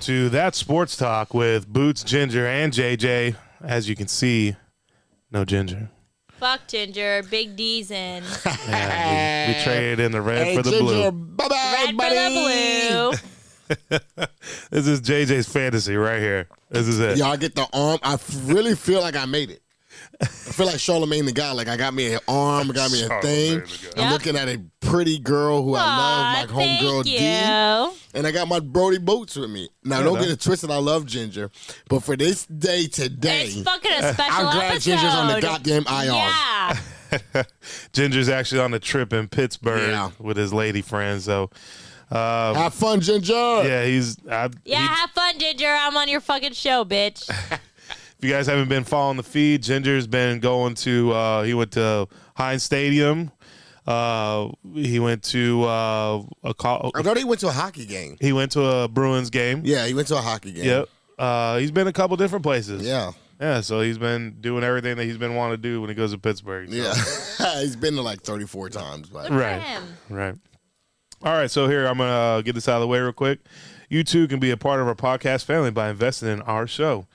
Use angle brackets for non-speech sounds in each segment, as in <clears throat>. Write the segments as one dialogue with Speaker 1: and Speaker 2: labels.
Speaker 1: to that sports talk with Boots, Ginger, and JJ. As you can see, no
Speaker 2: <laughs>
Speaker 1: Ginger.
Speaker 3: Fuck Ginger, Big D's in.
Speaker 1: Yeah, we, we traded in the red
Speaker 2: Hey,
Speaker 1: for the blue.
Speaker 2: Ginger, bye bye,
Speaker 3: Red
Speaker 2: buddy.
Speaker 3: for the
Speaker 1: This is JJ's fantasy right here. This is it.
Speaker 2: Y'all get the arm. I f- really feel like I made it. I feel like Charlemagne the guy. Like I got me an arm, I got me a
Speaker 1: Charlemagne
Speaker 2: thing.
Speaker 1: the
Speaker 2: I'm
Speaker 3: Yep.
Speaker 2: looking at a pretty girl who
Speaker 3: blue.
Speaker 2: I
Speaker 3: Aw,
Speaker 2: love, my homegirl
Speaker 3: thank
Speaker 2: D.
Speaker 3: you.
Speaker 2: and I got my Brody Boots with me. Now, don't
Speaker 1: no.
Speaker 2: get it twisted. I love Ginger, but for this day today,
Speaker 3: It's fucking a special
Speaker 2: I'm glad
Speaker 3: episode.
Speaker 2: Ginger's on the goddamn IR. <laughs>
Speaker 3: Yeah.
Speaker 1: Ginger's actually on a trip in Pittsburgh
Speaker 2: Yeah.
Speaker 1: with his lady friend. So
Speaker 2: have fun, Ginger.
Speaker 1: yeah, he's. I,
Speaker 3: Yeah,
Speaker 1: he-
Speaker 3: have fun, Ginger. I'm on your fucking show, bitch.
Speaker 1: if you guys haven't been following the feed, Ginger's been going to. Uh, he went to Heinz Stadium. Uh, he went to uh, a call.
Speaker 2: I know they went to a hockey game.
Speaker 1: He went to a Bruins game.
Speaker 2: Yeah, he went to a hockey game.
Speaker 1: Yep. Uh, he's been a couple different places.
Speaker 2: Yeah.
Speaker 1: Yeah. So he's been doing everything that he's been wanting to do when he goes to Pittsburgh. so-
Speaker 2: Yeah. <laughs> He's been to like 34 times. But
Speaker 3: for
Speaker 1: Right.
Speaker 3: him.
Speaker 1: Right. All right. So here I'm gonna uh, get this out of the way real quick. You too can be a part of our podcast family by investing in our show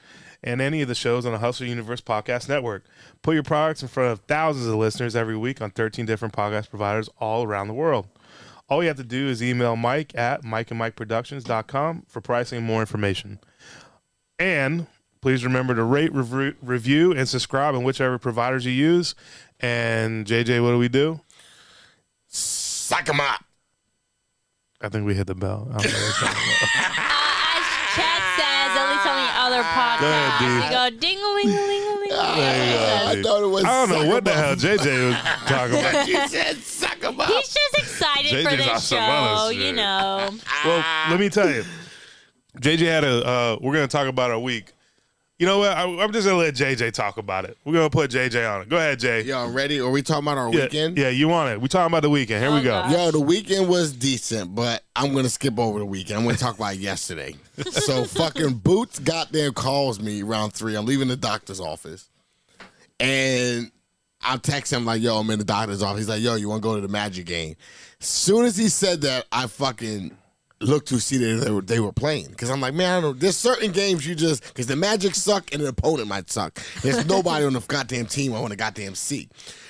Speaker 1: and any of the shows on the Hustle Universe Podcast Network. Put your products in front of thousands of listeners every week on 13 different podcast providers all around the world. All you have to do is email Mike at mikeandmikeproductions.com for pricing and more information. And please remember to rate, review, review, and subscribe on whichever providers you use. And JJ, what do we do?
Speaker 2: suck him up.
Speaker 1: I think we hit the bell. I don't know what's up.
Speaker 3: As Chad says, at least on the other podcast,
Speaker 1: Good, dude.
Speaker 3: we go ding a ling a ling a ling.
Speaker 2: <laughs>
Speaker 1: There
Speaker 2: <laughs> I
Speaker 1: you go, dude.
Speaker 2: thought it was.
Speaker 1: I don't know
Speaker 2: suck
Speaker 1: what
Speaker 2: 'em
Speaker 1: the
Speaker 2: up.
Speaker 1: hell JJ was talking about.
Speaker 2: <laughs> You said suck him up.
Speaker 3: He's just excited for
Speaker 1: JJ's
Speaker 3: this
Speaker 1: on
Speaker 3: show,
Speaker 1: some other
Speaker 3: you
Speaker 1: shit.
Speaker 3: know.
Speaker 1: well, let me tell you, JJ had a. Uh, we're gonna talk about our week. You know what? I, I'm just gonna let JJ talk about it. We're gonna put JJ on it. Go ahead, Jay.
Speaker 2: Y'all ready? Are we talking about our
Speaker 1: yeah,
Speaker 2: weekend?
Speaker 1: yeah, you want it? We talking about the weekend. Here we
Speaker 3: Oh,
Speaker 1: go.
Speaker 3: God.
Speaker 2: Yo, the weekend was decent, but I'm gonna skip over the weekend. I'm gonna talk about <laughs> yesterday. So fucking Boots goddamn calls me round three. I'm leaving the doctor's office. And I text him like, yo, I'm in the doctor's office. He's like, yo, you wanna go to the magic game? Soon as he said that, I fucking looked to see that they were, they were playing. Cause I'm like, man, I don't know. There's certain games you just cause the magic suck and an opponent might suck. There's nobody on the goddamn team I want to goddamn see.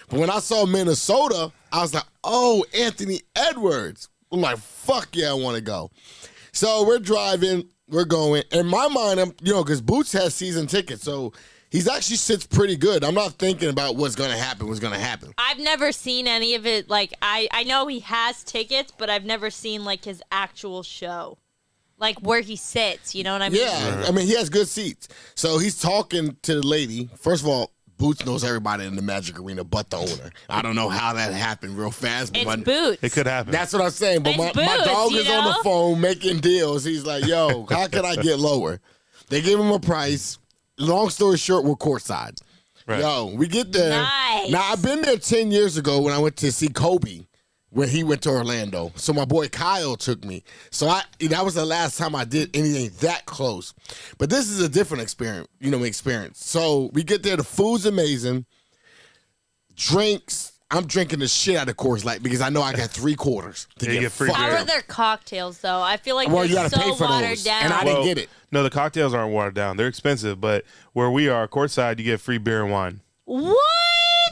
Speaker 2: But when I saw Minnesota, I was like, oh, Anthony Edwards. I'm like, fuck yeah, I want to go. So we're driving, we're going. In my mind, I'm you know, because Boots has season tickets, so he's actually sits pretty good. I'm not thinking about what's gonna happen, what's gonna happen.
Speaker 3: I've never seen any of it. Like I, I know he has tickets, but I've never seen like his actual show, like where he sits. You know what I mean?
Speaker 2: Yeah, I mean he has good seats. So he's talking to the lady. First of all, Boots knows everybody in the Magic Arena but the owner. I don't know how that happened real fast, but
Speaker 3: It's
Speaker 2: my-
Speaker 3: boots.
Speaker 1: It could happen.
Speaker 2: That's what I'm saying. But
Speaker 3: It's
Speaker 2: my, my
Speaker 3: booze,
Speaker 2: dog
Speaker 3: you
Speaker 2: is on the
Speaker 3: know?
Speaker 2: phone making deals. He's like, yo, how can I get lower? They give him a price. Long story short, we're courtside.
Speaker 1: Right.
Speaker 2: Yo, we get there.
Speaker 3: Nice.
Speaker 2: Now, I've been there 10 years ago when I went to see Kobe when he went to Orlando. So my boy Kyle took me. So I that was the last time I did anything that close. But this is a different experience, you know, experience. So we get there, the food's amazing drinks. I'm drinking the shit out of Coors Light because I know I got three quarters to
Speaker 1: Yeah, you
Speaker 2: get,
Speaker 1: get free
Speaker 2: fucked
Speaker 3: How
Speaker 1: beer.
Speaker 2: up.
Speaker 3: are their cocktails though? I feel like
Speaker 2: Well,
Speaker 3: they're
Speaker 2: you gotta
Speaker 3: so
Speaker 2: pay for
Speaker 3: watered
Speaker 2: those,
Speaker 3: down.
Speaker 2: and I didn't get it.
Speaker 1: No, the cocktails aren't watered down. They're expensive, but where we are, courtside, you get free beer and wine.
Speaker 3: what?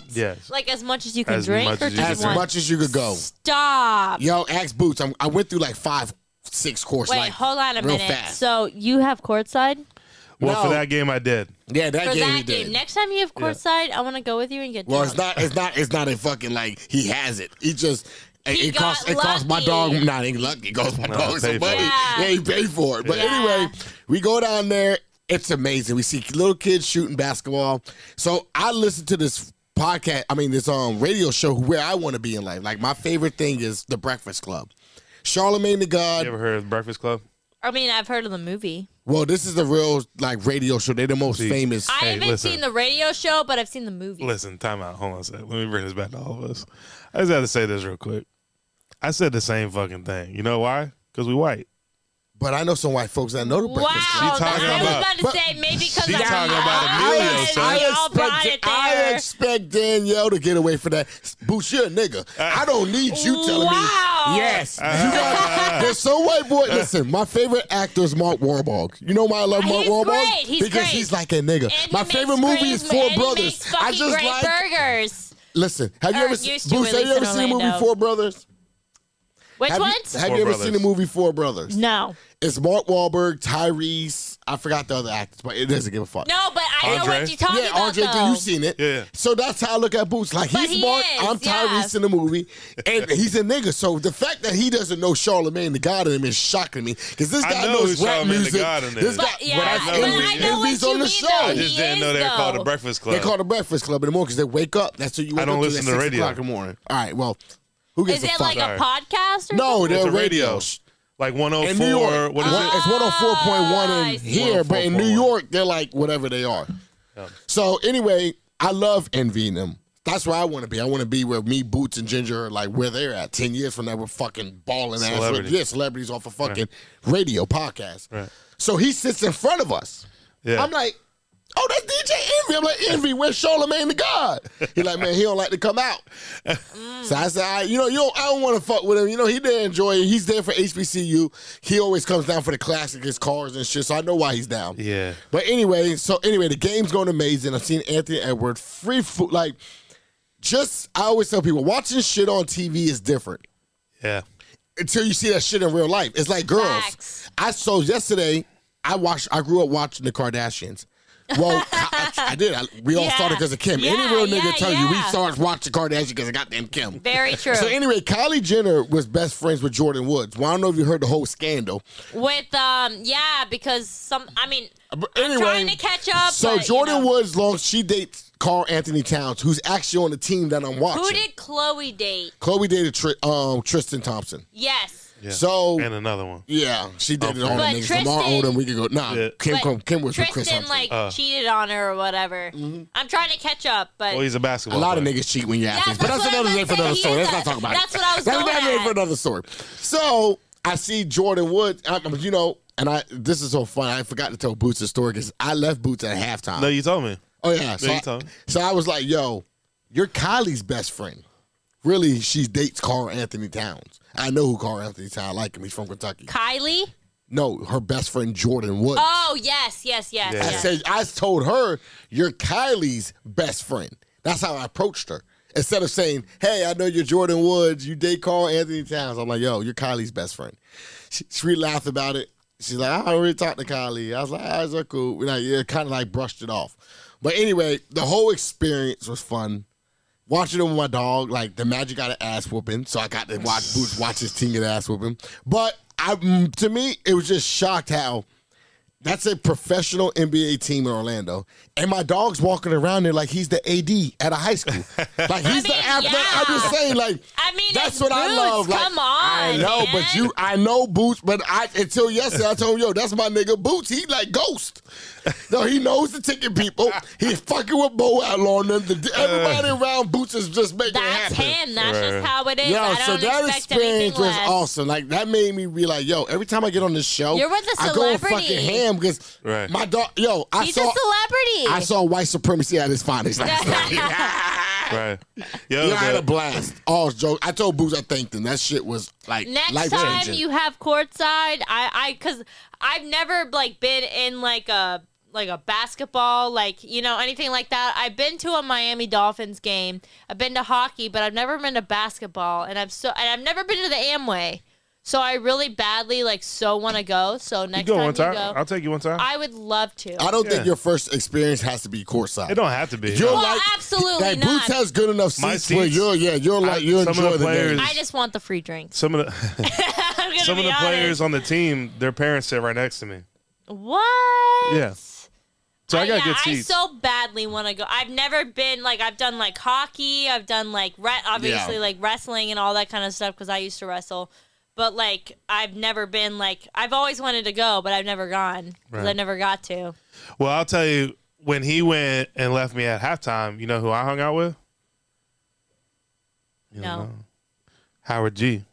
Speaker 1: Yes.
Speaker 3: Like as much as you can
Speaker 1: As much
Speaker 3: drink, or
Speaker 1: as you
Speaker 3: just
Speaker 1: can
Speaker 2: As
Speaker 1: drink.
Speaker 3: one?
Speaker 2: much as you could go.
Speaker 3: Stop.
Speaker 2: Yo, ask Boots. I'm, I went through like five, six Coors
Speaker 3: Wait,
Speaker 2: Light.
Speaker 3: hold on a
Speaker 2: real
Speaker 3: minute.
Speaker 2: fast.
Speaker 3: So you have courtside
Speaker 1: Well, for
Speaker 2: No.
Speaker 1: that game, I did.
Speaker 2: yeah, that
Speaker 3: for
Speaker 2: game he
Speaker 3: that
Speaker 2: did.
Speaker 3: game. Next time you have courtside, I want to go with you and get.
Speaker 2: well,
Speaker 3: drunk.
Speaker 2: it's not. It's not. It's not a fucking like he has it. He just. It,
Speaker 3: He
Speaker 2: it costs.
Speaker 3: got
Speaker 2: It costs my
Speaker 3: lucky.
Speaker 2: dog. Not ain't lucky. It costs my
Speaker 1: No,
Speaker 2: dog
Speaker 1: pay
Speaker 2: some
Speaker 1: for it.
Speaker 2: money.
Speaker 3: Yeah.
Speaker 2: Yeah, he paid for it. But
Speaker 3: Yeah.
Speaker 2: anyway, we go down there. It's amazing. We see little kids shooting basketball. So I listen to this podcast. I mean, this um radio show where I want to be in life. Like my favorite thing is The Breakfast Club. Charlemagne the God.
Speaker 1: You ever heard of Breakfast Club?
Speaker 3: I mean, I've heard of the movie.
Speaker 2: Well, this is the real like radio show. They're the most
Speaker 1: See,
Speaker 2: famous.
Speaker 3: I
Speaker 1: Hey,
Speaker 3: haven't
Speaker 1: listen.
Speaker 3: seen the radio show, but I've seen the movie.
Speaker 1: Listen, time out. Hold on a second. Let me bring this back to all of us. I just had to say this real quick. I said the same fucking thing. You know why? Because we white.
Speaker 2: But I know some white folks that know the
Speaker 3: Wow,
Speaker 2: Breakfast Club.
Speaker 1: She talking
Speaker 3: I was
Speaker 1: about-
Speaker 3: about to
Speaker 2: but-
Speaker 3: say maybe because
Speaker 1: She
Speaker 3: I'm
Speaker 1: talking about
Speaker 3: not,
Speaker 1: Emilio,
Speaker 3: and
Speaker 1: son.
Speaker 3: we all brought
Speaker 2: expect,
Speaker 3: it there.
Speaker 2: I expect Danielle to get away for that. Boots, you're a nigga. I don't need you telling
Speaker 3: Wow.
Speaker 2: me. Yes.
Speaker 3: <laughs>
Speaker 2: You got, there's some white boy. Listen, my favorite actor is Mark Wahlberg. You know why I love Mark
Speaker 3: He's
Speaker 2: Wahlberg?
Speaker 3: great. He's
Speaker 2: because
Speaker 3: great.
Speaker 2: he's like a nigga.
Speaker 3: And he
Speaker 2: my
Speaker 3: makes
Speaker 2: favorite movie
Speaker 3: great-
Speaker 2: is Four
Speaker 3: and he
Speaker 2: Brothers.
Speaker 3: makes
Speaker 2: I
Speaker 3: fucking
Speaker 2: just
Speaker 3: great
Speaker 2: like.
Speaker 3: burgers.
Speaker 2: Listen, have you
Speaker 3: Or
Speaker 2: ever
Speaker 3: used
Speaker 2: seen
Speaker 3: to,
Speaker 2: Boots?
Speaker 3: at
Speaker 2: Have you
Speaker 3: least in
Speaker 2: ever seen the movie
Speaker 3: Orlando.
Speaker 2: Four Brothers?
Speaker 3: Which
Speaker 2: have
Speaker 3: ones?
Speaker 2: You, have
Speaker 1: Four
Speaker 2: you ever
Speaker 1: Brothers.
Speaker 2: seen the movie Four Brothers?
Speaker 3: no,
Speaker 2: It's Mark Wahlberg, Tyrese. I forgot the other actors, but it doesn't give a fuck.
Speaker 3: no, but I know
Speaker 1: Andre?
Speaker 3: what you're talking
Speaker 2: yeah,
Speaker 3: about.
Speaker 2: Andre,
Speaker 3: though.
Speaker 2: you've seen it.
Speaker 1: Yeah.
Speaker 2: So that's how I look at Boots. Like
Speaker 3: But
Speaker 2: he's
Speaker 3: he
Speaker 2: Mark,
Speaker 3: is,
Speaker 2: I'm Tyrese
Speaker 3: yeah.
Speaker 2: in the movie, and he's a nigga. So the fact that he doesn't know Charlemagne the God in him is shocking me because this
Speaker 1: I
Speaker 2: guy
Speaker 1: know
Speaker 2: knows
Speaker 1: who
Speaker 2: rap
Speaker 1: Charlamagne the
Speaker 2: music.
Speaker 1: God in is.
Speaker 2: this guy,
Speaker 3: But yeah, but I
Speaker 1: know
Speaker 3: know,
Speaker 1: who he is.
Speaker 3: what
Speaker 2: He's
Speaker 3: you
Speaker 2: on the
Speaker 3: mean,
Speaker 2: show.
Speaker 3: Though.
Speaker 1: I
Speaker 3: He
Speaker 1: just didn't
Speaker 3: is,
Speaker 1: know they were called
Speaker 3: though.
Speaker 1: the Breakfast Club.
Speaker 2: they call the Breakfast Club in the morning because they wake up. That's what you. Wake
Speaker 1: don't
Speaker 2: up to
Speaker 1: listen
Speaker 2: at
Speaker 1: to
Speaker 2: six
Speaker 1: radio.
Speaker 2: O'clock in the morning. All right. Well, who
Speaker 3: Is
Speaker 2: gives a
Speaker 3: it
Speaker 2: fuck?
Speaker 3: like
Speaker 1: Sorry.
Speaker 3: a podcast or
Speaker 2: no,
Speaker 3: something?
Speaker 1: It's
Speaker 2: they're
Speaker 1: a radio.
Speaker 2: radios.
Speaker 1: Like
Speaker 2: in New
Speaker 1: 104,
Speaker 2: York.
Speaker 1: what is
Speaker 2: It's
Speaker 1: it?
Speaker 2: 104.1
Speaker 3: I
Speaker 2: in
Speaker 3: see.
Speaker 2: here, but in New
Speaker 1: 104.1.
Speaker 2: York, they're like whatever they are. So anyway, I love envying them. That's where I want to be. I want to be where me, Boots, and Ginger are like where they're at. Ten years from now, we're fucking balling ass. With,
Speaker 1: Celebrities.
Speaker 2: yeah, celebrities off a of fucking radio podcast.
Speaker 1: Right.
Speaker 2: So he sits in front of us.
Speaker 1: Yeah.
Speaker 2: I'm like, oh, that's DJ Envy. I'm like, Envy, where's Charlemagne the God? He like, man, he don't like to
Speaker 1: <laughs>
Speaker 2: come out. So I said, I, you know, you don't, I don't want to fuck with him. You know, he did enjoy it. He's there for HBCU. He always comes down for the classic, his cars and shit. So I know why he's down.
Speaker 1: yeah.
Speaker 2: But anyway, so anyway, the game's going amazing. I've seen Anthony Edwards free food. Like, just I always tell people, watching shit on TV is different
Speaker 1: Yeah.
Speaker 2: until you see that shit in real life. It's like girls.
Speaker 3: Facts.
Speaker 2: I so yesterday I watched. I grew up watching the Kardashians. Well, <laughs> I, I- I did. I, we all
Speaker 3: Yeah.
Speaker 2: started because of Kim.
Speaker 3: Yeah,
Speaker 2: Any real
Speaker 3: yeah,
Speaker 2: nigga tell you we
Speaker 3: yeah.
Speaker 2: started watching Kardashians because of goddamn Kim.
Speaker 3: Very true.
Speaker 2: So anyway, Kylie Jenner was best friends with Jordan Woods. Well, I don't know if you heard the whole scandal.
Speaker 3: With um, yeah, because some. I mean,
Speaker 2: But
Speaker 3: I'm
Speaker 2: anyway,
Speaker 3: trying to catch up.
Speaker 2: So
Speaker 3: but, you
Speaker 2: Jordan
Speaker 3: know.
Speaker 2: Woods long she dates Carl Anthony Towns, who's actually on the team that I'm watching.
Speaker 3: Who did Chloe date?
Speaker 2: Chloe dated Tri- um, Tristan Thompson.
Speaker 3: Yes.
Speaker 1: Yeah.
Speaker 2: So
Speaker 1: and another one.
Speaker 2: Yeah, she did it
Speaker 1: Humphrey.
Speaker 2: on the
Speaker 3: But
Speaker 2: niggas from our
Speaker 3: Tristan-
Speaker 2: older. We could go. Nah,
Speaker 1: Yeah.
Speaker 2: Kim,
Speaker 3: But
Speaker 2: come, Kim was with Chris Mm-hmm.
Speaker 3: Tristan
Speaker 2: Humphrey.
Speaker 3: like
Speaker 1: Uh.
Speaker 3: cheated on her or whatever. I'm trying to catch up, but
Speaker 1: Well, he's a
Speaker 2: a
Speaker 1: basketball
Speaker 2: lot of
Speaker 1: player.
Speaker 2: niggas cheat when you're athletes, but
Speaker 3: that's
Speaker 2: that's
Speaker 3: what I
Speaker 2: another
Speaker 3: was
Speaker 2: day for
Speaker 3: gonna
Speaker 2: another
Speaker 3: say.
Speaker 2: story. Let's
Speaker 3: He's
Speaker 2: not
Speaker 3: a-
Speaker 2: talk about
Speaker 3: that's
Speaker 2: it.
Speaker 3: what I was
Speaker 2: That's
Speaker 3: going
Speaker 2: another day
Speaker 3: at.
Speaker 2: for another story. So I see Jordan Woods. I, you know, and I. This is so fun. I forgot to tell Boots the story because I left Boots at halftime.
Speaker 1: No, you told me.
Speaker 2: oh yeah, so
Speaker 1: you
Speaker 2: I,
Speaker 1: told me.
Speaker 2: so I was like, "Yo, you're Kylie's best friend. Really, she dates Carl Anthony Towns. I know who Carl Anthony Towns. I like him. He's from Kentucky.
Speaker 3: Kylie.
Speaker 2: No, her best friend Jordan Woods.
Speaker 3: Oh yes, yes, yes.
Speaker 1: Yeah.
Speaker 2: I
Speaker 3: yes.
Speaker 2: said, I told her, you're Kylie's best friend. That's how I approached her. Instead of saying, hey, I know you're Jordan Woods, you date Carl Anthony Towns. I'm like, yo, you're Kylie's best friend. She, she laughed about it. She's like, I already talked to Kylie. I was like, ah, it's all cool. We like, yeah, kind of like brushed it off. But anyway, the whole experience was fun. Watching it with my dog, like the Magic got an ass whooping, so I got to
Speaker 3: <sighs>
Speaker 2: watch Boots watch his team get ass whooping. But I, mm, to me, it was just shocked how that's a professional NBA team in Orlando, and my dog's walking around there like he's the AD at a high
Speaker 3: <laughs>
Speaker 2: school. Like he's the
Speaker 3: mean,
Speaker 2: athlete.
Speaker 3: yeah.
Speaker 2: I'm just saying, like
Speaker 3: I mean, it's
Speaker 2: that's what I
Speaker 3: Boots,
Speaker 2: love. Like,
Speaker 3: come
Speaker 2: I
Speaker 3: on,
Speaker 2: know,
Speaker 3: man.
Speaker 2: but you, I know Boots, but I until yesterday I told him, yo, that's my nigga Boots. He like Ghost. No, he knows the ticket people. He's fucking with Bo Outlaw and them. The- Everybody around Boots is just making
Speaker 3: That's
Speaker 2: it happen.
Speaker 3: him. That's
Speaker 1: Right.
Speaker 3: just how it is.
Speaker 2: Yeah,
Speaker 3: I don't
Speaker 2: so that
Speaker 3: expect anything
Speaker 2: experience was
Speaker 3: less.
Speaker 2: awesome. Like that made me be like, yo, every time I get on this show,
Speaker 3: You're with a
Speaker 2: I go
Speaker 3: celebrity.
Speaker 2: fucking ham because
Speaker 1: Right.
Speaker 2: my dog. Yo, I
Speaker 3: He's
Speaker 2: saw
Speaker 3: a celebrity.
Speaker 2: I saw white supremacy at its
Speaker 3: <laughs>
Speaker 2: finest last night. <laughs>
Speaker 1: Right. Yo,
Speaker 2: You know, I had
Speaker 1: the-
Speaker 2: a <clears throat> blast. All joke. Oh, I told Boots I thanked him. That shit was like
Speaker 3: Next
Speaker 2: life
Speaker 3: time
Speaker 2: changing.
Speaker 3: you have courtside, I, I, cause I've never like been in like a like a basketball, like you know anything like that. I've been to a Miami Dolphins game. I've been to hockey, but I've never been to basketball, and I've so and I've never been to the Amway. So I really badly like so want to go. So
Speaker 1: you
Speaker 3: next
Speaker 1: go
Speaker 3: time
Speaker 1: one time.
Speaker 3: you go,
Speaker 1: I'll take you one time.
Speaker 3: I would love to.
Speaker 2: I don't
Speaker 1: Yeah.
Speaker 2: think your first experience has to be courtside.
Speaker 1: it don't have to be.
Speaker 2: You're
Speaker 3: Well,
Speaker 2: like
Speaker 3: absolutely
Speaker 2: like,
Speaker 3: not.
Speaker 2: Boots has good enough
Speaker 1: My
Speaker 2: seats where
Speaker 1: seats-
Speaker 2: you're yeah you're
Speaker 1: I-
Speaker 2: like you
Speaker 1: some of the
Speaker 2: enjoy the
Speaker 1: players-
Speaker 2: game.
Speaker 3: I just want the free drinks. <laughs>
Speaker 1: some of the <laughs>
Speaker 3: I'm gonna
Speaker 1: some of the
Speaker 3: be honest.
Speaker 1: players on the team, their parents sit right next to me.
Speaker 3: What?
Speaker 1: Yeah. So I got
Speaker 3: Oh, yeah,
Speaker 1: good seats.
Speaker 3: I so badly want to go. I've never been like I've done like hockey. I've done like re- obviously
Speaker 2: Yeah.
Speaker 3: like wrestling and all that kind of stuff because I used to wrestle. But like I've never been like I've always wanted to go, but I've never gone because I
Speaker 1: Right.
Speaker 3: never got to.
Speaker 1: well, I'll tell you when he went and left me at halftime. You know who I hung out with? You don't
Speaker 3: No.
Speaker 1: know. Howard G.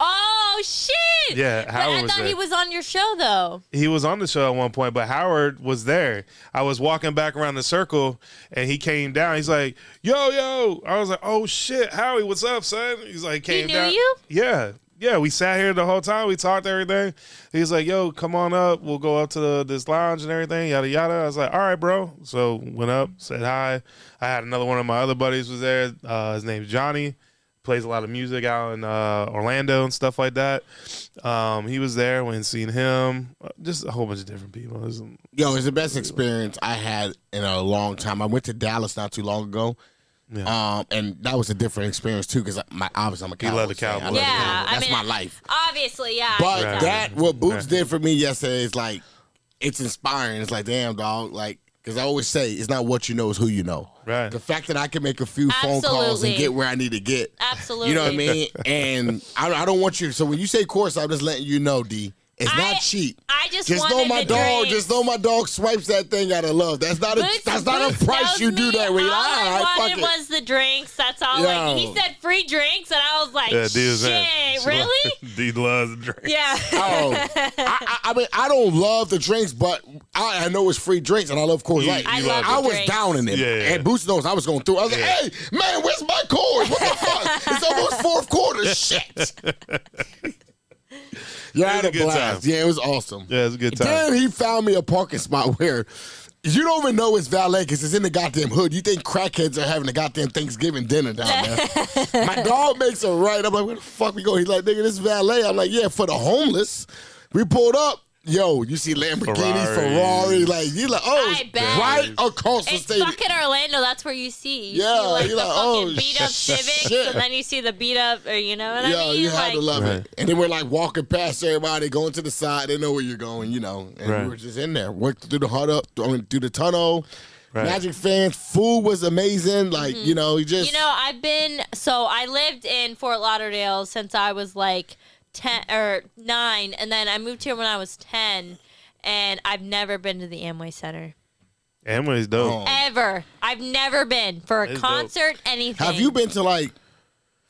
Speaker 3: Oh Oh shit!
Speaker 1: Yeah,
Speaker 3: but
Speaker 1: Howard
Speaker 3: I
Speaker 1: was
Speaker 3: thought
Speaker 1: there.
Speaker 3: he was on your show though.
Speaker 1: he was on the show at one point, but Howard was there. I was walking back around the circle and he came down. He's like, Yo, yo. I was like, Oh shit, Howie, what's up, son? He's like, came
Speaker 3: knew
Speaker 1: down.
Speaker 3: you?
Speaker 1: Yeah. Yeah. We sat here the whole time. We talked everything. He's like, Yo, come on up. We'll go up to the, this lounge and everything, yada yada. I was like, All right, bro. So went up, said hi. I had another one of my other buddies was there. Uh, his name's Johnny. Plays a lot of music out in uh, Orlando and stuff like that. Um, he was there when seen him. Uh, Just a whole bunch of different people. It was-
Speaker 2: Yo, it's the best experience I had in a long time. I went to Dallas not too long ago.
Speaker 1: Yeah.
Speaker 2: Um, and that was a different experience too, because my obviously I'm a
Speaker 1: You
Speaker 2: Cowboys.
Speaker 1: love the
Speaker 2: fan. I
Speaker 1: Cowboys.
Speaker 2: love the
Speaker 3: Yeah,
Speaker 2: Cowboys.
Speaker 3: I
Speaker 2: that's
Speaker 3: mean,
Speaker 2: my life.
Speaker 3: Obviously, yeah. I
Speaker 2: But
Speaker 3: get
Speaker 2: that what Boots
Speaker 1: Right.
Speaker 2: did for me yesterday is like, it's inspiring. It's like, damn dog, like, because I always say it's not what you know, it's who you know.
Speaker 1: Right.
Speaker 2: The fact that I can make a few phone calls and
Speaker 3: Absolutely.
Speaker 2: get where I need to get.
Speaker 3: Absolutely.
Speaker 2: You know what I mean? And I, I don't want you. So when you say course, I'm just letting you know, D. It's
Speaker 3: I-
Speaker 2: not cheap.
Speaker 3: I just
Speaker 2: just
Speaker 3: wanted
Speaker 2: know my
Speaker 3: to
Speaker 2: dog.
Speaker 3: drink.
Speaker 2: Just know my dog swipes that thing out of love. That's not a.
Speaker 3: Boots-
Speaker 2: that's not
Speaker 3: Boots
Speaker 2: a price
Speaker 3: tells
Speaker 2: you do
Speaker 3: me
Speaker 2: that. Where you're
Speaker 3: all
Speaker 2: like, all
Speaker 3: I
Speaker 2: right, fuck
Speaker 3: wanted
Speaker 2: it.
Speaker 3: was the drinks. That's all. Like,
Speaker 2: Yo.
Speaker 3: he said free drinks, and I was like,
Speaker 1: Yeah, D is in. <laughs>
Speaker 3: shit,
Speaker 1: She
Speaker 3: really?
Speaker 1: lo- D loves to drink.
Speaker 3: yeah.
Speaker 2: Oh, I, I, I mean, I don't love the drinks, but I, I know it's free drinks, and I love Coors
Speaker 1: You-
Speaker 2: Light.
Speaker 1: you
Speaker 3: <laughs> I
Speaker 1: love
Speaker 3: love
Speaker 2: I
Speaker 3: the
Speaker 2: was
Speaker 3: drinks.
Speaker 2: down in it,
Speaker 1: Yeah, yeah.
Speaker 2: and Boots knows I was going through. I was like, "Hey, man, where's my Coors? What the fuck? It's almost fourth quarter.
Speaker 1: <laughs>
Speaker 2: Shit." yeah, I
Speaker 1: It was
Speaker 2: had
Speaker 1: a
Speaker 2: a
Speaker 1: good
Speaker 2: blast.
Speaker 1: time.
Speaker 2: Yeah, it was awesome.
Speaker 1: Yeah, it's a good time.
Speaker 2: Then he found me a parking spot <laughs> where you don't even know it's valet because it's in the goddamn hood. You think crackheads are having a goddamn Thanksgiving dinner down
Speaker 3: <laughs>
Speaker 2: there. My dog makes a right. I'm like, where the fuck we going? He's like, nigga, this is valet. I'm like, yeah, for the homeless. We pulled up. Yo, you see Lamborghini,
Speaker 1: Ferrari.
Speaker 2: Ferrari, like you like oh,
Speaker 3: I
Speaker 2: it's
Speaker 3: bet.
Speaker 2: right across the
Speaker 3: It's
Speaker 2: stadium.
Speaker 3: fucking Orlando. That's where you see. You
Speaker 2: Yeah,
Speaker 3: see, like,
Speaker 2: you're
Speaker 3: the
Speaker 2: like,
Speaker 3: fucking
Speaker 2: oh,
Speaker 3: beat up civics,
Speaker 2: shit.
Speaker 3: and then you see the beat up, or you know what
Speaker 2: Yo,
Speaker 3: I mean?
Speaker 2: you had
Speaker 3: like,
Speaker 2: to love
Speaker 1: Right.
Speaker 2: it. And then we're like walking past everybody, going to the side. They know where you're going, you know. And
Speaker 1: Right.
Speaker 2: we were just in there, worked through the hut up, I mean, through the tunnel.
Speaker 1: Right.
Speaker 2: Magic fans, food was amazing. Like you know, you just
Speaker 3: Mm-hmm. You know, I've been so I lived in Fort Lauderdale since I was like ten or nine, and then I moved here when I was ten, and I've never been to the Amway Center
Speaker 1: Amway's dope.
Speaker 2: Oh.
Speaker 3: ever. I've never been for a
Speaker 1: It's dope.
Speaker 3: concert, anything.
Speaker 2: have you been to like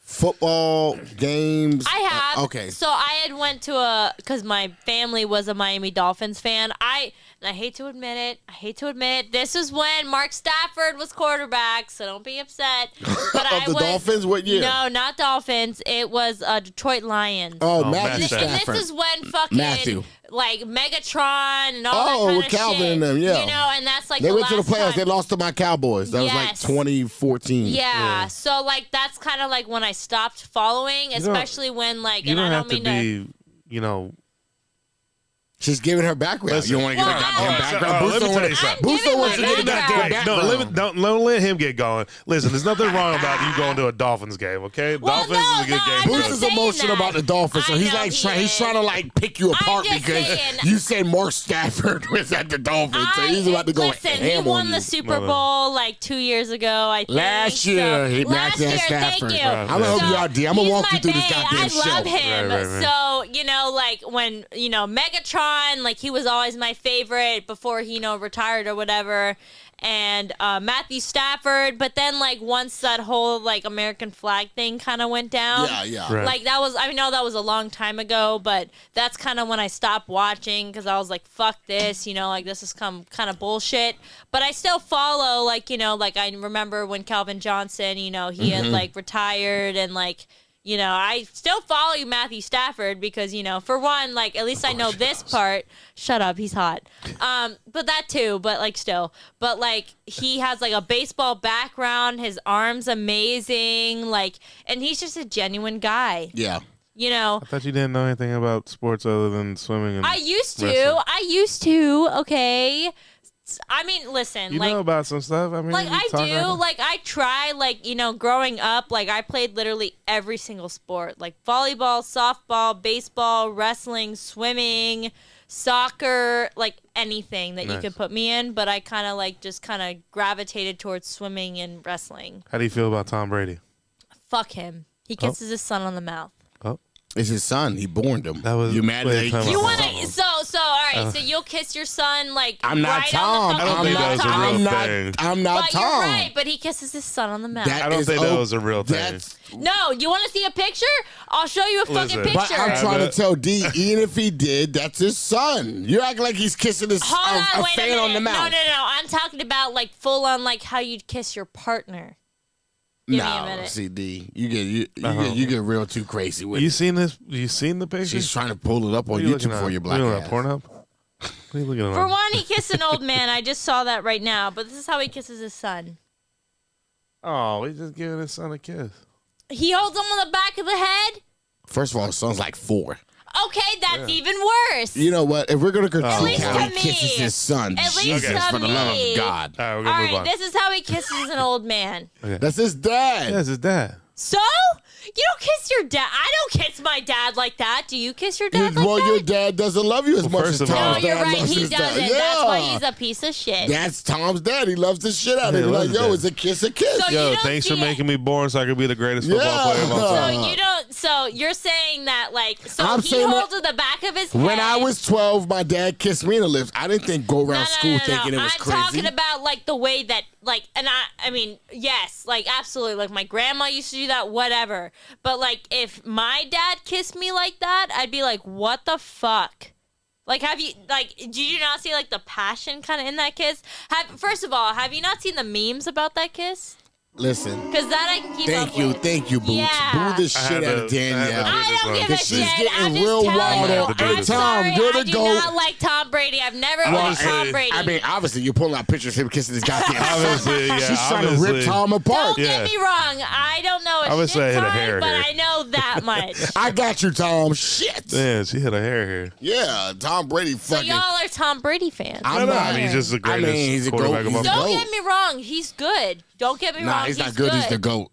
Speaker 2: football games?
Speaker 3: I have.
Speaker 2: Uh, okay,
Speaker 3: So I had went to a because my family was a Miami Dolphins fan. I and I hate to admit it. I hate to admit it. This is when Mark Stafford was quarterback. So don't be
Speaker 2: <laughs>
Speaker 3: upset. But
Speaker 2: of
Speaker 3: I
Speaker 2: the
Speaker 3: was,
Speaker 2: Dolphins, what year?
Speaker 3: No, not Dolphins. It was uh, Detroit Lions.
Speaker 2: Oh,
Speaker 1: Oh,
Speaker 2: Matthew
Speaker 1: Matt
Speaker 3: and
Speaker 2: Stafford.
Speaker 3: this is when fucking
Speaker 2: Matthew.
Speaker 3: like Megatron and all
Speaker 2: Oh,
Speaker 3: that kind
Speaker 2: with
Speaker 3: of
Speaker 2: Calvin
Speaker 3: shit.
Speaker 2: and them, yeah.
Speaker 3: You know, and that's like
Speaker 2: they
Speaker 3: the
Speaker 2: went to the
Speaker 3: last
Speaker 2: playoffs.
Speaker 3: time.
Speaker 2: They lost to my Cowboys. That
Speaker 3: Yes.
Speaker 2: was like 2014.
Speaker 3: Yeah.
Speaker 1: Yeah.
Speaker 3: So like that's kind of like when I stopped following,
Speaker 1: don't-
Speaker 3: especially when like
Speaker 1: You
Speaker 3: and
Speaker 1: don't
Speaker 3: I
Speaker 1: have
Speaker 3: don't
Speaker 1: to
Speaker 3: mean to
Speaker 1: be, you know,
Speaker 2: she's giving her background.
Speaker 1: Listen.
Speaker 2: you don't want to give her
Speaker 3: Well,
Speaker 2: goddamn
Speaker 3: I-
Speaker 2: background.
Speaker 1: Oh, let
Speaker 2: Boots
Speaker 1: me
Speaker 2: don't wanna-
Speaker 1: tell you something.
Speaker 2: Boots don't
Speaker 3: I'm
Speaker 2: want you to
Speaker 3: giving
Speaker 2: give
Speaker 3: my
Speaker 2: back goddamn
Speaker 1: Wait,
Speaker 3: background.
Speaker 1: don't,
Speaker 2: background.
Speaker 1: let, don't, don't let him get going. Listen, there's nothing wrong about you going to a Dolphins game, okay?
Speaker 3: Well,
Speaker 1: Dolphins
Speaker 3: no,
Speaker 1: is a good
Speaker 3: no,
Speaker 1: game.
Speaker 3: I'm
Speaker 1: for
Speaker 2: Boots
Speaker 3: just
Speaker 1: us.
Speaker 2: is
Speaker 3: saying
Speaker 2: emotional
Speaker 3: that.
Speaker 2: about the Dolphins, so
Speaker 3: I
Speaker 2: he's
Speaker 3: know
Speaker 2: like
Speaker 3: he
Speaker 2: try, he's
Speaker 3: is.
Speaker 2: trying to like pick you apart
Speaker 3: just
Speaker 2: because
Speaker 3: saying.
Speaker 2: you said Mark Stafford <laughs> was at the Dolphins, so he's about to go
Speaker 3: listen,
Speaker 2: ham
Speaker 3: he won
Speaker 2: on
Speaker 3: the
Speaker 2: you.
Speaker 3: Super
Speaker 1: Mother.
Speaker 3: Bowl like two years ago. I think.
Speaker 2: Last year,
Speaker 3: so,
Speaker 2: he
Speaker 3: last
Speaker 2: knocked
Speaker 3: year,
Speaker 2: out Stafford.
Speaker 3: Thank you.
Speaker 1: Right,
Speaker 2: I'm gonna help
Speaker 1: So,
Speaker 2: you out, D. I'm gonna
Speaker 3: he's
Speaker 2: walk you
Speaker 3: my
Speaker 2: through this
Speaker 3: babe.
Speaker 2: goddamn
Speaker 3: I love
Speaker 2: show.
Speaker 3: him.
Speaker 1: Right, right,
Speaker 3: So you know, like when you know Megatron, like he was always my favorite before he you know retired or whatever. And uh, Matthew Stafford, but then like once that whole like American flag thing kind of went down,
Speaker 2: Yeah, yeah.
Speaker 1: Right.
Speaker 3: like that was I know that was a long time ago, but that's kind of when I stopped watching because I was like, "Fuck this," you know, like this is come kind of bullshit. But I still follow, like you know, like I remember when Calvin Johnson, you know, he had like retired and like. You know, I still follow Matthew Stafford because you know, for one, like at least I know this part. Shut up, he's hot. Um, but that too, but like still, but like he has like a baseball background. His arms amazing, like, and he's just a genuine guy
Speaker 2: Yeah.
Speaker 3: you know
Speaker 1: I thought you didn't know anything about sports other than swimming. And
Speaker 3: i used to
Speaker 1: Wrestling.
Speaker 3: i used to okay S- i mean listen
Speaker 1: you
Speaker 3: like
Speaker 1: know about some stuff. I mean,
Speaker 3: like
Speaker 1: you
Speaker 3: i
Speaker 1: talk
Speaker 3: do
Speaker 1: about-
Speaker 3: like i try like you know growing up like i played literally every single sport like volleyball softball baseball wrestling swimming soccer like anything that
Speaker 1: Nice.
Speaker 3: you could put me in but i kind of like just kind of gravitated towards swimming and wrestling
Speaker 1: How do you feel about Tom Brady?
Speaker 3: fuck him he kisses his son on the mouth
Speaker 1: Oh,
Speaker 2: It's his son. He borned him.
Speaker 1: That was-
Speaker 2: you mad
Speaker 1: wait,
Speaker 2: that he
Speaker 1: time out.
Speaker 3: You
Speaker 1: Uh-huh.
Speaker 3: want to so so all right, so you'll kiss your son like
Speaker 2: I'm not
Speaker 3: right
Speaker 2: Tom.
Speaker 3: On the
Speaker 1: I don't
Speaker 3: fucking
Speaker 2: I'm
Speaker 1: think
Speaker 2: not.
Speaker 1: that was a
Speaker 3: mouth.
Speaker 1: real
Speaker 2: I'm not.
Speaker 1: thing.
Speaker 2: I'm not
Speaker 3: But
Speaker 2: Tom.
Speaker 3: you're right. But he kisses his son on the mouth.
Speaker 1: I don't
Speaker 2: is
Speaker 1: think that
Speaker 2: o-
Speaker 1: was a real thing.
Speaker 2: that's-
Speaker 3: no, you want to see a picture? I'll show you a
Speaker 1: Listen.
Speaker 3: fucking picture.
Speaker 2: But I'm
Speaker 1: I
Speaker 2: trying
Speaker 1: bet.
Speaker 2: to tell D, even if he did, that's his son. You act like he's kissing his
Speaker 3: Hold
Speaker 2: a,
Speaker 3: on,
Speaker 2: a
Speaker 3: wait a
Speaker 2: fan
Speaker 3: minute.
Speaker 2: on the mouth.
Speaker 3: No, no, no. I'm talking about like full on like how you'd kiss your partner. Give me a
Speaker 2: No,
Speaker 3: minute.
Speaker 2: see D, you get you, you,
Speaker 1: Uh-huh.
Speaker 2: get, you get real too crazy with
Speaker 1: You
Speaker 2: it.
Speaker 1: seen this? You seen the picture?
Speaker 2: She's trying to pull it up on
Speaker 1: What are you looking
Speaker 2: YouTube for
Speaker 1: at?
Speaker 2: your
Speaker 1: What
Speaker 2: black
Speaker 1: are you looking at
Speaker 2: ass.
Speaker 1: Pornhub? What are you looking at?
Speaker 3: For one, he kissed an old man. I just saw that right now. But this is how he kisses his son.
Speaker 1: Oh, he's just giving his son a kiss.
Speaker 3: He holds him on the back of the head.
Speaker 2: First of all, his son's like four.
Speaker 3: Okay, that's even worse.
Speaker 2: You know what? If we're gonna critique
Speaker 3: least
Speaker 2: how he
Speaker 3: to me.
Speaker 2: kisses his son,
Speaker 3: At least
Speaker 2: Jesus,
Speaker 3: to
Speaker 2: for the love
Speaker 3: me.
Speaker 2: of God,
Speaker 1: All right, we're
Speaker 3: All
Speaker 1: gonna move
Speaker 3: right,
Speaker 1: on.
Speaker 3: this is how he kisses an old man.
Speaker 2: that's his dad.
Speaker 1: That's his dad.
Speaker 3: So you don't kiss your dad. I don't kiss my dad like that. Do you kiss your dad like
Speaker 2: well,
Speaker 3: that?
Speaker 2: your dad doesn't love you as much
Speaker 1: first
Speaker 2: as
Speaker 1: of all-
Speaker 3: no,
Speaker 2: Tom's
Speaker 1: Tom's
Speaker 3: you're
Speaker 2: dad
Speaker 3: right.
Speaker 2: loves
Speaker 3: He
Speaker 2: his
Speaker 3: doesn't.
Speaker 2: dad.
Speaker 3: That's why
Speaker 2: Yeah.
Speaker 3: he's a piece of shit.
Speaker 2: That's Tom's dad. He loves the shit out of
Speaker 1: Yeah, he
Speaker 2: him. He's
Speaker 1: loves
Speaker 2: Like,
Speaker 1: his
Speaker 2: yo,
Speaker 1: dad.
Speaker 2: it's a kiss, a kiss.
Speaker 3: So you
Speaker 1: Yo,
Speaker 3: don't
Speaker 1: thanks
Speaker 3: see
Speaker 1: for
Speaker 3: it.
Speaker 1: making me born so I could be the greatest football player of all
Speaker 2: Yeah.
Speaker 1: time.
Speaker 3: So you don't. So you're saying that like so
Speaker 2: Uh-huh. I'm
Speaker 3: he
Speaker 2: saying
Speaker 3: holds it the back of his head.
Speaker 2: When I was 12, my dad kissed me in the lips. I didn't think go around
Speaker 3: No, no,
Speaker 2: school
Speaker 3: no, no,
Speaker 2: thinking
Speaker 3: no.
Speaker 2: it was
Speaker 3: I'm
Speaker 2: crazy.
Speaker 3: talking about like the way that like and I I mean yes like absolutely like my grandma used to do that whatever but like if my dad kissed me like that I'd be like what the fuck like have you like did you not see like the passion kind of in that kiss have first of all have you not seen the memes about that kiss <laughs>
Speaker 2: Listen,
Speaker 3: because that I can keep up
Speaker 2: thank you,
Speaker 3: with.
Speaker 2: thank you, Boots.
Speaker 3: Yeah.
Speaker 2: Boo the
Speaker 1: I had
Speaker 2: shit out of
Speaker 1: to- I had to do
Speaker 2: Danielle.
Speaker 3: I
Speaker 1: this
Speaker 3: don't
Speaker 1: one.
Speaker 3: give a
Speaker 2: Because she's
Speaker 3: shit. I'm
Speaker 2: getting
Speaker 3: just
Speaker 2: real
Speaker 3: telling
Speaker 2: wild
Speaker 3: you,
Speaker 1: on the
Speaker 3: I'm
Speaker 1: dude.
Speaker 3: sorry.
Speaker 2: Tom, you're
Speaker 3: I
Speaker 2: the
Speaker 3: do
Speaker 2: goat.
Speaker 3: not like Tom Brady. I've never
Speaker 1: Well,
Speaker 3: liked Tom
Speaker 1: I-
Speaker 3: Brady.
Speaker 2: I mean, obviously, you're pulling out pictures of him kissing his goddamn son.
Speaker 1: <laughs> Obviously, yeah.
Speaker 2: She's trying to
Speaker 1: obviously.
Speaker 2: rip Tom apart.
Speaker 3: don't
Speaker 1: Yeah.
Speaker 3: get me wrong. I don't know a
Speaker 1: I would
Speaker 3: shit
Speaker 1: say I hit a
Speaker 3: ton,
Speaker 1: hair
Speaker 3: but
Speaker 1: here.
Speaker 3: I know
Speaker 2: <laughs>
Speaker 3: that much.
Speaker 2: I got you, Tom. Shit.
Speaker 1: Man, she had a hair here.
Speaker 2: Yeah, Tom Brady
Speaker 3: so
Speaker 2: fucking.
Speaker 3: y'all are Tom Brady fans.
Speaker 2: I'm
Speaker 1: No, no,
Speaker 2: not.
Speaker 1: I mean, he's just the
Speaker 2: I mean,
Speaker 1: greatest
Speaker 2: he's a goat.
Speaker 1: quarterback of
Speaker 2: He's
Speaker 1: all
Speaker 2: a
Speaker 1: time.
Speaker 3: don't
Speaker 2: goat.
Speaker 3: get me wrong. He's good. Don't get me
Speaker 2: nah,
Speaker 3: wrong.
Speaker 2: he's not good. He's the goat.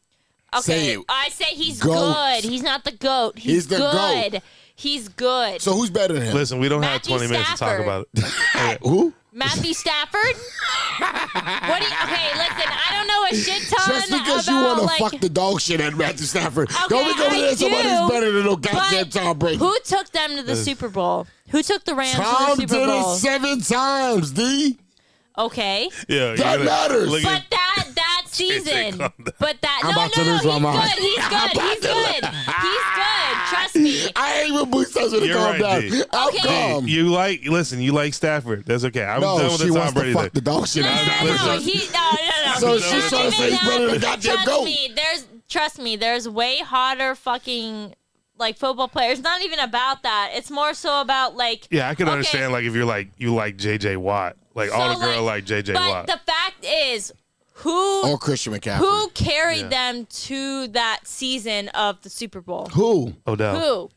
Speaker 3: Okay,
Speaker 2: Say it.
Speaker 3: I say he's
Speaker 2: Goat.
Speaker 3: good. He's not the goat. He's,
Speaker 2: He's the
Speaker 3: good.
Speaker 2: goat.
Speaker 3: He's good.
Speaker 2: So who's better than him?
Speaker 1: Listen, we don't
Speaker 3: Matthew
Speaker 1: have 20 minutes to talk
Speaker 3: Stafford.
Speaker 1: about it. <laughs>
Speaker 2: Who?
Speaker 3: Matthew
Speaker 2: <laughs>
Speaker 3: Stafford. what do you, okay, listen. I don't know a shit ton
Speaker 2: Just because
Speaker 3: about
Speaker 2: you want to
Speaker 3: like.
Speaker 2: fuck the dog shit at Matthew Stafford. don't be
Speaker 3: Okay,
Speaker 2: going
Speaker 3: I
Speaker 2: there and
Speaker 3: do,
Speaker 2: somebody's better than no
Speaker 3: But
Speaker 2: goddamn Tom Brady.
Speaker 3: Who took them to the Super Bowl? Who took the Rams to
Speaker 2: Tom
Speaker 3: the
Speaker 2: did
Speaker 3: Super
Speaker 2: it
Speaker 3: Bowl?
Speaker 2: seven times, D.
Speaker 3: Okay.
Speaker 1: Yeah, you're
Speaker 2: That
Speaker 1: gonna-
Speaker 2: matters.
Speaker 1: look
Speaker 3: But
Speaker 1: at-
Speaker 3: that
Speaker 2: <laughs>
Speaker 3: that
Speaker 1: take
Speaker 3: season,
Speaker 1: on that.
Speaker 3: but that
Speaker 2: I'm
Speaker 3: no
Speaker 2: about to
Speaker 3: no
Speaker 2: lose my
Speaker 3: no
Speaker 2: mind.
Speaker 3: he's
Speaker 2: <laughs> I'm
Speaker 3: good he's
Speaker 2: about to
Speaker 3: good he's good he's good
Speaker 2: <laughs>
Speaker 3: trust me.
Speaker 2: I ain't even boots us with a
Speaker 1: You're
Speaker 2: calm
Speaker 1: right,
Speaker 2: down.
Speaker 1: D.
Speaker 2: I'm
Speaker 3: Okay.
Speaker 2: calm.
Speaker 1: you like, listen, you like Stafford. That's okay. I'm done
Speaker 2: Um, no,
Speaker 1: with
Speaker 2: she
Speaker 1: the
Speaker 2: wants
Speaker 1: Tom Brady
Speaker 2: to fuck the
Speaker 1: thing.
Speaker 2: dog shit at
Speaker 3: No, no, no,
Speaker 2: Stafford.
Speaker 3: he, no, no, no.
Speaker 2: So
Speaker 3: he's
Speaker 2: she's
Speaker 3: not
Speaker 2: trying to
Speaker 3: even
Speaker 2: say he's
Speaker 3: that.
Speaker 2: better than a goddamn
Speaker 3: trust
Speaker 2: goat.
Speaker 3: me, there's trust me, there's way hotter fucking like football players. Not even about that. It's more so about like
Speaker 1: Yeah, I can
Speaker 3: Okay.
Speaker 1: understand like if you're like you like JJ Watt, like all the
Speaker 3: So,
Speaker 1: girl like, JJ
Speaker 3: But
Speaker 1: Watt.
Speaker 3: the fact is, who
Speaker 2: Or Christian McCaffrey.
Speaker 3: who carried
Speaker 1: Yeah.
Speaker 3: them to that season of the Super Bowl?
Speaker 2: Who?
Speaker 1: Odell.
Speaker 3: Who?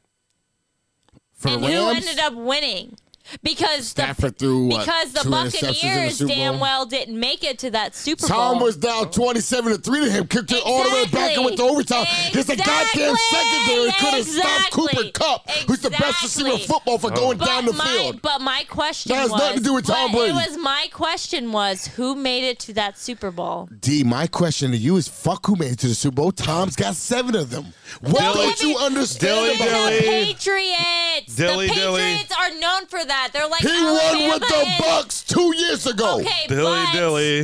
Speaker 2: For
Speaker 3: and
Speaker 2: the Rams?
Speaker 3: who ended up winning? Because the
Speaker 2: Stafford threw what,
Speaker 3: because the
Speaker 2: two interceptions in the
Speaker 3: Buccaneers
Speaker 2: Super
Speaker 3: damn
Speaker 2: Bowl?
Speaker 3: well didn't make it to that Super
Speaker 2: Tom
Speaker 3: Bowl.
Speaker 2: was down 27 to 3 to him, kicked it all the way back and went to overtime. Because the
Speaker 3: Exactly.
Speaker 2: goddamn secondary couldn't stop
Speaker 3: Exactly.
Speaker 2: Cooper Cup, who's the best receiver in
Speaker 3: Exactly.
Speaker 2: football
Speaker 1: Oh.
Speaker 2: for going
Speaker 3: but
Speaker 2: down the
Speaker 3: my,
Speaker 2: field.
Speaker 3: But my question
Speaker 2: That has
Speaker 3: was,
Speaker 2: nothing to do with Tom
Speaker 3: but
Speaker 2: Brady.
Speaker 3: It was my question was who made it to that Super Bowl?
Speaker 2: D, my question to you is fuck who made it to the Super Bowl? Tom's got seven of them. What
Speaker 3: Dilly-
Speaker 2: don't you understand
Speaker 1: Dilly-
Speaker 3: Even
Speaker 2: about
Speaker 1: Dilly-
Speaker 3: the Patriots.
Speaker 1: Dilly,
Speaker 3: the
Speaker 1: dilly.
Speaker 3: Patriots are known for that. They're like
Speaker 2: He won
Speaker 3: Alabama
Speaker 2: with the
Speaker 3: is-
Speaker 2: Bucks two years ago.
Speaker 3: Okay,
Speaker 1: Dilly
Speaker 3: but
Speaker 1: dilly.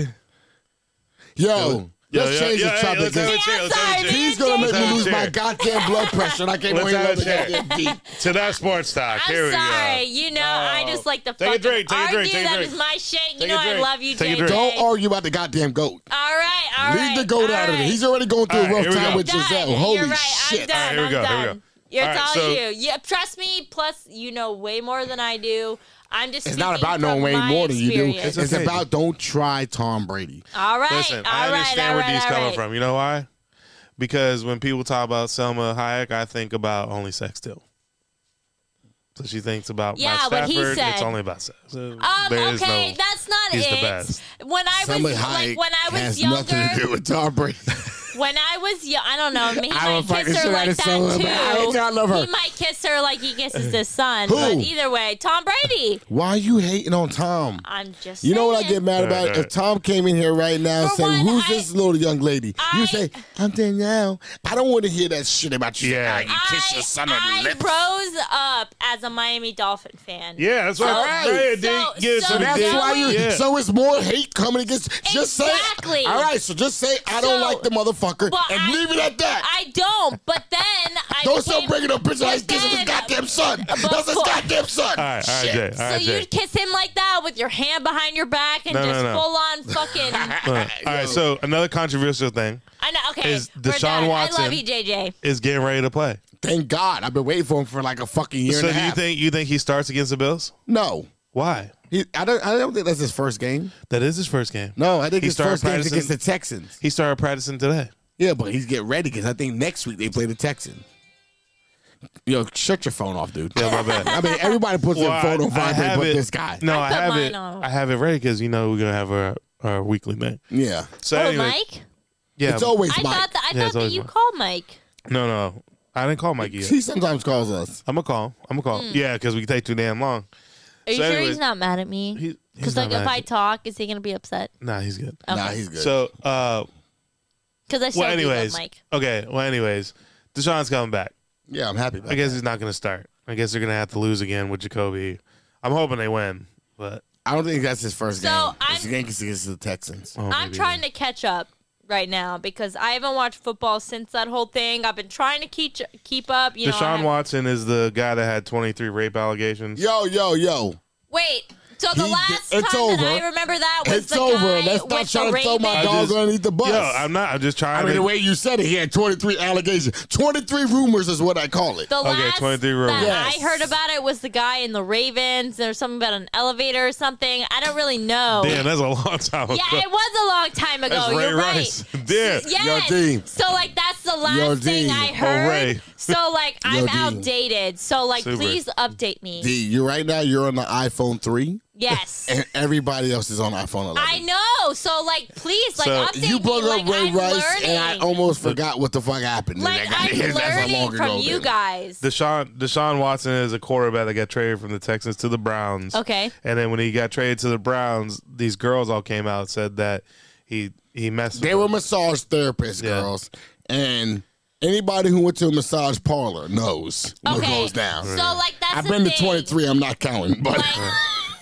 Speaker 2: Yo,
Speaker 1: Yo,
Speaker 2: let's
Speaker 1: yo,
Speaker 2: change
Speaker 1: yo,
Speaker 2: the
Speaker 1: hey,
Speaker 2: topic.
Speaker 1: let's have a
Speaker 3: Yeah,
Speaker 1: cheer, let's have a
Speaker 3: sorry,
Speaker 1: cheer.
Speaker 3: man.
Speaker 2: He's gonna
Speaker 1: Let's
Speaker 2: make
Speaker 1: have
Speaker 2: me
Speaker 1: a
Speaker 2: lose my
Speaker 1: cheer.
Speaker 2: goddamn blood pressure, and I can't
Speaker 1: Let's
Speaker 2: wait
Speaker 1: have a
Speaker 2: another
Speaker 1: cheer.
Speaker 2: goddamn D.
Speaker 1: To that sports talk.
Speaker 3: I'm
Speaker 1: Here we
Speaker 3: sorry.
Speaker 1: go. Oh.
Speaker 3: You know, I just like to
Speaker 1: Take a
Speaker 3: fucking
Speaker 1: drink, take a
Speaker 3: argue.
Speaker 1: drink, take a
Speaker 3: That
Speaker 1: drink.
Speaker 3: is my shit. You
Speaker 1: Take a
Speaker 3: know, I
Speaker 1: drink.
Speaker 3: love you,
Speaker 1: Take a
Speaker 3: JJ.
Speaker 1: drink.
Speaker 2: Don't argue about the goddamn goat.
Speaker 3: All right, all right.
Speaker 2: Leave the goat
Speaker 3: all
Speaker 2: out of it.
Speaker 3: right.
Speaker 2: He's already going through
Speaker 1: All right,
Speaker 2: a rough
Speaker 1: here we
Speaker 2: time
Speaker 1: go.
Speaker 2: with
Speaker 3: Done.
Speaker 2: Giselle. Holy
Speaker 3: You're right. I'm
Speaker 2: shit.
Speaker 3: done.
Speaker 1: All right, here we
Speaker 3: I'm
Speaker 1: go, here we
Speaker 3: done.
Speaker 1: go.
Speaker 3: It's
Speaker 1: All right,
Speaker 3: all
Speaker 1: so-
Speaker 3: you. Yeah, trust me. Plus, you know way more than I do. I'm just.
Speaker 2: It's not
Speaker 3: speaking
Speaker 2: about knowing
Speaker 3: from
Speaker 2: way
Speaker 3: my
Speaker 2: more than you do.
Speaker 3: experience.
Speaker 2: It's,
Speaker 1: okay.
Speaker 2: about don't try Tom Brady.
Speaker 3: All right.
Speaker 1: Listen,
Speaker 3: all
Speaker 1: I
Speaker 3: right,
Speaker 1: understand
Speaker 3: all
Speaker 1: where
Speaker 3: right,
Speaker 1: D's
Speaker 3: all
Speaker 1: coming
Speaker 3: right.
Speaker 1: from. You know why? Because when people talk about Selma Hayek, I think about only sex still. So she thinks about
Speaker 3: Yeah,
Speaker 1: Matt
Speaker 3: what
Speaker 1: Stafford.
Speaker 3: he
Speaker 1: It's
Speaker 3: said.
Speaker 1: only about sex. So
Speaker 3: Um,
Speaker 1: there is
Speaker 3: okay,
Speaker 1: no-
Speaker 3: that's not
Speaker 1: he's the
Speaker 3: it.
Speaker 1: best.
Speaker 3: When I was
Speaker 2: Somebody
Speaker 3: like
Speaker 2: high
Speaker 3: when I was
Speaker 2: has
Speaker 3: younger,
Speaker 2: nothing to do with Tom Brady.
Speaker 3: When I was young, I
Speaker 2: <laughs>
Speaker 3: don't know. He
Speaker 4: I
Speaker 3: might
Speaker 4: would fuck the
Speaker 3: kiss her
Speaker 4: shit
Speaker 3: like
Speaker 4: out of
Speaker 3: that
Speaker 4: Solo,
Speaker 3: too.
Speaker 4: man. I ain't trying to love her.
Speaker 3: He might kiss her like he kisses his son.
Speaker 2: Who?
Speaker 3: But either way, Tom Brady.
Speaker 2: Why are you hating on Tom?
Speaker 3: I'm just.
Speaker 2: You know what I
Speaker 3: saying.
Speaker 2: get mad
Speaker 1: All right,
Speaker 2: about?
Speaker 1: all
Speaker 2: If
Speaker 1: right.
Speaker 2: Tom came in here right now and
Speaker 3: For
Speaker 2: said,
Speaker 3: one,
Speaker 2: Who's
Speaker 3: I-
Speaker 2: this little young lady?
Speaker 3: I-
Speaker 2: you say, I'm Danielle. I don't want to hear that shit about you.
Speaker 1: Yeah.
Speaker 2: Ah, you kiss your son on the
Speaker 3: I
Speaker 2: lips.
Speaker 3: rose up as a Miami Dolphin fan.
Speaker 1: Yeah, that's what I'm
Speaker 2: right.
Speaker 1: saying.
Speaker 3: So-
Speaker 1: Dig- get
Speaker 3: so
Speaker 1: some
Speaker 2: That's
Speaker 1: dick.
Speaker 2: why you.
Speaker 1: Yeah.
Speaker 2: So it's more hate coming against. Just
Speaker 3: Exactly.
Speaker 2: say. All right, so just say I don't
Speaker 3: So-
Speaker 2: like the motherfucker
Speaker 3: But
Speaker 2: and
Speaker 3: I-
Speaker 2: leave it at that.
Speaker 3: I don't. But
Speaker 2: <laughs>
Speaker 3: then I
Speaker 2: don't stop
Speaker 3: became-
Speaker 2: bringing up bitches like
Speaker 3: but
Speaker 2: this is his
Speaker 3: then-
Speaker 2: goddamn son. That's his
Speaker 3: for-
Speaker 2: goddamn son.
Speaker 1: All right, all right,
Speaker 2: Shit.
Speaker 1: Jay. All
Speaker 3: So
Speaker 1: right, Jay.
Speaker 3: you'd kiss him like that with your hand behind your back and
Speaker 1: No, no,
Speaker 3: just
Speaker 1: no.
Speaker 3: full on fucking.
Speaker 1: <laughs> Uh, all right, so another controversial thing
Speaker 3: I know. Okay,
Speaker 1: Is
Speaker 3: we're
Speaker 1: Deshaun
Speaker 3: done. I
Speaker 1: Watson-
Speaker 3: love you, JJ.
Speaker 1: is getting ready to play.
Speaker 2: Thank God, I've been waiting for him for like a fucking year
Speaker 1: so
Speaker 2: and a
Speaker 1: do you
Speaker 2: half.
Speaker 1: think you think he starts against the Bills?
Speaker 2: no,
Speaker 1: Why?
Speaker 2: he, I don't. I don't think that's his first game.
Speaker 1: That is his first game.
Speaker 2: No, I think
Speaker 1: He
Speaker 2: his
Speaker 1: started
Speaker 2: first game
Speaker 1: practicing-
Speaker 2: against the Texans.
Speaker 1: He started practicing today.
Speaker 2: Yeah, but he's getting ready because I think next week they play the Texans. Yo, shut your phone off, dude.
Speaker 1: Yeah, my bad.
Speaker 2: I mean, everybody puts
Speaker 1: Well,
Speaker 2: their phone on vibrate,
Speaker 1: have
Speaker 2: but
Speaker 1: it-
Speaker 2: this guy.
Speaker 1: No, I,
Speaker 3: I put
Speaker 1: have
Speaker 3: mine
Speaker 1: it.
Speaker 3: on.
Speaker 1: I have it ready because you know we're gonna have our our weekly man.
Speaker 2: Yeah,
Speaker 1: So
Speaker 3: oh,
Speaker 1: anyway,
Speaker 3: Mike.
Speaker 1: yeah,
Speaker 2: it's always
Speaker 3: I
Speaker 2: Mike.
Speaker 3: thought that I
Speaker 1: Yeah, it's
Speaker 3: thought that
Speaker 1: always
Speaker 3: you
Speaker 1: Mike.
Speaker 3: called Mike.
Speaker 1: no, no, I didn't call Mike yet.
Speaker 2: <laughs> he sometimes calls us.
Speaker 1: I'm gonna call. him. I'm gonna call.
Speaker 3: Hmm.
Speaker 1: him. Yeah, because we take too damn long.
Speaker 3: Are you
Speaker 1: So
Speaker 3: sure
Speaker 1: anyway,
Speaker 3: he's not mad at me?
Speaker 1: He, he's
Speaker 3: Because like
Speaker 1: not
Speaker 3: if
Speaker 1: mad.
Speaker 3: I talk, is he gonna be upset?
Speaker 1: nah, he's good.
Speaker 2: Nah,
Speaker 3: Okay.
Speaker 2: he's good.
Speaker 1: So, uh,
Speaker 3: Because I said
Speaker 1: well,
Speaker 3: I do love
Speaker 1: anyways,
Speaker 3: Mike.
Speaker 1: okay. Well, anyways, Deshaun's coming back.
Speaker 2: yeah, I'm happy. About
Speaker 1: I
Speaker 2: it.
Speaker 1: guess he's not gonna start. I guess they're gonna have to lose again with Jacoby. I'm hoping they win, but
Speaker 2: I don't think that's his first
Speaker 3: So,
Speaker 2: game.
Speaker 3: I'm-
Speaker 2: It's the Yankees against the Texans.
Speaker 1: oh,
Speaker 3: I'm
Speaker 1: maybe.
Speaker 3: trying to catch up right now because I haven't watched football since that whole thing. I've been trying to keep keep up. You know, I
Speaker 1: Deshaun
Speaker 3: have-
Speaker 1: Watson is the guy that had 23 rape allegations.
Speaker 2: Yo, yo, yo.
Speaker 3: wait. So the
Speaker 2: He-
Speaker 3: last
Speaker 2: it's
Speaker 3: time
Speaker 2: over.
Speaker 3: that I remember that was
Speaker 2: It's
Speaker 3: the
Speaker 2: over.
Speaker 3: guy
Speaker 2: Let's not
Speaker 3: with
Speaker 2: try
Speaker 3: the
Speaker 2: to throw my
Speaker 1: I
Speaker 3: Ravens.
Speaker 2: dog
Speaker 1: just-
Speaker 2: underneath the bus.
Speaker 1: Yo, I'm not. I'm just
Speaker 2: I
Speaker 1: trying
Speaker 2: mean,
Speaker 1: to.
Speaker 2: the way you said it, he had 23 allegations. 23 rumors is what I call it.
Speaker 3: The
Speaker 1: Okay,
Speaker 3: last
Speaker 1: 23 rumors.
Speaker 3: that
Speaker 2: Yes.
Speaker 3: I heard about it was the guy in the Ravens. There's something about an elevator or something. I don't really know.
Speaker 1: Damn, that's a long time ago.
Speaker 3: Oh. Yeah, it was a long time
Speaker 1: <laughs>
Speaker 3: ago.
Speaker 1: that's Ray
Speaker 3: You're right.
Speaker 1: Rice. <laughs> Damn.
Speaker 3: <laughs> Yes.
Speaker 2: Yo, D.
Speaker 3: So like that's the last
Speaker 2: Yo, D.
Speaker 3: thing I
Speaker 2: Oh,
Speaker 3: heard.
Speaker 1: Ray.
Speaker 3: so
Speaker 2: <laughs>
Speaker 3: like I'm
Speaker 2: Yo, D.
Speaker 3: outdated. So like
Speaker 1: Super.
Speaker 3: please update me.
Speaker 2: D, you right now you're on the iPhone 3, <laughs>
Speaker 3: Yes.
Speaker 2: and everybody else is on iPhone 11.
Speaker 3: I know. So like please like
Speaker 1: So-
Speaker 3: update
Speaker 2: You brought
Speaker 3: me.
Speaker 2: up
Speaker 3: like,
Speaker 2: Ray
Speaker 3: I'm
Speaker 2: Rice,
Speaker 3: learning.
Speaker 2: and I almost forgot what the fuck happened. And
Speaker 3: like
Speaker 2: I got-
Speaker 3: I'm
Speaker 2: that's how long
Speaker 3: learning
Speaker 2: ago
Speaker 3: from you
Speaker 2: then.
Speaker 3: guys.
Speaker 1: Deshaun Deshaun Watson is a quarterback that got traded from the Texans to the Browns.
Speaker 3: Okay.
Speaker 1: And then when he got traded to the Browns, these girls all came out and said that he he messed.
Speaker 2: They
Speaker 1: with
Speaker 2: were massage therapists,
Speaker 1: Yeah.
Speaker 2: girls, and anybody who went to a massage parlor knows what
Speaker 3: Okay.
Speaker 2: goes down.
Speaker 3: So like that's
Speaker 2: Mm. I've
Speaker 3: the
Speaker 2: been to
Speaker 3: thing.
Speaker 2: 23. I'm not counting, but
Speaker 3: Like,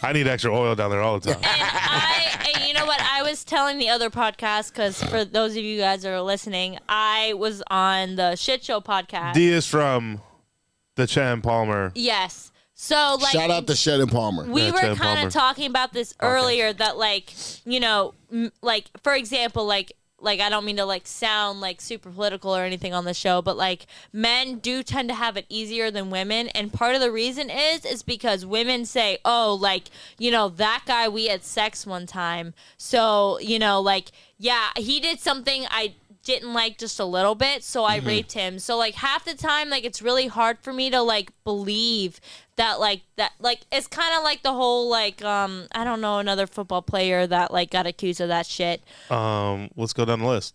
Speaker 1: I need extra oil down there all the time.
Speaker 3: and I, and you know what? I was telling the other podcast because for those of you guys that are listening, I was on the shit show podcast.
Speaker 1: D is from the Chan Palmer.
Speaker 3: yes. So like,
Speaker 2: shout out to Sheldon Palmer.
Speaker 3: we
Speaker 1: Yeah,
Speaker 3: were
Speaker 1: Chad
Speaker 3: kind
Speaker 1: Palmer.
Speaker 3: of talking about this earlier that like you know m- like for example like like I don't mean to like sound like super political or anything on the show but like men do tend to have it easier than women and part of the reason is is because women say oh like you know that guy we had sex one time so you know like yeah he did something I didn't like just a little bit so
Speaker 2: Mm-hmm.
Speaker 3: i raped him so like half the time like it's really hard for me to like believe that like that like it's kind of like the whole like um i don't know another football player that like got accused of that shit
Speaker 1: Um, let's go down the list.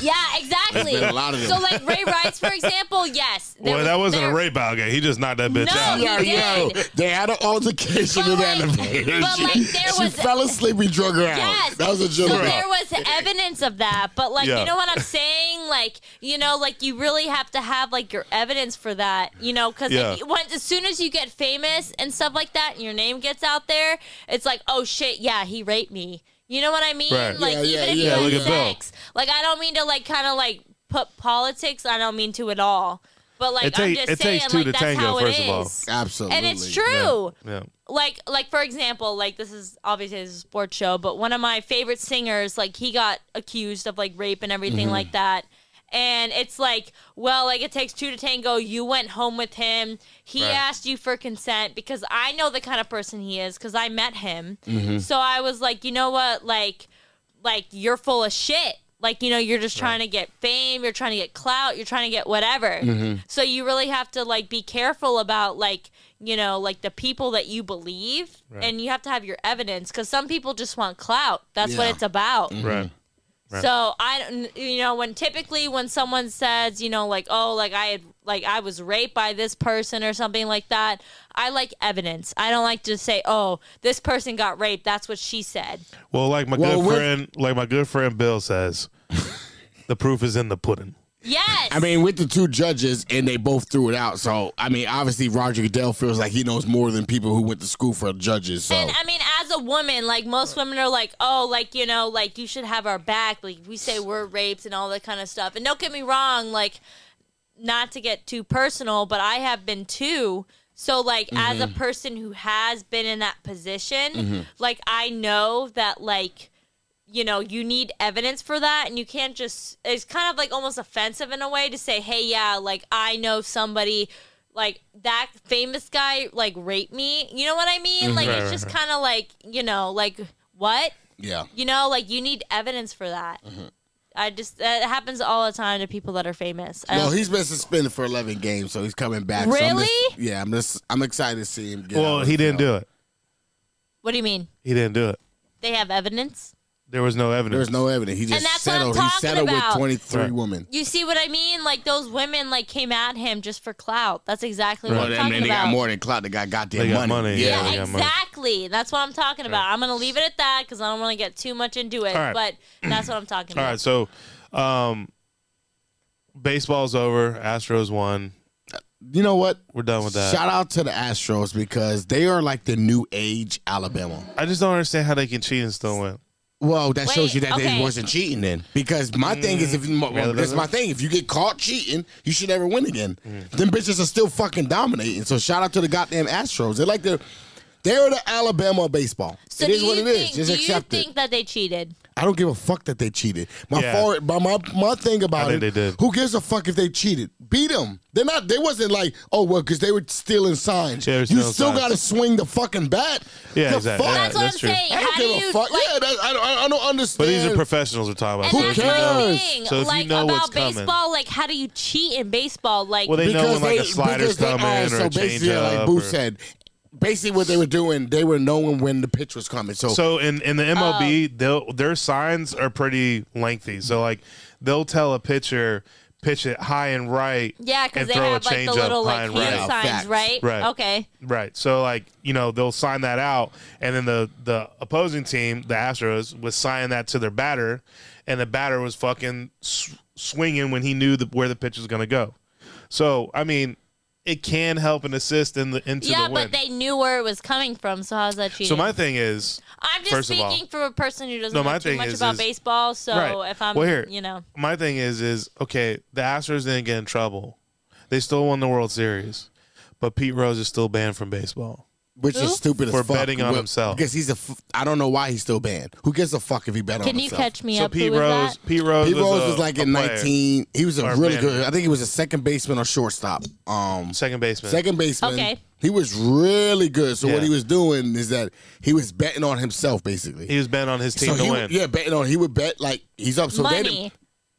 Speaker 3: yeah exactly
Speaker 2: There's been <laughs> a lot of them.
Speaker 3: so like ray rice for example
Speaker 2: <laughs>
Speaker 3: yes there
Speaker 1: well, that wasn't
Speaker 3: there-
Speaker 1: a rape out He just knocked that bitch
Speaker 3: No,
Speaker 1: out.
Speaker 3: he
Speaker 2: Yo, yo,
Speaker 3: did.
Speaker 2: they had an altercation
Speaker 3: But
Speaker 2: in the
Speaker 3: like-
Speaker 2: elevator.
Speaker 3: but like,
Speaker 2: She-
Speaker 3: there
Speaker 2: she
Speaker 3: was-
Speaker 2: fell asleep. We drug her out.
Speaker 3: Yes.
Speaker 2: That was a
Speaker 3: So
Speaker 2: joke.
Speaker 3: there was evidence of that, but like
Speaker 1: Yeah.
Speaker 3: you know what I'm saying, like you know, like you really have to have like your evidence for that, you know, because
Speaker 1: Yeah.
Speaker 3: as soon as you get famous and stuff like that, and your name gets out there, it's like, oh shit, yeah, he raped me. You know what I mean?
Speaker 1: Right.
Speaker 3: Like
Speaker 2: Yeah,
Speaker 3: even
Speaker 2: yeah,
Speaker 3: if
Speaker 2: yeah.
Speaker 3: you
Speaker 1: Look
Speaker 3: have
Speaker 1: at Bill.
Speaker 3: sex, like I don't mean to like kind of like put politics. I don't mean to at all, but like
Speaker 1: It
Speaker 3: I'm
Speaker 1: take-
Speaker 3: just
Speaker 1: it
Speaker 3: saying,
Speaker 1: takes two
Speaker 3: like
Speaker 1: to
Speaker 3: that's
Speaker 1: tango,
Speaker 3: how
Speaker 1: first
Speaker 3: it
Speaker 1: of all.
Speaker 3: is,
Speaker 2: Absolutely.
Speaker 3: and it's true
Speaker 1: Yeah.
Speaker 3: like like for example like this is obviously this is a sports show but one of my favorite singers like he got accused of like rape and everything like that and it's like well like it takes two to tango you went home with him he
Speaker 1: Right.
Speaker 3: asked you for consent because i know the kind of person he is because i met him so i was like you know what like like you're full of shit like you know you're just trying to get fame you're trying to get clout you're trying to get whatever
Speaker 1: Mm-hmm.
Speaker 3: so you really have to like be careful about like you know like the people that you believe
Speaker 1: Right.
Speaker 3: and you have to have your evidence because some people just want clout that's what
Speaker 2: Yeah.
Speaker 3: it's about
Speaker 1: Mm-hmm. Right.
Speaker 3: So I don't, you know, when typically when someone says, you know, like, oh, like I had, like I was raped by this person or something like that, I like evidence. I don't like to say, oh, this person got raped. That's what she said.
Speaker 1: Well, like my
Speaker 2: Well,
Speaker 1: good
Speaker 2: with-
Speaker 1: friend, like my good friend Bill
Speaker 2: <laughs>
Speaker 1: says, the proof is in the pudding.
Speaker 3: Yes.
Speaker 2: I mean, with the two judges, and they both threw it out. So, I mean, obviously, Roger Goodell feels like he knows more than people who went to school for judges. So,
Speaker 3: And uh, I mean, as a woman, like most women are like, oh, like, you know, like you should have our back. Like we say we're raped and all that kind of stuff. And don't get me wrong, like, not to get too personal, but I have been too. So, like, as a person who has been in that position, like, I know that, like, you know, you need evidence for that. And you can't just, it's kind of like almost offensive in a way to say, hey, yeah, like, I know somebody, like, that famous guy, like, raped me. You know what I mean? Like,
Speaker 1: Right,
Speaker 3: it's
Speaker 1: right,
Speaker 3: just
Speaker 1: right.
Speaker 3: kind of like, you know, like, what?
Speaker 2: yeah.
Speaker 3: You know, like, you need evidence for that. I just, that happens all the time to people that are famous. I
Speaker 2: Well,
Speaker 3: don't-
Speaker 2: he's been suspended for 11 games, so he's coming back. So I'm
Speaker 3: Really?
Speaker 2: just- yeah, I'm just I'm excited to see him. Get
Speaker 1: well,
Speaker 2: out.
Speaker 1: he didn't do it.
Speaker 3: what do you mean?
Speaker 1: He didn't do it.
Speaker 3: They have evidence.
Speaker 1: There was no
Speaker 2: There
Speaker 1: evidence.
Speaker 2: was no evidence. He just
Speaker 3: that's what I'm
Speaker 2: settled. He
Speaker 3: talking
Speaker 2: settled
Speaker 3: about.
Speaker 2: with 23
Speaker 1: Right.
Speaker 2: women.
Speaker 3: You see what I mean? Like those women like came at him just for clout. That's exactly what I'm
Speaker 2: Well, I
Speaker 3: talking
Speaker 2: mean, they
Speaker 3: about.
Speaker 2: got more than clout. They got goddamn
Speaker 1: They got
Speaker 2: money.
Speaker 1: money,
Speaker 2: Yeah.
Speaker 1: yeah. they
Speaker 3: yeah,
Speaker 1: got money.
Speaker 3: exactly. That's what I'm talking about. I'm gonna leave it at that because I don't want to get too much into it.
Speaker 1: All right.
Speaker 3: But that's what I'm talking
Speaker 1: All
Speaker 3: about.
Speaker 1: right, so um, baseball's over. Astros won.
Speaker 2: You know what?
Speaker 1: We're done with that.
Speaker 2: Shout out to the Astros because they are like the new age Alabama.
Speaker 1: I just don't understand how they can cheat and still win.
Speaker 2: Well, that shows
Speaker 3: Wait,
Speaker 2: you that
Speaker 3: okay.
Speaker 2: they wasn't cheating then. Because my thing is, if well,
Speaker 1: Yeah,
Speaker 2: that's
Speaker 1: that-
Speaker 2: my thing. If you get caught cheating, you should never win again. Them bitches are still fucking dominating. So shout out to the goddamn Astros. They're like the they're the Alabama of baseball.
Speaker 3: So
Speaker 2: it
Speaker 3: do
Speaker 2: is what
Speaker 3: you
Speaker 2: it is.
Speaker 3: think?
Speaker 2: Just
Speaker 3: do you
Speaker 2: accept it.
Speaker 3: think that they cheated?
Speaker 2: I don't give a fuck that they cheated. My
Speaker 1: Yeah.
Speaker 2: far, my, my my thing about
Speaker 1: I think
Speaker 2: it.
Speaker 1: they did.
Speaker 2: Who gives a fuck if they cheated? Beat them. They're not. They wasn't like oh well because they were stealing signs.
Speaker 1: Yeah, they were
Speaker 2: you
Speaker 1: stealing
Speaker 2: still
Speaker 1: signs.
Speaker 2: got to swing the fucking bat.
Speaker 1: Yeah,
Speaker 2: the
Speaker 1: exactly.
Speaker 2: Fuck?
Speaker 1: Yeah,
Speaker 3: That's what
Speaker 1: that's
Speaker 3: I'm
Speaker 1: true.
Speaker 3: saying.
Speaker 2: I don't
Speaker 3: How
Speaker 2: give
Speaker 3: do
Speaker 2: a
Speaker 3: you
Speaker 2: fuck.
Speaker 3: like?
Speaker 2: yeah, that, I, don't, I don't
Speaker 1: But
Speaker 2: understand.
Speaker 1: these are professionals we're talking about.
Speaker 3: And
Speaker 1: so if you
Speaker 3: that's
Speaker 1: know-
Speaker 3: my
Speaker 2: cares?
Speaker 3: thing.
Speaker 1: So if you
Speaker 3: like
Speaker 1: know what's
Speaker 3: about
Speaker 1: coming.
Speaker 3: baseball, like how do you cheat in baseball? Like
Speaker 1: Well, they know when like a
Speaker 2: they-
Speaker 1: slider's
Speaker 2: because they-
Speaker 1: coming
Speaker 2: alright,
Speaker 1: or
Speaker 2: so
Speaker 1: a
Speaker 2: basically,
Speaker 1: changeup.
Speaker 2: like Boo
Speaker 1: or-
Speaker 2: said, basically what they were doing, they were knowing when the pitch was coming. So,
Speaker 1: So in, in the MLB, they'll, their signs are pretty lengthy. So like they'll tell a pitcher pitch it high and right.
Speaker 3: yeah, because
Speaker 1: and
Speaker 3: they
Speaker 1: throw a
Speaker 3: have like the
Speaker 1: changeup
Speaker 3: little
Speaker 1: high
Speaker 3: like
Speaker 1: and right.
Speaker 3: hand
Speaker 2: Yeah,
Speaker 3: signs,
Speaker 2: facts.
Speaker 3: right?
Speaker 1: Right.
Speaker 3: Okay.
Speaker 1: Right. So like, you know, they'll sign that out and then the the opposing team, the Astros, was signing that to their batter and the batter was fucking sw- swinging when he knew the, where the pitch was going to go. So, I mean, it can help and assist in the into
Speaker 3: Yeah,
Speaker 1: the win.
Speaker 3: but they knew where it was coming from. So how's that cheating?
Speaker 1: so my thing is
Speaker 3: I'm just
Speaker 1: First of all-
Speaker 3: speaking for a person who doesn't
Speaker 1: No, my
Speaker 3: know too
Speaker 1: thing
Speaker 3: much
Speaker 1: is-
Speaker 3: about
Speaker 1: is-
Speaker 3: baseball. So
Speaker 1: Right.
Speaker 3: if I'm,
Speaker 1: Well, here.
Speaker 3: you know,
Speaker 1: my thing is is okay, the Astros didn't get in trouble. They still won the World Series. But Pete Rose is still banned from baseball.
Speaker 2: which
Speaker 3: Who?
Speaker 2: is stupid
Speaker 1: For
Speaker 2: as fuck.
Speaker 1: betting on
Speaker 2: Well,
Speaker 1: himself.
Speaker 2: because he's a. F- I don't know why he's still banned. Who gives a fuck if he bet on
Speaker 3: can you
Speaker 2: himself?
Speaker 3: catch me
Speaker 1: So
Speaker 3: up?
Speaker 1: Pete
Speaker 3: Who was
Speaker 1: Rose,
Speaker 3: that?
Speaker 1: Pete Rose,
Speaker 2: Pete Rose
Speaker 1: was, a-
Speaker 2: was like
Speaker 1: a
Speaker 2: in
Speaker 1: player.
Speaker 2: nineteen. He was a
Speaker 1: Or
Speaker 2: really
Speaker 1: Ben.
Speaker 2: good. I think he was a second baseman or shortstop. Um,
Speaker 1: second baseman.
Speaker 2: second baseman.
Speaker 3: Okay.
Speaker 2: He was really good. So
Speaker 1: Yeah.
Speaker 2: what he was doing is that he was betting on himself basically.
Speaker 1: He was bent on his team
Speaker 2: so
Speaker 1: to
Speaker 2: he
Speaker 1: win.
Speaker 2: would, yeah, betting on he would bet like he's up. So They
Speaker 3: Money.
Speaker 2: didn't-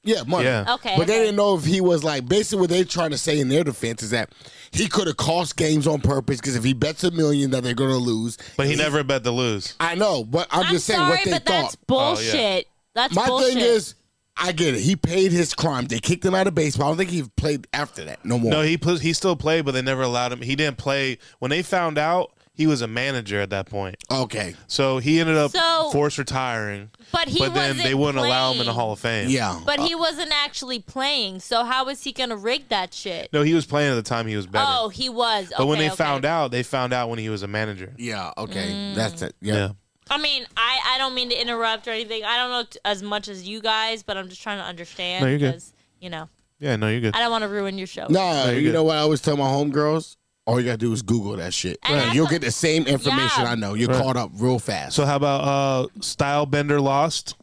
Speaker 2: yeah, money.
Speaker 1: Yeah.
Speaker 3: Okay.
Speaker 2: But they
Speaker 3: okay.
Speaker 2: didn't know if he was like basically what they're trying to say in their defense is that he could have cost games on purpose because if he bets a million that they're gonna lose.
Speaker 1: But he never bet to lose.
Speaker 2: I know, but I'm,
Speaker 3: I'm
Speaker 2: just saying
Speaker 3: sorry,
Speaker 2: what they
Speaker 3: but
Speaker 2: thought. Oh,
Speaker 3: that's bullshit. That's
Speaker 2: My
Speaker 3: bullshit.
Speaker 2: thing is, I get it. He paid his crime. They kicked him out of baseball. I don't think he played after that no more.
Speaker 1: No, he pl- he still played, but they never allowed him. He didn't play when they found out. He was a manager at that point,
Speaker 2: okay.
Speaker 1: so he ended up
Speaker 3: So-
Speaker 1: forced retiring.
Speaker 3: but he
Speaker 1: but then they
Speaker 3: wasn't
Speaker 1: wouldn't allow him in the
Speaker 3: playing.
Speaker 1: Hall of Fame.
Speaker 2: Yeah.
Speaker 3: But he wasn't actually playing. So how was he gonna rig that shit?
Speaker 1: no, he was playing at the time he was betting.
Speaker 3: oh, he was.
Speaker 1: but when they found out, they found out when he was a manager.
Speaker 2: yeah. Okay.
Speaker 3: Mm.
Speaker 2: That's it. Yeah.
Speaker 1: Yeah,
Speaker 3: I mean, I I don't mean to interrupt or anything. I don't know t- as much as you guys, but I'm just trying to understand
Speaker 1: No, you're good.
Speaker 3: because you know
Speaker 1: yeah. No, you're good.
Speaker 3: I don't want to ruin your show.
Speaker 2: Nah,
Speaker 1: Very
Speaker 2: you
Speaker 1: good.
Speaker 2: know what I always tell my homegirls? All you gotta do is Google that shit.
Speaker 3: And
Speaker 2: And
Speaker 3: I
Speaker 2: you'll
Speaker 3: thought-
Speaker 2: get the same information
Speaker 3: Yeah.
Speaker 2: I know. You're
Speaker 1: Right.
Speaker 2: caught up real fast.
Speaker 1: So how about uh, Style Bender lost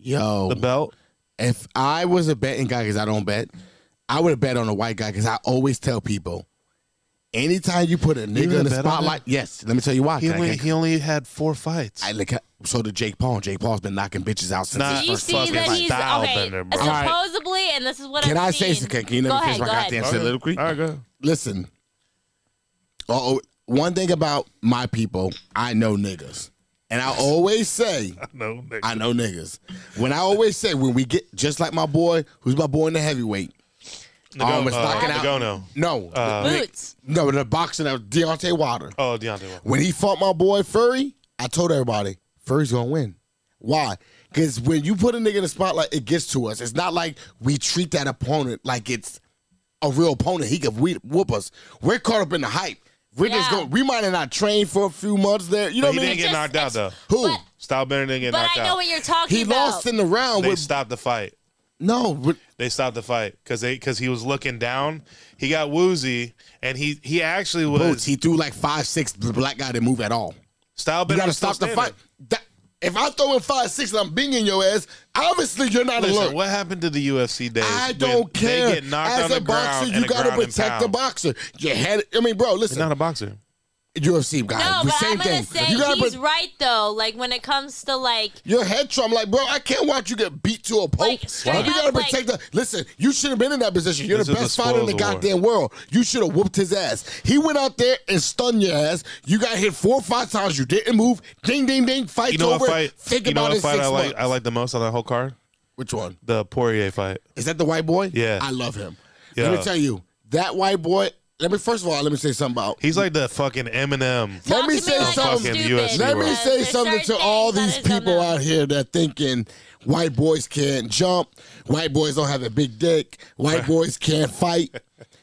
Speaker 2: Yo, Oh.
Speaker 1: the belt?
Speaker 2: if I was a betting guy, because I don't bet, I would have bet on a white guy because I always tell people, anytime you put a nigga in
Speaker 1: would've
Speaker 2: the
Speaker 1: bet on him?
Speaker 2: spotlight, yes, let me tell you why.
Speaker 1: He
Speaker 2: Can I-
Speaker 1: only
Speaker 2: can I-
Speaker 1: he only had four fights.
Speaker 2: I look at- so did Jake Paul. Jake Paul's been knocking bitches out since
Speaker 1: Nah.
Speaker 3: Do
Speaker 2: his
Speaker 3: you
Speaker 2: first
Speaker 3: see
Speaker 1: fucking
Speaker 2: fucking
Speaker 3: that
Speaker 2: fight.
Speaker 3: he's
Speaker 1: style
Speaker 3: okay?
Speaker 1: bender, bro.
Speaker 2: All right.
Speaker 3: Supposedly, and this is what
Speaker 2: Can
Speaker 3: I've
Speaker 2: I say
Speaker 3: seen.
Speaker 2: something? Can you let
Speaker 3: Go
Speaker 2: me finish
Speaker 3: ahead,
Speaker 2: my
Speaker 3: go ahead.
Speaker 2: goddamn
Speaker 1: Okay.
Speaker 2: soliloquy?
Speaker 1: All right, go. ahead.
Speaker 2: Listen. Uh oh. One thing about my people, I know niggas. And I always say,
Speaker 1: No, nigga.
Speaker 2: I know niggas. When I always say, when we get just like my boy, who's my boy in the heavyweight.
Speaker 1: Nago-
Speaker 2: um, it's
Speaker 1: uh,
Speaker 2: knocking out.
Speaker 1: Nagono.
Speaker 2: No,
Speaker 3: Uh. Boots.
Speaker 2: no, the boxing of Deontay Wilder.
Speaker 1: Oh, Deontay. Wilder.
Speaker 2: When he fought my boy Furry, I told everybody Furry's gonna win. Why? Because when you put a nigga in the spotlight, it gets to us. It's not like we treat that opponent like it's a real opponent. He could whe- whoop us. We're caught up in the hype. We're just
Speaker 3: Yeah.
Speaker 2: going. We might have not trained for a few months there. You know
Speaker 1: But
Speaker 2: what
Speaker 1: he
Speaker 2: I
Speaker 1: didn't
Speaker 2: mean?
Speaker 1: get
Speaker 3: Just-
Speaker 1: knocked out though.
Speaker 2: Who?
Speaker 1: Style Bennett didn't get
Speaker 3: But
Speaker 1: knocked
Speaker 3: I
Speaker 1: out.
Speaker 3: know what you're talking
Speaker 2: He
Speaker 3: about.
Speaker 2: lost in the round
Speaker 1: they
Speaker 2: with
Speaker 1: stopped the fight.
Speaker 2: no. With,
Speaker 1: They stopped the fight because they because he was looking down. He got woozy and he he actually was.
Speaker 2: Boots. He threw like five, six. The black guy didn't move at all.
Speaker 1: Style
Speaker 2: You
Speaker 1: Bennett
Speaker 2: gotta
Speaker 1: was still
Speaker 2: stop the
Speaker 1: standing.
Speaker 2: fight. That, if I throw in five, six, and I'm binging your ass, obviously you're not
Speaker 1: Listen,
Speaker 2: alert.
Speaker 1: what happened to the UFC days?
Speaker 2: I
Speaker 1: when
Speaker 2: don't care.
Speaker 1: They get knocked
Speaker 2: As
Speaker 1: on the
Speaker 2: a boxer,
Speaker 1: ground
Speaker 2: you
Speaker 1: and
Speaker 2: gotta
Speaker 1: ground and
Speaker 2: protect the
Speaker 1: pound.
Speaker 2: boxer. You had. I mean, bro,
Speaker 1: He's
Speaker 2: listen.
Speaker 1: not a boxer.
Speaker 2: UFC guy.
Speaker 3: No,
Speaker 2: the
Speaker 3: but
Speaker 2: same
Speaker 3: I'm gonna
Speaker 2: thing.
Speaker 3: say
Speaker 2: you gotta
Speaker 3: he's
Speaker 2: put
Speaker 3: right though. Like when it comes to like
Speaker 2: your head trauma. Like, bro, I can't watch you get beat to a poke.
Speaker 3: Like, straight
Speaker 2: you gotta
Speaker 3: up, like-
Speaker 2: protect the. Listen, you should have been in that position. You're
Speaker 1: This
Speaker 2: the
Speaker 1: is a
Speaker 2: best fighter in the
Speaker 1: spoils award.
Speaker 2: goddamn world. You should have whooped his ass. He went out there and stunned your ass. You got hit four or five times. You didn't move. Ding, ding, ding. Fight's
Speaker 1: You know
Speaker 2: over.
Speaker 1: what fight?
Speaker 2: Think
Speaker 1: you know
Speaker 2: about
Speaker 1: what
Speaker 2: it.
Speaker 1: fight
Speaker 2: six
Speaker 1: I like?
Speaker 2: months.
Speaker 1: I like the most on that whole card.
Speaker 2: Which one?
Speaker 1: The Poirier fight.
Speaker 2: Is that the white boy?
Speaker 1: Yeah.
Speaker 2: I love him. Let
Speaker 1: Yeah.
Speaker 2: me tell you, that white boy. Let me first of all, let me say something about.
Speaker 1: He's like the fucking Eminem. <laughs>
Speaker 2: Let
Speaker 3: talk
Speaker 2: me
Speaker 3: to
Speaker 2: say
Speaker 3: like I'm
Speaker 2: something.
Speaker 3: stupid,
Speaker 1: Fucking UFC
Speaker 2: Let me
Speaker 1: Because
Speaker 2: say
Speaker 3: there's
Speaker 2: something to
Speaker 3: certain
Speaker 2: all
Speaker 3: things that
Speaker 2: these
Speaker 3: I don't
Speaker 2: people
Speaker 3: know.
Speaker 2: out here that thinking white boys can't jump, white boys don't have a big dick, white boys can't fight.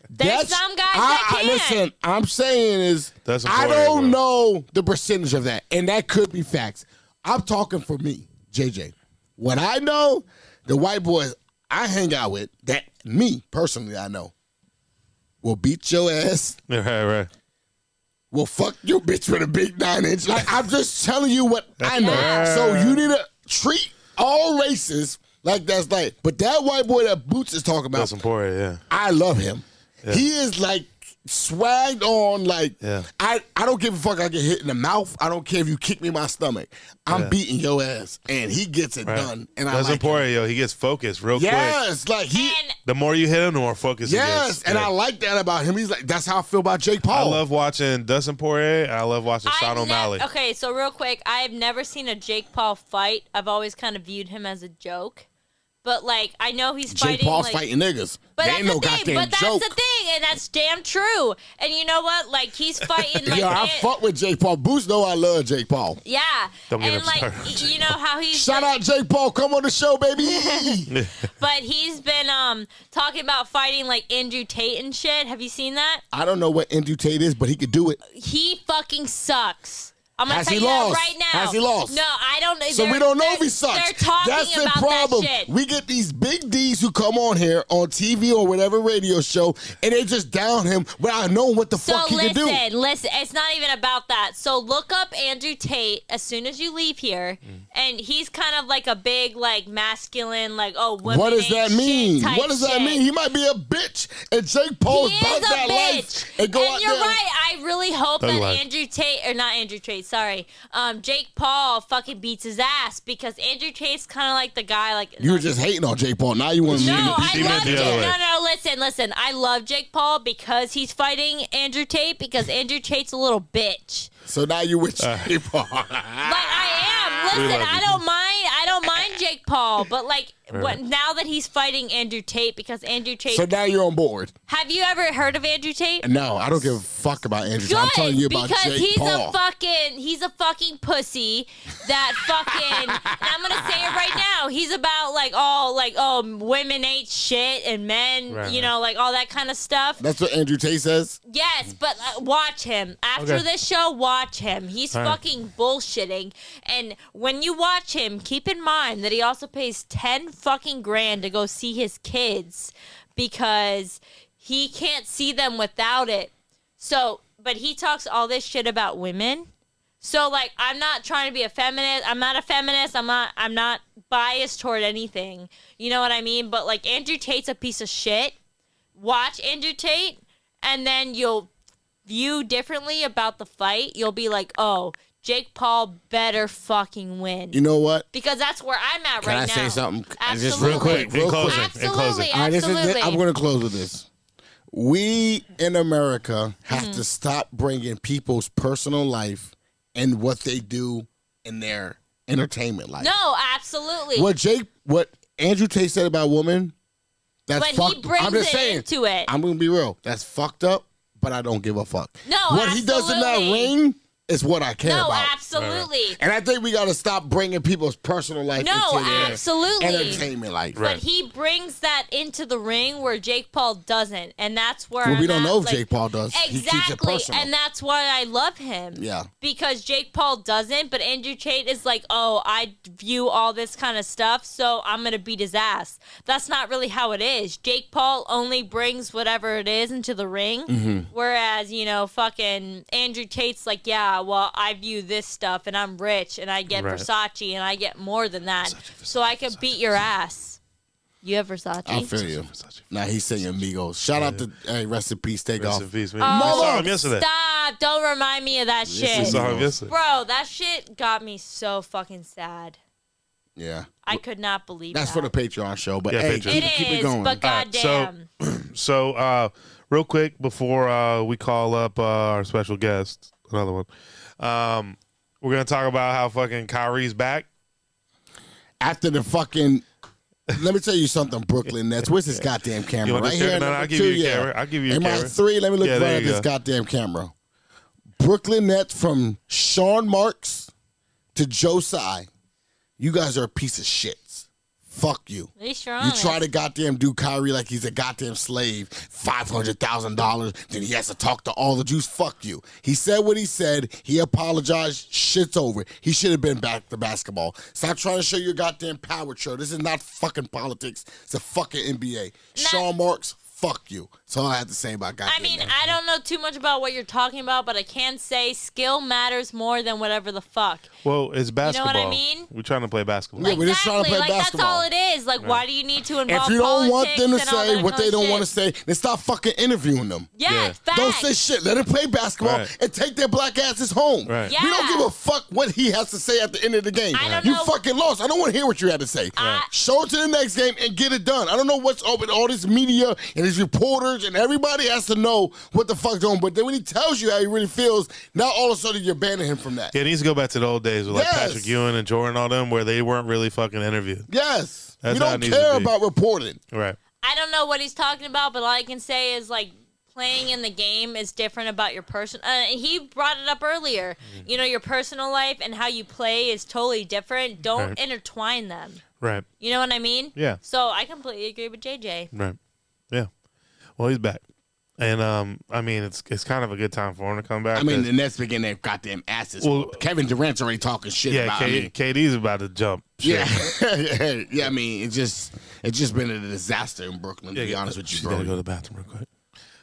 Speaker 3: There's some guys
Speaker 2: I,
Speaker 3: that
Speaker 2: I-
Speaker 3: can.
Speaker 2: listen, I'm saying is
Speaker 1: That's
Speaker 2: I
Speaker 1: important,
Speaker 2: don't
Speaker 1: bro.
Speaker 2: know the percentage of that, and that could be facts. I'm talking for me, JJ. What I know, the white boys I hang out with, that me personally I know, will beat your ass
Speaker 1: Right, right.
Speaker 2: well, fuck your bitch with a big nine inch. Like, I'm just telling you what I know.
Speaker 1: Yeah.
Speaker 2: So you need to treat all races like that's like. But that white boy that Boots is talking about,
Speaker 1: Dustin Poirier. Yeah.
Speaker 2: I love him. He is like swagged on. Like,
Speaker 1: Yeah.
Speaker 2: I, I don't give a fuck. I get hit in the mouth. I don't care if you kick me in my stomach. I'm beating your ass, and he gets it
Speaker 1: Right.
Speaker 2: done. And I
Speaker 1: Dustin
Speaker 2: like him.
Speaker 1: Poirier, yo, he gets focused real quick.
Speaker 2: Yes, like he.
Speaker 3: and
Speaker 1: The more you hit him, the more focused he
Speaker 2: Yes,
Speaker 1: gets.
Speaker 2: and
Speaker 1: Yeah.
Speaker 2: I like that about him. He's like, that's how I feel about Jake Paul.
Speaker 1: I love watching Dustin Poirier. And I love watching Sean
Speaker 3: I've ne-
Speaker 1: O'Malley.
Speaker 3: okay, so real quick, I've never seen a Jake Paul fight. I've always kind of viewed him as a joke. But like I know he's
Speaker 2: Jake
Speaker 3: fighting
Speaker 2: Paul's
Speaker 3: like,
Speaker 2: fighting niggas.
Speaker 3: But
Speaker 2: they
Speaker 3: that's
Speaker 2: ain't no
Speaker 3: the
Speaker 2: goddamn
Speaker 3: thing. But that's
Speaker 2: joke.
Speaker 3: the thing, and that's damn true. And you know what? Like
Speaker 2: <laughs>
Speaker 3: he's fighting. Like,
Speaker 2: Yo,
Speaker 3: <laughs>
Speaker 2: I
Speaker 3: it-
Speaker 2: fuck with Jake Paul. Boots know I love Jake Paul.
Speaker 3: Yeah,
Speaker 1: Don't get
Speaker 3: and
Speaker 1: him
Speaker 3: like
Speaker 1: started.
Speaker 3: y- you know how he's
Speaker 2: Shout
Speaker 3: like-
Speaker 2: out Jake Paul. Come on the show, baby.
Speaker 3: <laughs> but he's been um talking about fighting like Andrew Tate and shit. Have you seen that?
Speaker 2: I don't know what Andrew Tate is, but he could do it.
Speaker 3: He fucking sucks. I'm gonna
Speaker 2: Has
Speaker 3: tell
Speaker 2: he
Speaker 3: you that
Speaker 2: lost?
Speaker 3: right now.
Speaker 2: Has he lost?
Speaker 3: No, I don't know.
Speaker 2: So we
Speaker 3: They're-
Speaker 2: don't know
Speaker 3: they're-
Speaker 2: if he sucks.
Speaker 3: They're talking
Speaker 2: That's the
Speaker 3: about
Speaker 2: problem.
Speaker 3: that shit.
Speaker 2: We get these big D's who come on here on TV or whatever radio show, and they just down him without knowing what the
Speaker 3: So
Speaker 2: fuck he
Speaker 3: listen,
Speaker 2: could do.
Speaker 3: listen. It's not even about that. So look up Andrew Tate as soon as you leave here, and he's kind of like a big, like masculine, like oh, women
Speaker 2: What does
Speaker 3: ain't
Speaker 2: that
Speaker 3: shit
Speaker 2: mean?
Speaker 3: type
Speaker 2: What does that
Speaker 3: shit.
Speaker 2: mean? He might be a bitch, and Jake Paul
Speaker 3: He
Speaker 2: is
Speaker 3: is
Speaker 2: about
Speaker 3: a
Speaker 2: that
Speaker 3: bitch.
Speaker 2: life and go out
Speaker 3: you're
Speaker 2: there.
Speaker 3: right. I really hope
Speaker 1: Thug
Speaker 3: that
Speaker 1: life.
Speaker 3: Andrew Tate or not Andrew Tate, sorry, um, Jake Paul fucking beats his ass because Andrew Tate's kind of like the guy like.
Speaker 2: You were just hating on Jake Paul. Now you want to
Speaker 3: no,
Speaker 1: meant-
Speaker 3: I
Speaker 1: she meant
Speaker 3: love
Speaker 1: the
Speaker 3: Jake.
Speaker 1: other
Speaker 3: No,
Speaker 1: way.
Speaker 3: no, listen, listen. I love Jake Paul because he's fighting Andrew Tate because Andrew Tate's a little bitch.
Speaker 2: So now
Speaker 3: <laughs>
Speaker 2: you with Jake Paul.
Speaker 3: But I am.
Speaker 1: Ah. We
Speaker 3: Listen,
Speaker 1: love
Speaker 3: I
Speaker 1: you.
Speaker 3: don't mind. I don't mind Jake Paul, but like,
Speaker 1: Right.
Speaker 3: what, now that he's fighting Andrew Tate because Andrew Tate.
Speaker 2: so now you're on board.
Speaker 3: have you ever heard of Andrew Tate?
Speaker 2: No, I don't give a fuck about Andrew.
Speaker 3: Good,
Speaker 2: I'm telling you about
Speaker 3: because
Speaker 2: Jake
Speaker 3: he's
Speaker 2: Paul.
Speaker 3: a fucking he's a fucking pussy that fucking and I'm gonna say it right now. He's about like all like oh women ain't shit and men
Speaker 1: Right,
Speaker 3: you
Speaker 1: right.
Speaker 3: know like all that kind of stuff.
Speaker 2: That's what Andrew Tate says.
Speaker 3: Yes, but uh, watch him. After
Speaker 1: Okay.
Speaker 3: this show, watch him. He's
Speaker 1: All right.
Speaker 3: fucking bullshitting. And when you watch him, keep in mind that he also pays 10 fucking grand to go see his kids because he can't see them without it. So, but he talks all this shit about women. So like I'm not trying to be a feminist. I'm not a feminist. I'm not I'm not biased toward anything. You know what I mean? But like Andrew Tate's a piece of shit watch Andrew Tate and then you'll view differently about the fight. You'll be like, oh, Jake Paul better fucking win.
Speaker 2: You know what?
Speaker 3: because that's where I'm at
Speaker 2: Can
Speaker 3: right
Speaker 2: I
Speaker 3: now.
Speaker 2: say something? Uh,
Speaker 3: Absolutely.
Speaker 2: Just real quick,
Speaker 1: in
Speaker 2: real quick.
Speaker 1: closing, in closing.
Speaker 3: Absolutely.
Speaker 2: All right, this
Speaker 3: Absolutely.
Speaker 2: is it. I'm going to close with this. We in
Speaker 3: Mm-hmm.
Speaker 2: America have to stop bringing people's personal life and what they do in their entertainment life.
Speaker 3: No, absolutely.
Speaker 2: What Jake, what Andrew Tate said about women, that's
Speaker 3: but
Speaker 2: fucked.
Speaker 3: he brings
Speaker 2: I'm just
Speaker 3: it
Speaker 2: saying.
Speaker 3: into it.
Speaker 2: I'm gonna be real. That's fucked up, but I don't give a fuck.
Speaker 3: No,
Speaker 2: what he does in that
Speaker 3: absolutely.
Speaker 2: ring is what I care
Speaker 3: no,
Speaker 2: about.
Speaker 3: absolutely.
Speaker 2: And I think we gotta stop bringing people's personal life
Speaker 3: No,
Speaker 2: into their
Speaker 3: absolutely.
Speaker 2: entertainment life.
Speaker 1: Right.
Speaker 3: But he brings that into the ring where Jake Paul doesn't, and that's where
Speaker 2: Well,
Speaker 3: I'm
Speaker 2: we don't
Speaker 3: at,
Speaker 2: know if
Speaker 3: like-
Speaker 2: Jake Paul does. He keeps it
Speaker 3: Exactly,
Speaker 2: personal.
Speaker 3: and that's why I love him.
Speaker 2: yeah.
Speaker 3: because Jake Paul doesn't, but Andrew Tate is like, oh, I view all this kind of stuff, so I'm gonna beat his ass. That's not really how it is. Jake Paul only brings whatever it is into the ring,
Speaker 2: Mm-hmm.
Speaker 3: whereas you know, fucking Andrew Tate's like, yeah, well, I view this stuff, and I'm rich, and I get
Speaker 1: Right.
Speaker 3: Versace, and I get more than that,
Speaker 1: Versace,
Speaker 3: so I can beat your ass. You have Versace.
Speaker 2: I feel you. Now he's singing Migos. Shout out to hey, rest in peace, take
Speaker 1: Rest
Speaker 2: off.
Speaker 1: in peace, man.
Speaker 3: Oh,
Speaker 1: we saw him yesterday.
Speaker 3: Stop! Don't remind me of that
Speaker 1: We
Speaker 3: shit.
Speaker 1: saw him yesterday.
Speaker 3: Bro, that shit got me so fucking sad.
Speaker 2: Yeah.
Speaker 3: I could not believe
Speaker 2: That's
Speaker 3: that.
Speaker 2: for the Patreon show, but
Speaker 1: Yeah,
Speaker 2: hey,
Speaker 1: Patreon.
Speaker 3: It
Speaker 2: keep,
Speaker 3: is,
Speaker 2: keep it going.
Speaker 3: but
Speaker 1: All right,
Speaker 3: goddamn.
Speaker 1: so- So, uh, real quick before uh, we call up uh, our special guest, another one, um, we're gonna talk about how fucking Kyrie's back.
Speaker 2: After the fucking let me tell you something, Brooklyn Nets. Where's this goddamn camera?
Speaker 1: You want
Speaker 2: right
Speaker 1: this
Speaker 2: here.
Speaker 1: camera? No, no,
Speaker 2: number
Speaker 1: I'll give
Speaker 2: two,
Speaker 1: you a
Speaker 2: yeah.
Speaker 1: camera. I'll give you a
Speaker 2: Am I
Speaker 1: camera.
Speaker 2: three, let me look
Speaker 1: Yeah, there
Speaker 2: right at
Speaker 1: you
Speaker 2: this
Speaker 1: go.
Speaker 2: goddamn camera. Brooklyn Nets from Sean Marks to Joe Sy. You guys are a piece of shits. Fuck you.
Speaker 3: At least you're
Speaker 2: You
Speaker 3: honest.
Speaker 2: try to goddamn do Kyrie like he's a goddamn slave, five hundred thousand dollars. Then he has to talk to all the Jews. Fuck you. He said what he said. He apologized. Shit's over. He should have been back to basketball. Stop trying to show your goddamn power, show. This is not fucking politics. It's a fucking NBA. Sean Marks, fuck you. That's all I have to say about goddamn.
Speaker 3: I mean,
Speaker 2: that.
Speaker 3: I don't know too much about what you're talking about, but I can say skill matters more than whatever the fuck.
Speaker 1: Well, it's
Speaker 3: know
Speaker 1: basketball.
Speaker 3: what I mean?
Speaker 1: We're trying to play basketball.
Speaker 2: Yeah, we're just trying to play
Speaker 3: like
Speaker 2: basketball.
Speaker 3: that's all it is. Like, why do you need to involve
Speaker 2: if you don't want
Speaker 3: politics
Speaker 2: them to
Speaker 3: and all
Speaker 2: say
Speaker 3: that
Speaker 2: what they
Speaker 3: kinda
Speaker 2: don't
Speaker 3: shit?
Speaker 2: want to say, then stop fucking interviewing them.
Speaker 3: Yeah,
Speaker 1: Yeah.
Speaker 3: facts.
Speaker 2: Don't say shit. Let him play basketball
Speaker 1: Right.
Speaker 2: and take their black asses home.
Speaker 1: Right.
Speaker 3: Yeah.
Speaker 2: We don't give a fuck what he has to say at the end of the game.
Speaker 3: I don't
Speaker 2: you
Speaker 3: know- Uh,
Speaker 2: fucking lost. I don't want to hear what you had to say.
Speaker 3: I-
Speaker 2: Show it to the next game and get it done. I don't know what's up with all this media and these reporters and everybody has to know what the fuck's going. on. But then when he tells you how he really feels, now all of a sudden you're banning him from that.
Speaker 1: Yeah, it needs to go back to the old days with like
Speaker 2: Yes.
Speaker 1: Patrick Ewing and Jordan, and all them, where they weren't really fucking interviewed.
Speaker 2: Yes.
Speaker 1: That's
Speaker 2: we
Speaker 1: how it
Speaker 2: don't
Speaker 1: needs to
Speaker 2: care
Speaker 1: be.
Speaker 2: about reporting.
Speaker 1: Right.
Speaker 3: I don't know what he's talking about, but all I can say is like playing in the game is different about your person. Uh, he brought it up earlier.
Speaker 1: Mm.
Speaker 3: You know, your personal life and how you play is totally different. Don't
Speaker 1: Right.
Speaker 3: intertwine them.
Speaker 1: Right.
Speaker 3: You know what I mean?
Speaker 1: Yeah.
Speaker 3: So I completely agree with JJ.
Speaker 1: Right. Yeah. Well, he's back, and um, I mean, it's it's kind of a good time for him to come back.
Speaker 2: I mean,
Speaker 1: 'cause-
Speaker 2: the Nets begin their goddamn asses.
Speaker 1: Well-
Speaker 2: Kevin Durant's already talking shit
Speaker 1: yeah,
Speaker 2: about
Speaker 1: K-
Speaker 2: I mean,
Speaker 1: KD's about to jump. ship.
Speaker 2: Yeah, yeah, <laughs> I mean, it's just it's just been a disaster in Brooklyn. To be
Speaker 1: Yeah,
Speaker 2: honest with you,
Speaker 1: she's gotta go
Speaker 2: bro.
Speaker 1: to the bathroom real quick.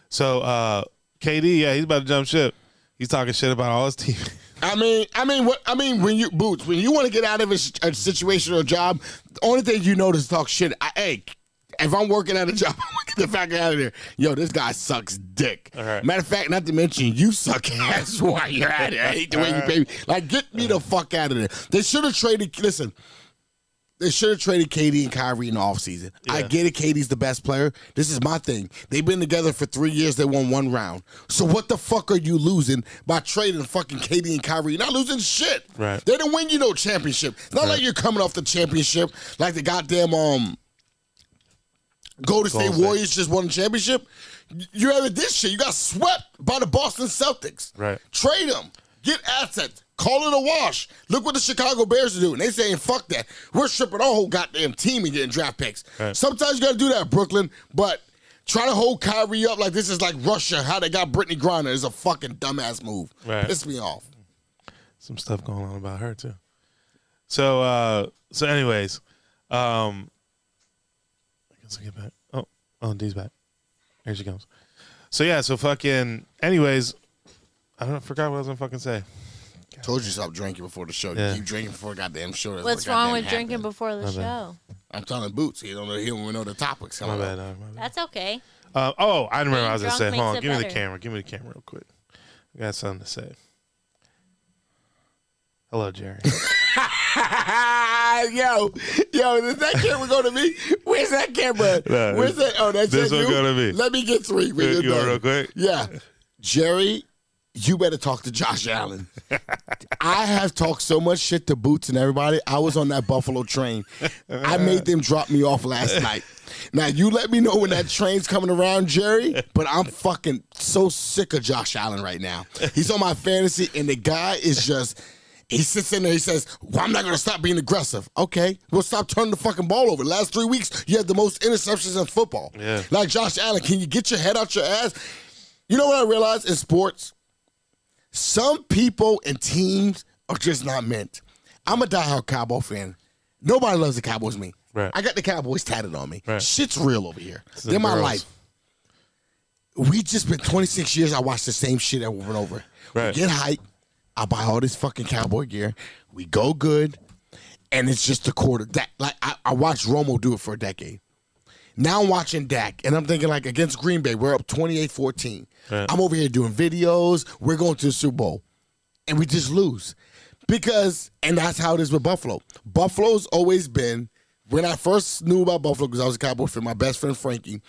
Speaker 1: So, uh, KD, yeah, he's about to jump ship. He's talking shit about all his <laughs> team.
Speaker 2: I mean, I mean, what I mean when you boots when you want to get out of a, s- a situation or a job, the only thing you know is talk shit. I, hey, if I'm working at a <laughs> job, I'm gonna get the fuck out of there. Yo, this guy sucks dick.
Speaker 1: All right.
Speaker 2: Matter of fact, not to mention you suck <laughs> ass while you're at it. I hate the way you pay me. Like, get me the fuck out of there. They should have traded. Listen. They should have traded KD and Kyrie in the offseason. I
Speaker 1: Yeah.
Speaker 2: get it. KD's the best player. This is my thing. They've been together for three years. They won one round. So what the fuck are you losing by trading fucking KD and Kyrie? You're not losing shit.
Speaker 1: Right.
Speaker 2: They didn't win you no championship. It's not like you're coming off the championship like the goddamn um Golden State
Speaker 1: Golden State.
Speaker 2: Warriors just won the championship. You ever did shit. You got swept by the Boston Celtics.
Speaker 1: Right.
Speaker 2: Trade them. Get assets. Call it a wash. Look what the Chicago Bears are doing. They saying, fuck that. We're stripping our whole goddamn team and getting draft picks.
Speaker 1: Right.
Speaker 2: Sometimes you gotta do that, Brooklyn, but try to hold Kyrie up like this is like Russia, how they got Brittany Griner is a fucking dumbass move.
Speaker 1: Right.
Speaker 2: Piss me off.
Speaker 1: Some stuff going on about her too. So, uh, so anyways, um, I guess I get back. Oh, oh, D's back. Here she comes. So yeah, so fucking. Anyways, I don't I forgot what I was gonna fucking say.
Speaker 2: Told you stop drinking before the show.
Speaker 1: Yeah.
Speaker 2: You keep drinking before goddamn show. That's
Speaker 3: What's
Speaker 2: what
Speaker 3: wrong
Speaker 2: goddamn
Speaker 3: with
Speaker 2: happened.
Speaker 3: drinking before the
Speaker 1: My bad.
Speaker 3: show?
Speaker 2: I'm telling Boots, he don't know he don't even know the topics.
Speaker 1: My bad. Uh, my bad.
Speaker 3: That's okay.
Speaker 1: Uh, oh, I remember. what I was gonna
Speaker 3: Being
Speaker 1: say.
Speaker 3: drunk
Speaker 1: Hold on.
Speaker 3: makes it
Speaker 1: Give me the
Speaker 3: better.
Speaker 1: camera. Give me the camera real quick. I got something to say. Hello, <laughs> Jerry.
Speaker 2: <laughs> yo, yo, does that camera go to me? Where's that camera?
Speaker 1: No,
Speaker 2: Where's that? Oh, that's
Speaker 1: this
Speaker 2: that
Speaker 1: one
Speaker 2: you?
Speaker 1: go to me.
Speaker 2: Let me get three. when
Speaker 1: you
Speaker 2: you're
Speaker 1: want
Speaker 2: done.
Speaker 1: real quick?
Speaker 2: Yeah, Jerry you better talk to Josh Allen. I have talked so much shit to Boots and everybody. I was on that Buffalo train. I made them drop me off last night. Now you let me know when that train's coming around, Jerry. But I'm fucking so sick of Josh Allen right now. He's on my fantasy, and the guy is just. He sits in there. He says, "Well, I'm not gonna stop being aggressive." Okay, well, stop turning the fucking ball over. Last three weeks, you had the most interceptions in football.
Speaker 1: Yeah.
Speaker 2: Like Josh Allen, can you get your head out your ass? You know what I realized in sports? some people and teams are just not meant. I'm a diehard Cowboy fan. Nobody loves the Cowboys me.
Speaker 1: Right.
Speaker 2: I got the Cowboys tatted on me.
Speaker 1: Right.
Speaker 2: Shit's real over here.
Speaker 1: them
Speaker 2: They're my
Speaker 1: girls.
Speaker 2: life. We just been 26 years. I watched the same shit over and over.
Speaker 1: Right.
Speaker 2: We get hype. I buy all this fucking cowboy gear. We go good, and it's just the quarter. That like I, I watched Romo do it for a decade. Now I'm watching Dak, and I'm thinking like against Green Bay, we're up 28-14.
Speaker 1: Right.
Speaker 2: I'm over here doing videos. We're going to the Super Bowl, and we just lose because, and that's how it is with Buffalo. Buffalo's always been. When I first knew about Buffalo, because I was a Cowboy fan, my best friend Frankie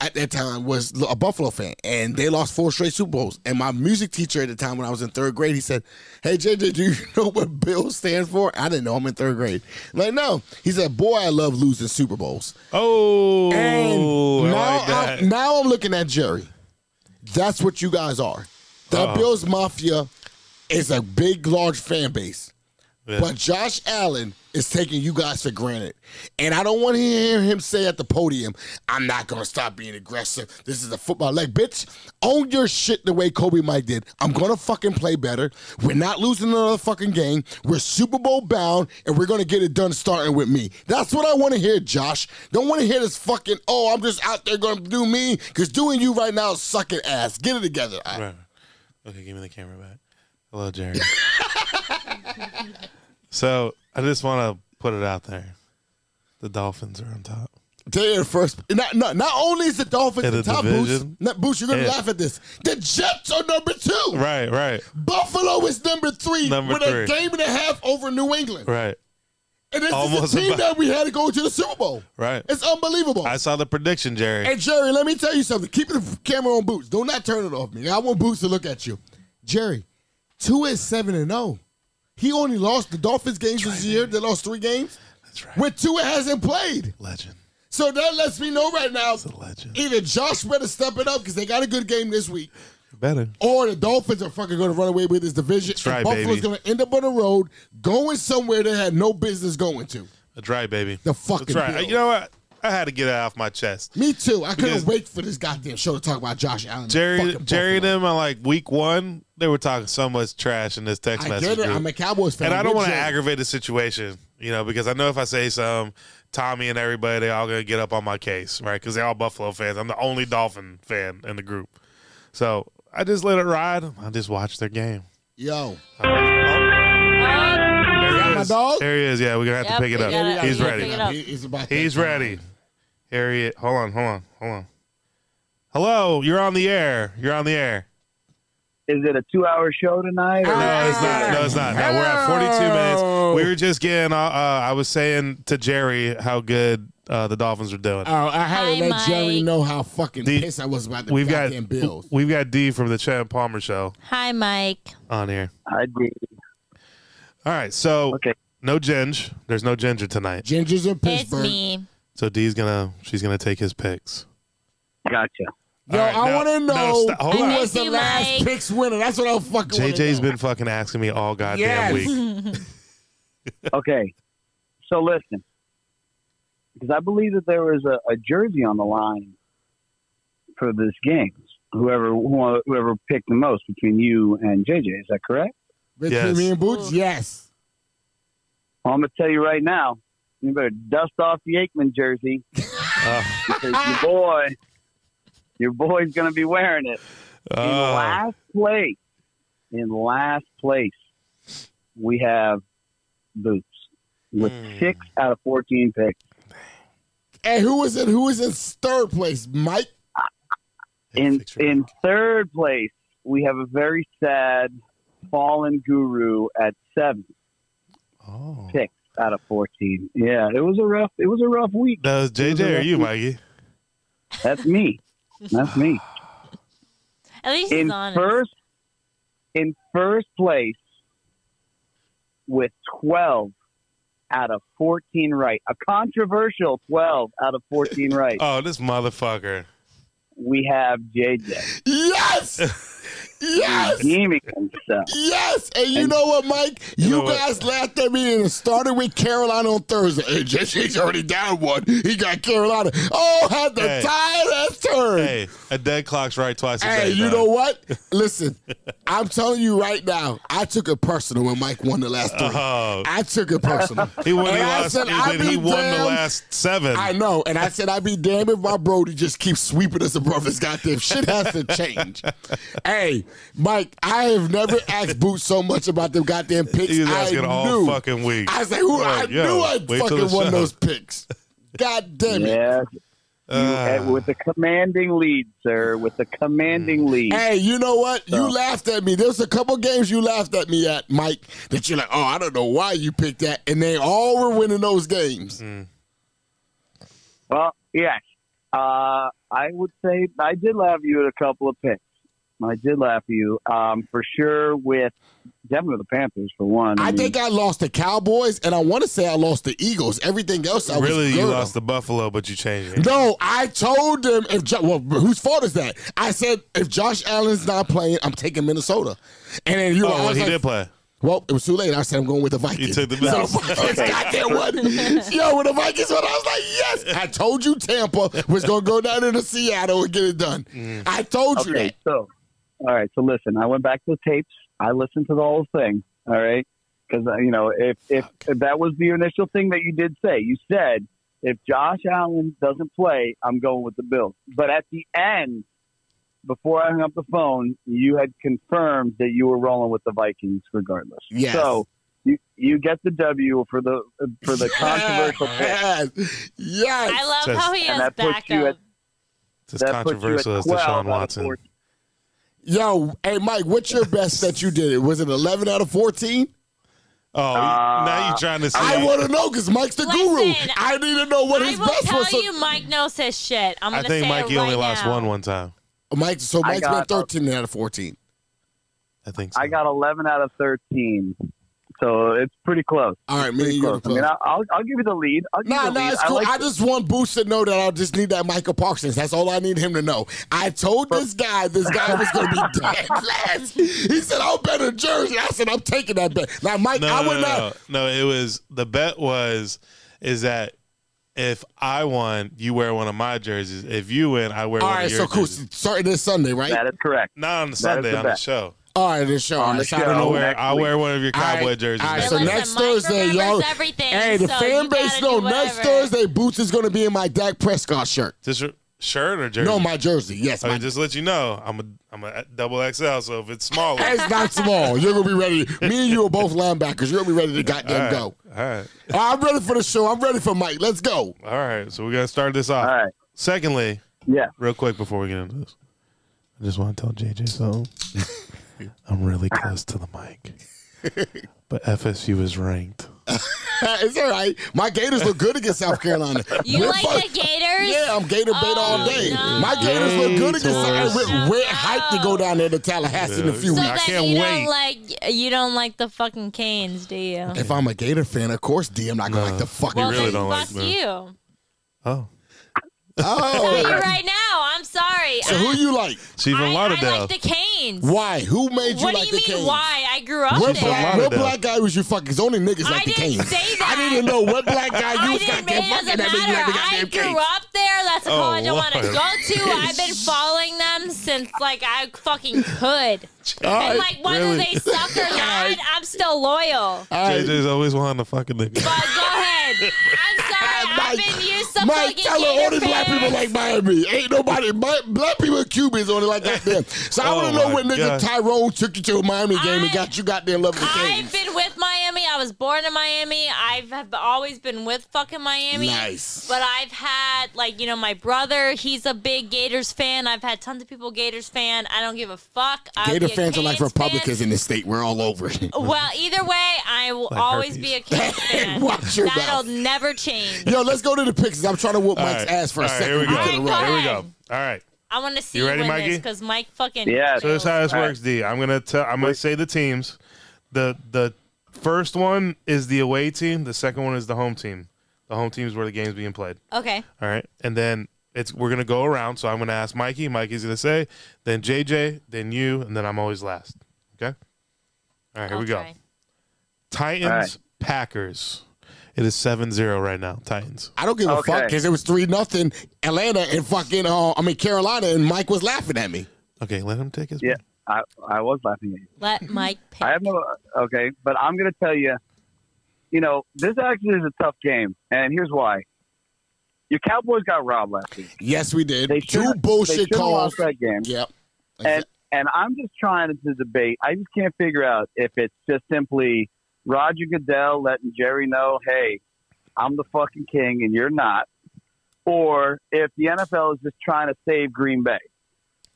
Speaker 2: at that time was a Buffalo fan, and they lost four straight Super Bowls. And my music teacher at the time, when I was in third grade, he said, "Hey JJ, do you <laughs> know what Bill stands for?" I didn't know. I'm in third grade. like, no. He said, "Boy, I love losing Super Bowls."
Speaker 1: Oh,
Speaker 2: And
Speaker 1: I
Speaker 2: now,
Speaker 1: like that.
Speaker 2: I'm, now I'm looking at Jerry. That's what you guys are. The
Speaker 1: Uh-oh.
Speaker 2: Bills Mafia is a big, large fan base.
Speaker 1: Yeah.
Speaker 2: But Josh Allen is taking you guys for granted. And I don't want to hear him say at the podium, I'm not going to stop being aggressive. This is a football. Like, bitch, own your shit the way Kobe Mike did. I'm going to fucking play better. We're not losing another fucking game. We're Super Bowl bound, and we're going to get it done starting with me. That's what I want to hear, Josh. Don't want to hear this fucking, oh, I'm just out there going to do me, because doing you right now is sucking ass. Get it together. I-
Speaker 1: Right. Okay, give me the camera back. Hello, Jerry. <laughs> so I just want to put it out there: the Dolphins are on top.
Speaker 2: They're in first. Not, not, not only is the Dolphins
Speaker 1: In
Speaker 2: the,
Speaker 1: the
Speaker 2: top boots,
Speaker 1: division?
Speaker 2: not, Boots, you're going to
Speaker 1: Yeah.
Speaker 2: laugh at this. The Jets are number two.
Speaker 1: Right, right,
Speaker 2: Buffalo is number three
Speaker 1: Number
Speaker 2: with
Speaker 1: three.
Speaker 2: a game and a half over New England.
Speaker 1: right,
Speaker 2: And this
Speaker 1: Almost
Speaker 2: is the team
Speaker 1: about-
Speaker 2: that we had to go to the Super Bowl.
Speaker 1: right.
Speaker 2: It's unbelievable.
Speaker 1: I saw the prediction, Jerry.
Speaker 2: and Jerry, let me tell you something. Keep the camera on Boots. Do not turn it off me. I want Boots to look at you. Jerry, two is seven and zero. He only lost the Dolphins games this year. They lost three games.
Speaker 1: That's right.
Speaker 2: With two, hasn't played.
Speaker 1: legend.
Speaker 2: So that lets me know right now.
Speaker 1: It's a legend.
Speaker 2: either Josh better step it up because they got a good game this week,
Speaker 1: Better.
Speaker 2: or the Dolphins are fucking going to run away with this division.
Speaker 1: That's right,
Speaker 2: and Buffalo's
Speaker 1: baby.
Speaker 2: going to end up on the road going somewhere they had no business going to.
Speaker 1: That's right, baby.
Speaker 2: The fucking
Speaker 1: That's right.
Speaker 2: Bills.
Speaker 1: You know what? I had to get it off my chest.
Speaker 2: Me too. I couldn't
Speaker 1: Because-
Speaker 2: wait for this goddamn show to talk about Josh Allen. and
Speaker 1: Jerry,
Speaker 2: fucking
Speaker 1: Jerry, and
Speaker 2: Buffalo.
Speaker 1: them on like week one, they were talking so much trash in this text
Speaker 2: I
Speaker 1: message.
Speaker 2: get it.
Speaker 1: group.
Speaker 2: I'm a Cowboys fan,
Speaker 1: and I don't
Speaker 2: We're
Speaker 1: want to
Speaker 2: Jerry.
Speaker 1: aggravate the situation, you know, because I know if I say some, Tommy and everybody, they all gonna get up on my case, right? Because they're all Buffalo fans. I'm the only Dolphin fan in the group, so I just let it ride. I just watch their game. Oh,
Speaker 2: Yo,
Speaker 3: Um,
Speaker 1: there he
Speaker 2: my
Speaker 1: is.
Speaker 2: dog?
Speaker 1: There he is. Yeah, we're gonna have
Speaker 3: Yep,
Speaker 1: to pick it
Speaker 3: we
Speaker 1: up.
Speaker 3: gotta-
Speaker 1: He's
Speaker 3: we gotta
Speaker 1: ready.
Speaker 3: pick it up.
Speaker 2: He- He's about. that
Speaker 1: He's
Speaker 2: time.
Speaker 1: ready. Here he. Hold on. Hold on. Hold on. Hello. You're on the air. You're on the air.
Speaker 4: Is it a two-hour show tonight? Or
Speaker 1: No, it's not. No, it's not. No, we're at 42 minutes. We were just getting. Uh, uh, I was saying to Jerry how good uh, the Dolphins are doing.
Speaker 2: Oh, I had to
Speaker 3: Hi,
Speaker 2: let
Speaker 3: Mike.
Speaker 2: Jerry know how fucking
Speaker 1: The-
Speaker 2: pissed I was about the
Speaker 1: we've got
Speaker 2: goddamn Bills.
Speaker 1: we've got D from the Chad Palmer show
Speaker 3: hi, Mike.
Speaker 1: on here.
Speaker 4: I did.
Speaker 1: All right, so
Speaker 4: Okay.
Speaker 1: no Ginge. There's no Ginger tonight.
Speaker 2: Gingers in
Speaker 3: It's
Speaker 2: Pittsburgh.
Speaker 3: me. <laughs>
Speaker 1: So D's gonna she's gonna take his picks.
Speaker 4: Gotcha.
Speaker 1: All
Speaker 2: Yo,
Speaker 1: right,
Speaker 2: I
Speaker 1: no,
Speaker 2: want to
Speaker 1: no,
Speaker 2: know
Speaker 1: stop. Hold
Speaker 2: who
Speaker 1: on.
Speaker 2: was the
Speaker 3: Thank you,
Speaker 2: last
Speaker 3: Mike.
Speaker 2: picks winner. That's what I fucking want
Speaker 1: JJ's been fucking asking me all goddamn
Speaker 2: Yes. <laughs>
Speaker 1: week.
Speaker 4: Okay. So listen, because I believe that there was a, a jersey on the line for this game. Whoever who- whoever picked the most between you and JJ, is that correct?
Speaker 2: Between
Speaker 1: Yes.
Speaker 2: me and Boots, yes.
Speaker 4: Well, I'm gonna tell you right now. You better dust off the Aikman jersey
Speaker 1: Uh,
Speaker 4: because your boy, your boy's gonna be wearing it. In
Speaker 1: uh,
Speaker 4: last place, in last place, we have Boots with
Speaker 1: Hmm.
Speaker 4: six out of 14 picks.
Speaker 2: And who was in who was in third place? Mike.
Speaker 4: In,
Speaker 1: fix your-
Speaker 4: in third place, we have a very sad fallen guru at seven
Speaker 1: oh.
Speaker 4: six out of 14. Yeah, it was a rough, it was a rough week.
Speaker 1: No, it's JJ or
Speaker 2: <laughs>
Speaker 1: you, Mikey?
Speaker 4: That's me. That's me.
Speaker 3: At least he's
Speaker 4: In
Speaker 3: honest.
Speaker 4: first, in first place with 12 out of 14 right. A controversial 12 out of 14 right.
Speaker 1: Oh, this motherfucker.
Speaker 4: We have JJ
Speaker 1: <laughs>
Speaker 2: Yes. Yes.
Speaker 4: redeeming himself.
Speaker 2: Yes, and you
Speaker 4: And-
Speaker 2: know what, Mike? You,
Speaker 1: know what?
Speaker 2: guys laughed at me and it started with Carolina on Thursday. Hey, JJ's already down one. He got Carolina. Oh, had the
Speaker 1: Hey.
Speaker 2: tide has turned. Hey,
Speaker 1: Hey, a dead clock's right twice a day.
Speaker 2: you
Speaker 1: dog. <laughs>
Speaker 2: know what? Listen, I'm telling you right now, I took it personal when Mike won the last three.
Speaker 1: Oh,
Speaker 2: I took it personal.
Speaker 1: he won the
Speaker 2: And I
Speaker 1: last.
Speaker 2: said,
Speaker 1: he
Speaker 2: I'd
Speaker 1: did- he
Speaker 2: be
Speaker 1: won the
Speaker 2: damned-
Speaker 1: last seven.
Speaker 2: I know, and I said I'd be damned if my Brody just keeps sweeping us above this goddamn shit has to change. hey, Mike, I have never asked Boots so much about them goddamn picks.
Speaker 1: He was
Speaker 2: I
Speaker 1: asking
Speaker 2: knew.
Speaker 1: all fucking week.
Speaker 2: I was like, who?
Speaker 1: Like,
Speaker 2: I
Speaker 1: yo,
Speaker 2: knew I
Speaker 1: wait till
Speaker 2: fucking
Speaker 1: the
Speaker 2: won
Speaker 1: show.
Speaker 2: those picks. God damn it!
Speaker 4: Yes, you,
Speaker 1: Ah.
Speaker 4: with the commanding lead, sir. With the commanding lead.
Speaker 2: Mm. Hey, you know what? You
Speaker 4: So-
Speaker 2: laughed at me. There's a couple games you laughed at me at, Mike. That you're like, oh, I don't know why you picked that, and they all were winning those games.
Speaker 4: Well, yes. Uh, I would say I did laugh at you at a couple of picks. I did laugh at you um, for sure with definitely the Panthers for one.
Speaker 2: I
Speaker 4: mean,
Speaker 2: think I lost the Cowboys, and I want to say I lost the Eagles. Everything else, I
Speaker 1: really,
Speaker 2: was
Speaker 1: you
Speaker 2: good
Speaker 1: lost
Speaker 2: on.
Speaker 1: the Buffalo, but you changed it.
Speaker 2: No, I told them if jo- well, whose fault is that? I said if Josh Allen's not playing, I'm taking Minnesota. And then you
Speaker 1: Oh,
Speaker 2: were I
Speaker 1: well,
Speaker 2: was
Speaker 1: he
Speaker 2: like,
Speaker 1: did play.
Speaker 2: Well, it was too late. I said I'm going with the Vikings.
Speaker 1: You took the
Speaker 2: <laughs> so
Speaker 1: Bills.
Speaker 2: the Vikings got that one. Yo, when the Vikings won, I was like, yes. I told you Tampa was going to go down into Seattle and get it done.
Speaker 1: Mm.
Speaker 2: I told you
Speaker 4: Okay,
Speaker 2: that.
Speaker 4: so all right, so listen, I went back to the tapes. I listened to the whole thing. All right, because you know, if if, if that was the initial thing that you did say, you said if Josh Allen doesn't play, I'm going with the Bills. But at the end, before I hung up the phone, you had confirmed that you were rolling with the Vikings regardless.
Speaker 2: Yes.
Speaker 4: So you you get the W for the for
Speaker 1: <laughs>
Speaker 4: the controversial
Speaker 2: <laughs>
Speaker 4: pick.
Speaker 2: Yes. Yes.
Speaker 3: I love
Speaker 1: Says-
Speaker 3: how he
Speaker 4: And
Speaker 3: has
Speaker 4: that puts you
Speaker 3: backup.
Speaker 1: It's as
Speaker 4: That puts you at
Speaker 1: controversial as
Speaker 4: 12
Speaker 1: Deshaun
Speaker 4: out of
Speaker 1: Watson.
Speaker 4: 14.
Speaker 2: Yo, hey, Mike, what's your best that you did? Was it 11 out of 14?
Speaker 1: Oh,
Speaker 4: Uh,
Speaker 1: now you're trying to say
Speaker 2: I want to know because Mike's the guru.
Speaker 3: Listen,
Speaker 2: I need to know what
Speaker 3: I
Speaker 2: his
Speaker 3: will
Speaker 2: best
Speaker 3: tell
Speaker 2: was. So-
Speaker 3: you, Mike knows his shit. I'm
Speaker 1: I
Speaker 3: gonna
Speaker 1: think
Speaker 3: say
Speaker 1: Mike,
Speaker 3: it
Speaker 1: you
Speaker 3: right
Speaker 1: only lost
Speaker 3: now.
Speaker 1: one one time.
Speaker 2: Mike, so
Speaker 4: I
Speaker 2: Mike's been
Speaker 4: got- uh,
Speaker 2: 13 out of 14.
Speaker 1: I think so.
Speaker 4: I got 11 out of 13. So it's pretty close.
Speaker 2: All right, me and
Speaker 4: Pretty
Speaker 2: you.
Speaker 4: close. I mean, I- I'll, I'll give you the lead. I'll give
Speaker 2: Nah,
Speaker 4: you the
Speaker 2: nah,
Speaker 4: lead.
Speaker 2: it's
Speaker 4: I
Speaker 2: cool. I,
Speaker 4: like
Speaker 2: just want Boots to know that I just need that Michael Parsons. That's all I need him to know. I told this guy this guy was going to
Speaker 4: <laughs>
Speaker 2: be dead last. He said, I'll bet a jersey. I said, I'm taking that bet. Now, Mike,
Speaker 1: no,
Speaker 2: I
Speaker 1: no,
Speaker 2: would
Speaker 1: no,
Speaker 2: not.
Speaker 1: no, no. It was the bet was is that if I won, you wear one of my jerseys. If you win, I wear
Speaker 2: All
Speaker 1: one
Speaker 2: right,
Speaker 1: of your
Speaker 2: so cool.
Speaker 1: jerseys.
Speaker 2: Starting this Sunday, right?
Speaker 4: that is correct.
Speaker 1: Not on the Sunday
Speaker 4: the
Speaker 1: on the
Speaker 4: bet.
Speaker 1: show.
Speaker 2: all right, this show.
Speaker 4: On
Speaker 2: All right,
Speaker 4: the
Speaker 2: so I don't
Speaker 4: show.
Speaker 2: know
Speaker 1: I'll
Speaker 4: Oh,
Speaker 2: where-
Speaker 1: wear,
Speaker 4: next
Speaker 1: I'll
Speaker 4: week.
Speaker 1: wear one of your
Speaker 2: All right,
Speaker 1: cowboy jerseys.
Speaker 2: all right,
Speaker 1: next
Speaker 2: so
Speaker 1: week.
Speaker 3: Listen,
Speaker 2: next
Speaker 3: Mike
Speaker 2: Thursday,
Speaker 3: remembers
Speaker 2: y'all-
Speaker 3: Everything,
Speaker 2: Hey, the
Speaker 3: so
Speaker 2: fan
Speaker 3: you
Speaker 2: base
Speaker 3: gotta
Speaker 2: know
Speaker 3: do
Speaker 2: next
Speaker 3: whatever.
Speaker 2: Thursday, Boots is going to be in my Dak Prescott shirt.
Speaker 1: Just r- shirt or jersey? Oh,
Speaker 2: No, my jersey. Yes,
Speaker 1: I
Speaker 2: my
Speaker 1: mean, just let you know, I'm a I'm a double XL. So if it's smaller, all
Speaker 2: It's not small. You're gonna be ready. Me and you are both linebackers. You're gonna be ready to goddamn
Speaker 1: right,
Speaker 2: go.
Speaker 1: All right,
Speaker 2: I'm ready for the show. I'm ready for Mike. Let's go. <laughs>
Speaker 1: all right. So we're gonna start this off.
Speaker 4: All right.
Speaker 1: Secondly,
Speaker 4: Yeah.
Speaker 1: real quick before we get into this, I just want to tell JJ <laughs> something. I'm really close to the mic, but FSU is ranked.
Speaker 2: it's all right. My Gators look good against South Carolina.
Speaker 3: <laughs> You
Speaker 2: We're
Speaker 3: like
Speaker 2: fuck-
Speaker 3: the Gators?
Speaker 2: Yeah, I'm Gator bait all
Speaker 3: Oh,
Speaker 2: day.
Speaker 3: no.
Speaker 2: My Gators look good against.
Speaker 1: Gators.
Speaker 2: We're, we're hyped to go down there to Tallahassee in a few
Speaker 3: So
Speaker 1: I
Speaker 2: weeks.
Speaker 3: then
Speaker 1: can't
Speaker 3: you
Speaker 1: wait.
Speaker 3: don't like you don't like the fucking Canes, do you?
Speaker 2: If I'm a Gator fan, of course, D, I'm not gonna
Speaker 1: No.
Speaker 2: like the fucking.
Speaker 3: Well,
Speaker 1: really
Speaker 3: then
Speaker 1: don't like
Speaker 3: fuck
Speaker 1: them.
Speaker 3: you.
Speaker 1: Oh,
Speaker 3: Tell you
Speaker 2: Oh,
Speaker 3: right now, I'm sorry.
Speaker 2: so who you like?
Speaker 1: she's
Speaker 3: I,
Speaker 1: from Lauderdale.
Speaker 3: I like the Canes.
Speaker 2: Why? Who made you
Speaker 3: What
Speaker 2: like
Speaker 3: do you
Speaker 2: the
Speaker 3: mean?
Speaker 2: Canes?
Speaker 3: Why? I grew up
Speaker 2: What
Speaker 1: She's from
Speaker 3: there.
Speaker 2: black, what
Speaker 1: Lauderdale.
Speaker 2: black guy was you fucking? 'Cause only niggas like
Speaker 3: I
Speaker 2: the
Speaker 3: didn't
Speaker 2: Canes.
Speaker 3: say
Speaker 2: I
Speaker 3: that.
Speaker 2: didn't even know what black guy you
Speaker 3: I
Speaker 2: was
Speaker 3: didn't.
Speaker 2: goddamn
Speaker 3: It
Speaker 2: fucking.
Speaker 3: doesn't
Speaker 2: That made you like
Speaker 3: matter.
Speaker 2: the
Speaker 3: I
Speaker 2: goddamn
Speaker 3: grew
Speaker 2: Canes.
Speaker 3: up there. That's a
Speaker 1: Oh,
Speaker 3: college I want to
Speaker 1: Lord.
Speaker 3: go to. I've been following them since like I fucking could.
Speaker 2: right,
Speaker 3: and like whether
Speaker 1: really?
Speaker 3: they suck
Speaker 2: <laughs>
Speaker 3: or not, I'm still loyal.
Speaker 2: All right.
Speaker 1: JJ's always wanting to fuck a nigga.
Speaker 3: But go ahead.
Speaker 2: <laughs>
Speaker 3: I'm sorry. I've
Speaker 2: Mike-
Speaker 3: been used to
Speaker 2: Mike,
Speaker 3: fucking
Speaker 2: tell her all
Speaker 3: Gator
Speaker 2: these black people
Speaker 3: fans.
Speaker 2: like Miami. Ain't nobody, my, black people in Cubans only like goddamn. So
Speaker 1: <laughs>
Speaker 2: I
Speaker 1: Oh
Speaker 2: want to know
Speaker 1: my
Speaker 2: when nigga
Speaker 1: God.
Speaker 2: Tyrone took you to a Miami game and
Speaker 3: I-
Speaker 2: got you goddamn love the
Speaker 3: I've
Speaker 2: Canes.
Speaker 3: been with Miami. I was born in Miami. I've have always been with fucking Miami.
Speaker 2: Nice.
Speaker 3: But I've had like you know my brother. He's a big Gators fan. I've had tons of people Gators fan. I don't give a fuck. I'll
Speaker 2: Gator
Speaker 3: be a
Speaker 2: fans are like
Speaker 3: Canes fan.
Speaker 2: Republicans in this state. We're all over.
Speaker 3: <laughs>
Speaker 2: it. <laughs>
Speaker 3: Well, either way, I will
Speaker 1: Like
Speaker 3: always
Speaker 1: herpes.
Speaker 3: be a Canes fan.
Speaker 2: <laughs> Watch your
Speaker 3: That'll
Speaker 2: mouth.
Speaker 3: never change.
Speaker 2: Yo, let's go to the pictures. I'm trying to whoop Mike's
Speaker 1: right.
Speaker 2: ass for a
Speaker 1: All right,
Speaker 2: second.
Speaker 1: here we go.
Speaker 2: Get to the
Speaker 3: All right,
Speaker 2: right.
Speaker 1: Here we
Speaker 3: ahead.
Speaker 1: go. All right.
Speaker 3: I want to see
Speaker 1: You
Speaker 3: you,
Speaker 1: ready,
Speaker 3: win
Speaker 1: Mikey?
Speaker 3: this because Mike fucking.
Speaker 4: Yes.
Speaker 1: So this is how this
Speaker 4: All right.
Speaker 1: works, D. I'm gonna tell. I'm gonna say the teams. The the first one is the away team. The second one is the home team. The home team is where the game's being played.
Speaker 3: Okay.
Speaker 1: All right, and then it's we're gonna go around. So I'm gonna ask Mikey. Mikey's gonna say, then JJ, then you, and then I'm always last. Okay. All right, here
Speaker 3: I'll
Speaker 1: we go.
Speaker 3: try.
Speaker 1: Titans,
Speaker 4: All right.
Speaker 1: Packers. It is 7-0 right now. Titans.
Speaker 2: I don't give a
Speaker 4: Okay.
Speaker 2: fuck because it was three nothing Atlanta and fucking uh, I mean Carolina and Mike was laughing at me.
Speaker 1: Okay, let him take his.
Speaker 4: Yeah. I, I was laughing at you.
Speaker 1: <laughs>
Speaker 3: Let Mike pick.
Speaker 4: I have no okay, but I'm going to tell you, you know, this actually is a tough game, and here's why: your Cowboys got robbed last week.
Speaker 2: Yes, we did.
Speaker 4: They
Speaker 2: Two
Speaker 4: should've- They
Speaker 2: bullshit
Speaker 4: should have
Speaker 2: calls.
Speaker 4: lost that game.
Speaker 2: Yep.
Speaker 4: And and I'm just trying to debate. I just can't figure out if it's just simply Roger Goodell letting Jerry know, hey, I'm the fucking king and you're not, or if the NFL is just trying to save Green Bay.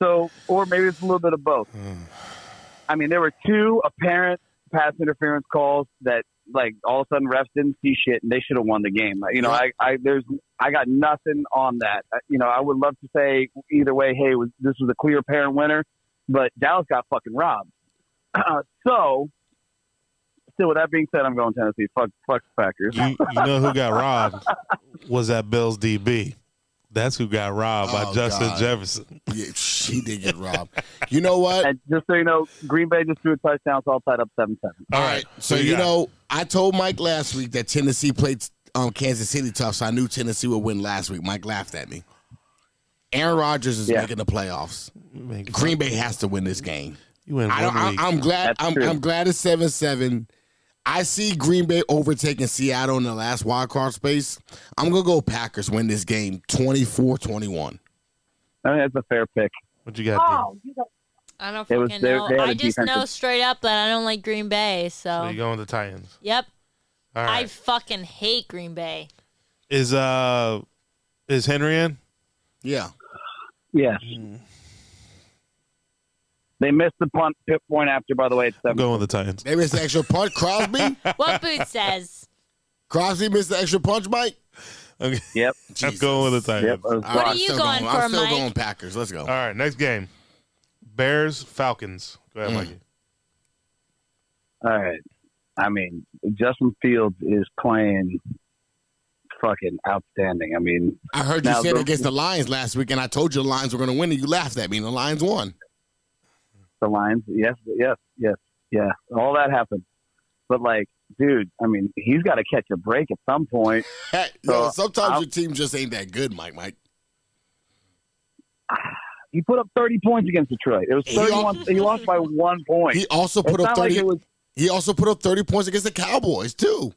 Speaker 4: So, or maybe it's a little bit of both. I mean, there were two apparent pass interference calls that, like, all of a sudden refs didn't see shit and they should have won the game. You know, I, I there's I got nothing on that. Uh, You know, I would love to say either way, hey, was, this was a clear apparent winner, but Dallas got fucking robbed. Uh, so, still, with that being said, I'm going Tennessee. Fuck, fuck the Packers.
Speaker 1: You, you know who got robbed was that Bills DB. That's who got robbed by
Speaker 2: Oh,
Speaker 1: Justin
Speaker 2: God.
Speaker 1: Jefferson.
Speaker 2: Yeah, she did get robbed. You know what?
Speaker 4: And just so you know, Green Bay just threw a touchdown, so all tied up seven seven.
Speaker 1: All right.
Speaker 2: So
Speaker 1: who
Speaker 2: you
Speaker 1: got?
Speaker 2: know, I told Mike last week that Tennessee played um, Kansas City tough, so I knew Tennessee would win last week. Mike laughed at me. Aaron Rodgers is
Speaker 4: Yeah.
Speaker 2: making the playoffs.
Speaker 1: Man,
Speaker 2: Green Bay has to win this game.
Speaker 1: you win
Speaker 2: I
Speaker 1: one
Speaker 2: don't, I,
Speaker 1: league.
Speaker 2: I'm glad.
Speaker 4: That's
Speaker 2: I'm,
Speaker 4: true.
Speaker 2: I'm glad it's seven seven. I see Green Bay overtaking Seattle in the last wild card space. I'm gonna go Packers win this game 24-21.
Speaker 4: I mean, that's a fair pick.
Speaker 1: what you
Speaker 4: Oh,
Speaker 1: got? D?
Speaker 3: I don't
Speaker 4: It
Speaker 3: fucking
Speaker 4: was- they-
Speaker 3: know.
Speaker 4: they had
Speaker 3: I
Speaker 4: a
Speaker 3: just know
Speaker 4: defensive-
Speaker 3: straight up that I don't like Green Bay. So,
Speaker 1: So you going with the Titans?
Speaker 3: yep,
Speaker 1: All
Speaker 3: I
Speaker 1: right.
Speaker 3: fucking hate Green
Speaker 1: <laughs>
Speaker 3: Bay.
Speaker 1: Is uh is Henry in?
Speaker 2: Yeah,
Speaker 4: Yes, they missed the punt pit point after. By the way, it's
Speaker 1: I'm
Speaker 4: seven.
Speaker 1: going with the Titans.
Speaker 2: they missed the extra punch. Crosby,
Speaker 3: What Boots says.
Speaker 2: Crosby missed the extra punch. Mike,
Speaker 1: Okay.
Speaker 4: Yep.
Speaker 1: I'm going with the Titans.
Speaker 4: Yep.
Speaker 2: All
Speaker 3: What are
Speaker 2: I'm
Speaker 3: you
Speaker 2: still
Speaker 3: going for,
Speaker 2: I'm still
Speaker 3: Mike?
Speaker 2: going Packers. Let's go.
Speaker 1: All right, next game. Bears Falcons. Go ahead,
Speaker 2: Mm.
Speaker 1: Mikey.
Speaker 4: All right. I mean, Justin Fields is playing fucking outstanding. I mean,
Speaker 2: I heard you
Speaker 4: Now,
Speaker 2: said
Speaker 4: the-
Speaker 2: against the Lions last week, and I told you the Lions were going to win, and you laughed at me. And the Lions won. <laughs>
Speaker 4: the Lions, yes, yes, yes, yeah, all that happened. But like, dude, I mean, he's got to catch a break at some point.
Speaker 2: Hey, you know,
Speaker 4: So,
Speaker 2: sometimes
Speaker 4: I'll-
Speaker 2: your team just ain't that good, Mike. Mike,
Speaker 4: He put up 30 points against Detroit. It was
Speaker 2: He al-
Speaker 4: 31. he lost by one point.
Speaker 2: he also
Speaker 4: it's
Speaker 2: put up
Speaker 4: not like
Speaker 2: thirty.
Speaker 4: it was.
Speaker 2: he also put up thirty points against the Cowboys too.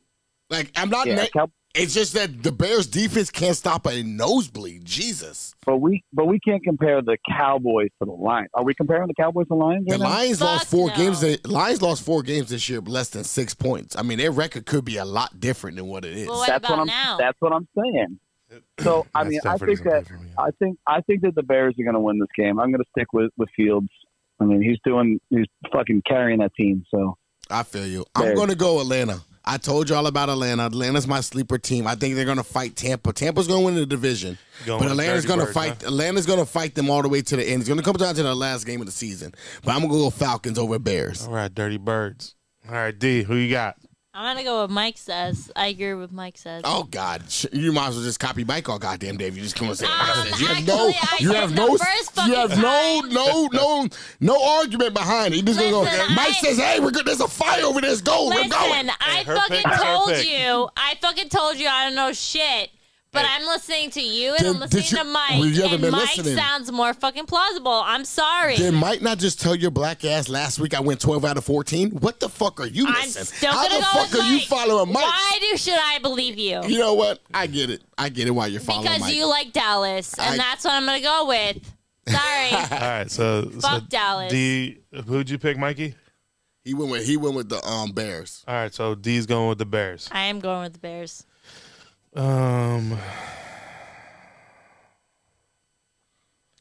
Speaker 2: Like I'm not.
Speaker 4: Yeah,
Speaker 2: na-
Speaker 4: Cal-
Speaker 2: It's just that the Bears defense can't stop a nosebleed. Jesus.
Speaker 4: but we but we can't compare the Cowboys to the Lions. Are we comparing the Cowboys to the Lions?
Speaker 2: The
Speaker 4: right now?
Speaker 2: Lions
Speaker 3: Fuck
Speaker 2: lost four
Speaker 3: no.
Speaker 2: games. The Lions lost four games this year, less than six points. I mean, their record could be a lot different than what it is.
Speaker 3: Well, what
Speaker 4: that's
Speaker 3: about
Speaker 4: what I'm.
Speaker 3: now?
Speaker 4: That's what I'm saying. So I
Speaker 1: Matt
Speaker 4: mean, I
Speaker 1: Stafford
Speaker 4: think
Speaker 1: doesn't
Speaker 4: that
Speaker 1: play for me.
Speaker 4: I think I think that the Bears are going to win this game. I'm going to stick with with Fields. I mean, he's doing he's fucking carrying that team. So
Speaker 2: I feel you. I'm
Speaker 4: Bears.
Speaker 2: going to go Atlanta. I told you all about Atlanta. Atlanta's my sleeper team. I think they're going to fight Tampa. Tampa's going to win the division.
Speaker 1: Going
Speaker 2: but
Speaker 1: with
Speaker 2: Atlanta's
Speaker 1: Dirty
Speaker 2: going to
Speaker 1: Birds,
Speaker 2: fight.
Speaker 1: huh?
Speaker 2: Atlanta's going to fight them all the way to the end. It's going to come down to the last game of the season. But I'm going to go Falcons over Bears.
Speaker 1: All right, Dirty Birds. All right, D, who you
Speaker 2: <laughs>
Speaker 1: got?
Speaker 3: I'm gonna go with Mike says. I agree with Mike says.
Speaker 2: Oh God, Sh- you might as well just copy Mike all goddamn day. If you just come and say, what I
Speaker 3: Um,
Speaker 2: said. you have no,
Speaker 3: actually, I
Speaker 2: you
Speaker 3: did
Speaker 2: have
Speaker 3: the
Speaker 2: no,
Speaker 3: first
Speaker 2: you have
Speaker 3: fucking
Speaker 2: no,
Speaker 3: time.
Speaker 2: no, no, no argument behind it. You just going to go.
Speaker 3: Listen,
Speaker 2: Mike
Speaker 3: I-
Speaker 2: says, "Hey, we're good. There's a fight over this goal. we're going."
Speaker 3: Listen, I
Speaker 1: Hey, her
Speaker 3: fucking
Speaker 1: pick is her
Speaker 3: told
Speaker 1: pick.
Speaker 3: you. I fucking told you. I don't know shit. But
Speaker 1: Hey.
Speaker 3: I'm listening to you and
Speaker 2: Did-
Speaker 3: I'm listening
Speaker 2: did you-
Speaker 3: to Mike.
Speaker 2: well, you haven't
Speaker 3: and
Speaker 2: been
Speaker 3: Mike
Speaker 2: listening.
Speaker 3: sounds more fucking plausible. I'm sorry.
Speaker 2: Did Mike not just tell your black ass last week I went 12 out of 14? What the fuck are you
Speaker 3: I'm
Speaker 2: missing?
Speaker 3: still
Speaker 2: How
Speaker 3: gonna
Speaker 2: the
Speaker 3: go
Speaker 2: fuck
Speaker 3: with
Speaker 2: are you
Speaker 3: Mike.
Speaker 2: following Mike?
Speaker 3: Why do should I believe you?
Speaker 2: You know what? I get it. I get it why you're following
Speaker 3: because
Speaker 2: Mike.
Speaker 3: you like Dallas, and
Speaker 2: I-
Speaker 3: that's what I'm gonna go with. Sorry.
Speaker 1: <laughs> All right, so so
Speaker 3: Fuck Dallas.
Speaker 1: D, who'd you pick, Mikey?
Speaker 2: he went with he went with the um Bears.
Speaker 1: All right, so D's going with the Bears.
Speaker 3: I am going with the Bears.
Speaker 1: Um,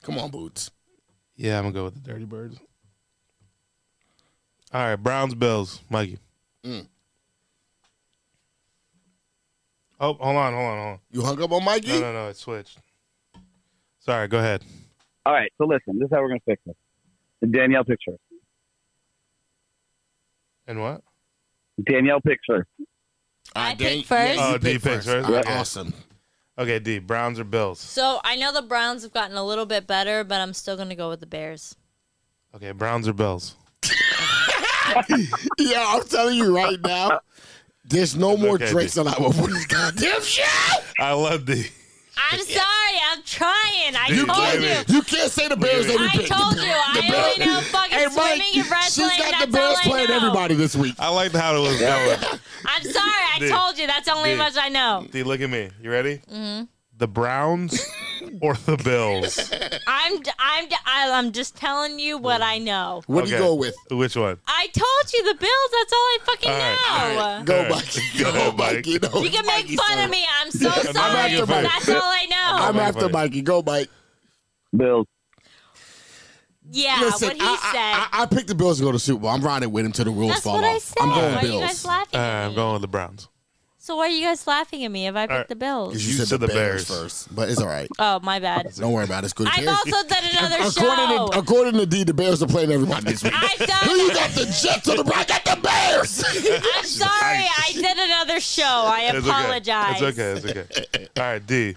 Speaker 2: Come on, Boots.
Speaker 1: yeah, I'm gonna go with the Dirty Birds. All right, Browns Bills, Mikey.
Speaker 2: Mm.
Speaker 1: Oh, hold on, hold on, hold on.
Speaker 2: You hung up on Mikey?
Speaker 1: No, no, no, it switched. Sorry, go ahead.
Speaker 4: All right, so listen, this is how we're going to fix it. Danielle picks first.
Speaker 1: And what?
Speaker 4: Danielle picks first.
Speaker 2: All
Speaker 3: I pick first.
Speaker 2: you
Speaker 1: Oh, D picks first.
Speaker 2: All right,
Speaker 1: Okay.
Speaker 2: Awesome. <laughs>
Speaker 1: Okay, D. Browns or Bills?
Speaker 3: So I know the Browns have gotten a little bit better, but I'm still gonna go with the Bears.
Speaker 1: Okay, Browns or Bills?
Speaker 2: Yo, I'm telling you right now, there's no more
Speaker 1: okay,
Speaker 2: drinks on our for this <laughs> goddamn show.
Speaker 1: I love D.
Speaker 3: I'm sorry, I'm trying. I
Speaker 1: You
Speaker 3: told
Speaker 1: gave
Speaker 3: you.
Speaker 1: it.
Speaker 2: You can't say the Bears
Speaker 1: Give it.
Speaker 2: every
Speaker 3: I
Speaker 2: pick.
Speaker 3: told you. I only know fucking
Speaker 2: Hey, Mike,
Speaker 3: swimming and wrestling.
Speaker 2: She's got
Speaker 3: That's
Speaker 2: the Bears
Speaker 3: all I
Speaker 2: playing
Speaker 3: know.
Speaker 2: everybody this week.
Speaker 1: I liked how it was going.
Speaker 3: I'm sorry, I
Speaker 1: Dude.
Speaker 3: told you. That's the only
Speaker 1: Dude.
Speaker 3: much I know.
Speaker 1: D, look at me. You ready? Mm-hmm. The Browns or the Bills?
Speaker 3: I'm I'm I- I'm just telling you what I know.
Speaker 2: What do you
Speaker 1: Okay.
Speaker 2: go with?
Speaker 1: Which one?
Speaker 3: I told you the Bills. That's all I fucking
Speaker 1: All right,
Speaker 3: know.
Speaker 2: Go,
Speaker 1: All right.
Speaker 2: Mike.
Speaker 1: <laughs> Go
Speaker 2: Go,
Speaker 1: ahead, Mike.
Speaker 2: Mike. Oh, You, know,
Speaker 3: uh, You can make
Speaker 2: Mikey's
Speaker 3: fun
Speaker 2: turn.
Speaker 3: of me. I'm
Speaker 2: <laughs>
Speaker 3: so
Speaker 1: I'm
Speaker 3: sorry.
Speaker 2: after Mike.
Speaker 3: That's all I know.
Speaker 2: I'm
Speaker 1: Mike
Speaker 2: after
Speaker 1: first.
Speaker 2: Mikey. Go, Mike.
Speaker 4: Bills.
Speaker 3: yeah,
Speaker 2: Listen,
Speaker 3: what he
Speaker 2: I,
Speaker 3: said.
Speaker 2: I, I, I picked the Bills to go to the Super Bowl. I'm riding with him till the rules
Speaker 3: that's
Speaker 2: fall
Speaker 3: what
Speaker 2: off.
Speaker 3: I said.
Speaker 2: I'm
Speaker 3: why
Speaker 2: going
Speaker 3: are you guys
Speaker 2: Bills.
Speaker 3: laughing
Speaker 1: Uh,
Speaker 3: at
Speaker 1: I'm
Speaker 3: me?
Speaker 1: going with the Browns.
Speaker 3: So why are you guys laughing at me if I picked
Speaker 2: Uh,
Speaker 1: right.
Speaker 3: the Bills?
Speaker 1: You said the Bears.
Speaker 2: first, but it's
Speaker 1: <laughs>
Speaker 2: all right.
Speaker 3: Oh, my
Speaker 2: <laughs>
Speaker 3: bad.
Speaker 2: Don't worry about it. It's good.
Speaker 3: I've
Speaker 2: Bears-
Speaker 3: also
Speaker 2: <laughs>
Speaker 3: done another show.
Speaker 2: according to according to D, the Bears are playing everybody
Speaker 3: <laughs>
Speaker 2: this week. <laughs>
Speaker 3: I've
Speaker 2: Who you
Speaker 3: done.
Speaker 2: got the Jets or the I got the Bears. <laughs>
Speaker 3: I'm sorry. I did another show. I
Speaker 1: It's
Speaker 3: apologize.
Speaker 1: Okay. It's okay. It's
Speaker 2: <laughs>
Speaker 1: okay. All right, D.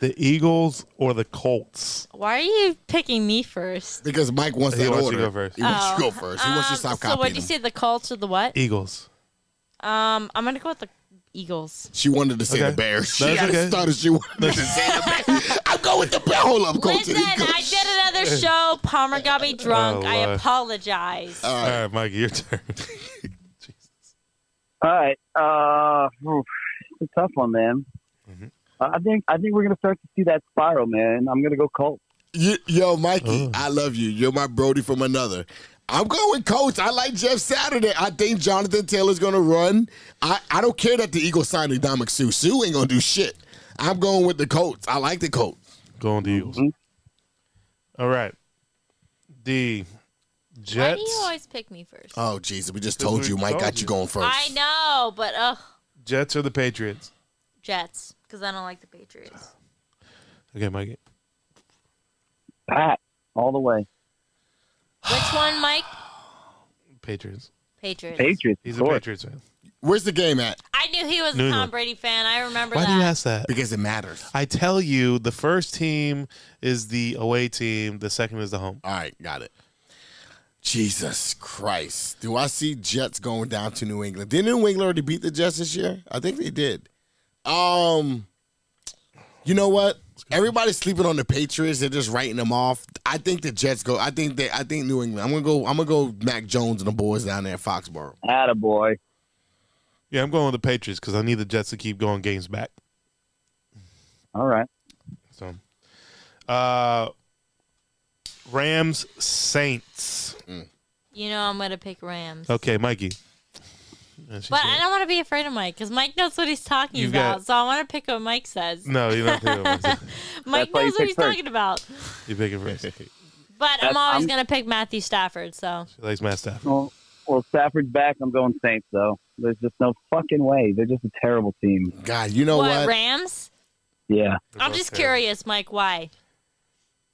Speaker 1: The Eagles or the Colts?
Speaker 3: Why are you picking me first?
Speaker 2: because Mike wants
Speaker 1: He
Speaker 2: that
Speaker 1: wants you
Speaker 2: order.
Speaker 1: to go first.
Speaker 2: He wants you to
Speaker 3: Oh,
Speaker 2: go first. He wants you to
Speaker 3: um,
Speaker 2: stop
Speaker 3: So what
Speaker 2: copying
Speaker 3: did you
Speaker 2: him.
Speaker 3: say? The Colts or the what?
Speaker 1: Eagles.
Speaker 3: Um, I'm gonna go with the
Speaker 2: <laughs>
Speaker 3: Eagles.
Speaker 2: She wanted to say
Speaker 1: Okay.
Speaker 2: the Bears. She
Speaker 1: That's
Speaker 2: had
Speaker 1: okay.
Speaker 2: okay. started. She wanted to say the Bears. <laughs> I'm going with the Bears. Hold up, Coach.
Speaker 3: Listen, I did
Speaker 1: <laughs>
Speaker 3: another show. Palmer got me drunk.
Speaker 1: Oh, uh,
Speaker 3: I
Speaker 1: Lord.
Speaker 3: apologize.
Speaker 2: All
Speaker 1: All
Speaker 2: right.
Speaker 1: right, Mike, your turn. <laughs>
Speaker 4: All right. Uh, oof, it's a tough one, man.
Speaker 1: Mhm.
Speaker 4: Uh, I think I think we're gonna start to see that spiral, man. I'm gonna go Colts.
Speaker 2: You, yo, Mikey,
Speaker 1: Oh.
Speaker 2: I love you. You're my Brody from another. I'm going coach. I like Jeff Saturday. I think Jonathan Taylor's going to run. I, I don't care that the Eagles signed Dominic Sue. Sue ain't going to do shit. I'm going with the Colts. I like the Colts.
Speaker 1: Going to Eagles.
Speaker 4: Mhm.
Speaker 2: Mm-hmm.
Speaker 1: All right. D.
Speaker 3: Why do you
Speaker 1: Jets.
Speaker 3: always pick me first?
Speaker 2: Oh, Jesus. We just
Speaker 1: Because
Speaker 2: told
Speaker 1: we
Speaker 2: you. Mike
Speaker 1: told
Speaker 2: got you
Speaker 1: you.
Speaker 2: going first.
Speaker 3: I know, but ugh,
Speaker 1: Jets or the Patriots?
Speaker 3: Jets, because I don't like the Patriots.
Speaker 1: Okay, Mike.
Speaker 4: Pat all the way.
Speaker 3: Which one, Mike?
Speaker 1: Patriots.
Speaker 3: Patriots.
Speaker 4: Patriots.
Speaker 1: He's
Speaker 4: of
Speaker 1: a
Speaker 4: course.
Speaker 1: Patriots fan.
Speaker 2: Where's the game at?
Speaker 3: I knew he was
Speaker 1: New
Speaker 3: a Tom
Speaker 1: England.
Speaker 3: Brady fan. I remember
Speaker 1: Why
Speaker 3: that.
Speaker 1: do you ask that?
Speaker 2: Because it matters.
Speaker 1: I tell you, the first team is the away team. The second is the home.
Speaker 2: All right. Got it. Jesus Christ. Do I see Jets going down to New England? Did New England already beat the Jets this year? I think they did. Um, you know what? Everybody's sleeping on the Patriots. They're just writing them off. I think the Jets go. I think they. I think New England. I'm gonna go. I'm gonna go. Mac Jones and the boys down there at Foxborough.
Speaker 4: Attaboy.
Speaker 1: Yeah, I'm going with the Patriots because I need the Jets to keep going games back.
Speaker 4: All right.
Speaker 1: So, uh, Rams Saints.
Speaker 3: You know I'm gonna pick Rams.
Speaker 1: Okay, Mikey. Yeah, she's
Speaker 3: But
Speaker 1: right.
Speaker 3: I don't want to be afraid of Mike because Mike knows what he's talking
Speaker 1: You've
Speaker 3: about.
Speaker 1: got-
Speaker 3: So I want to pick what Mike says.
Speaker 1: No, you're not picking first.
Speaker 3: <laughs> Mike
Speaker 4: why you
Speaker 3: knows what
Speaker 4: picked
Speaker 3: he's
Speaker 4: first.
Speaker 3: talking about.
Speaker 1: You're picking first. She
Speaker 3: But
Speaker 4: That's-
Speaker 3: I'm always
Speaker 4: I'm-
Speaker 3: gonna pick Matthew Stafford. So
Speaker 1: likes Matt Stafford.
Speaker 4: Well, well, Stafford's back. I'm going Saints though. There's just no fucking way. They're just a terrible team.
Speaker 2: God, you know what?
Speaker 3: Rams?
Speaker 4: Yeah.
Speaker 1: They're
Speaker 3: I'm
Speaker 1: both
Speaker 3: just
Speaker 1: terrible.
Speaker 3: curious, Mike. Why?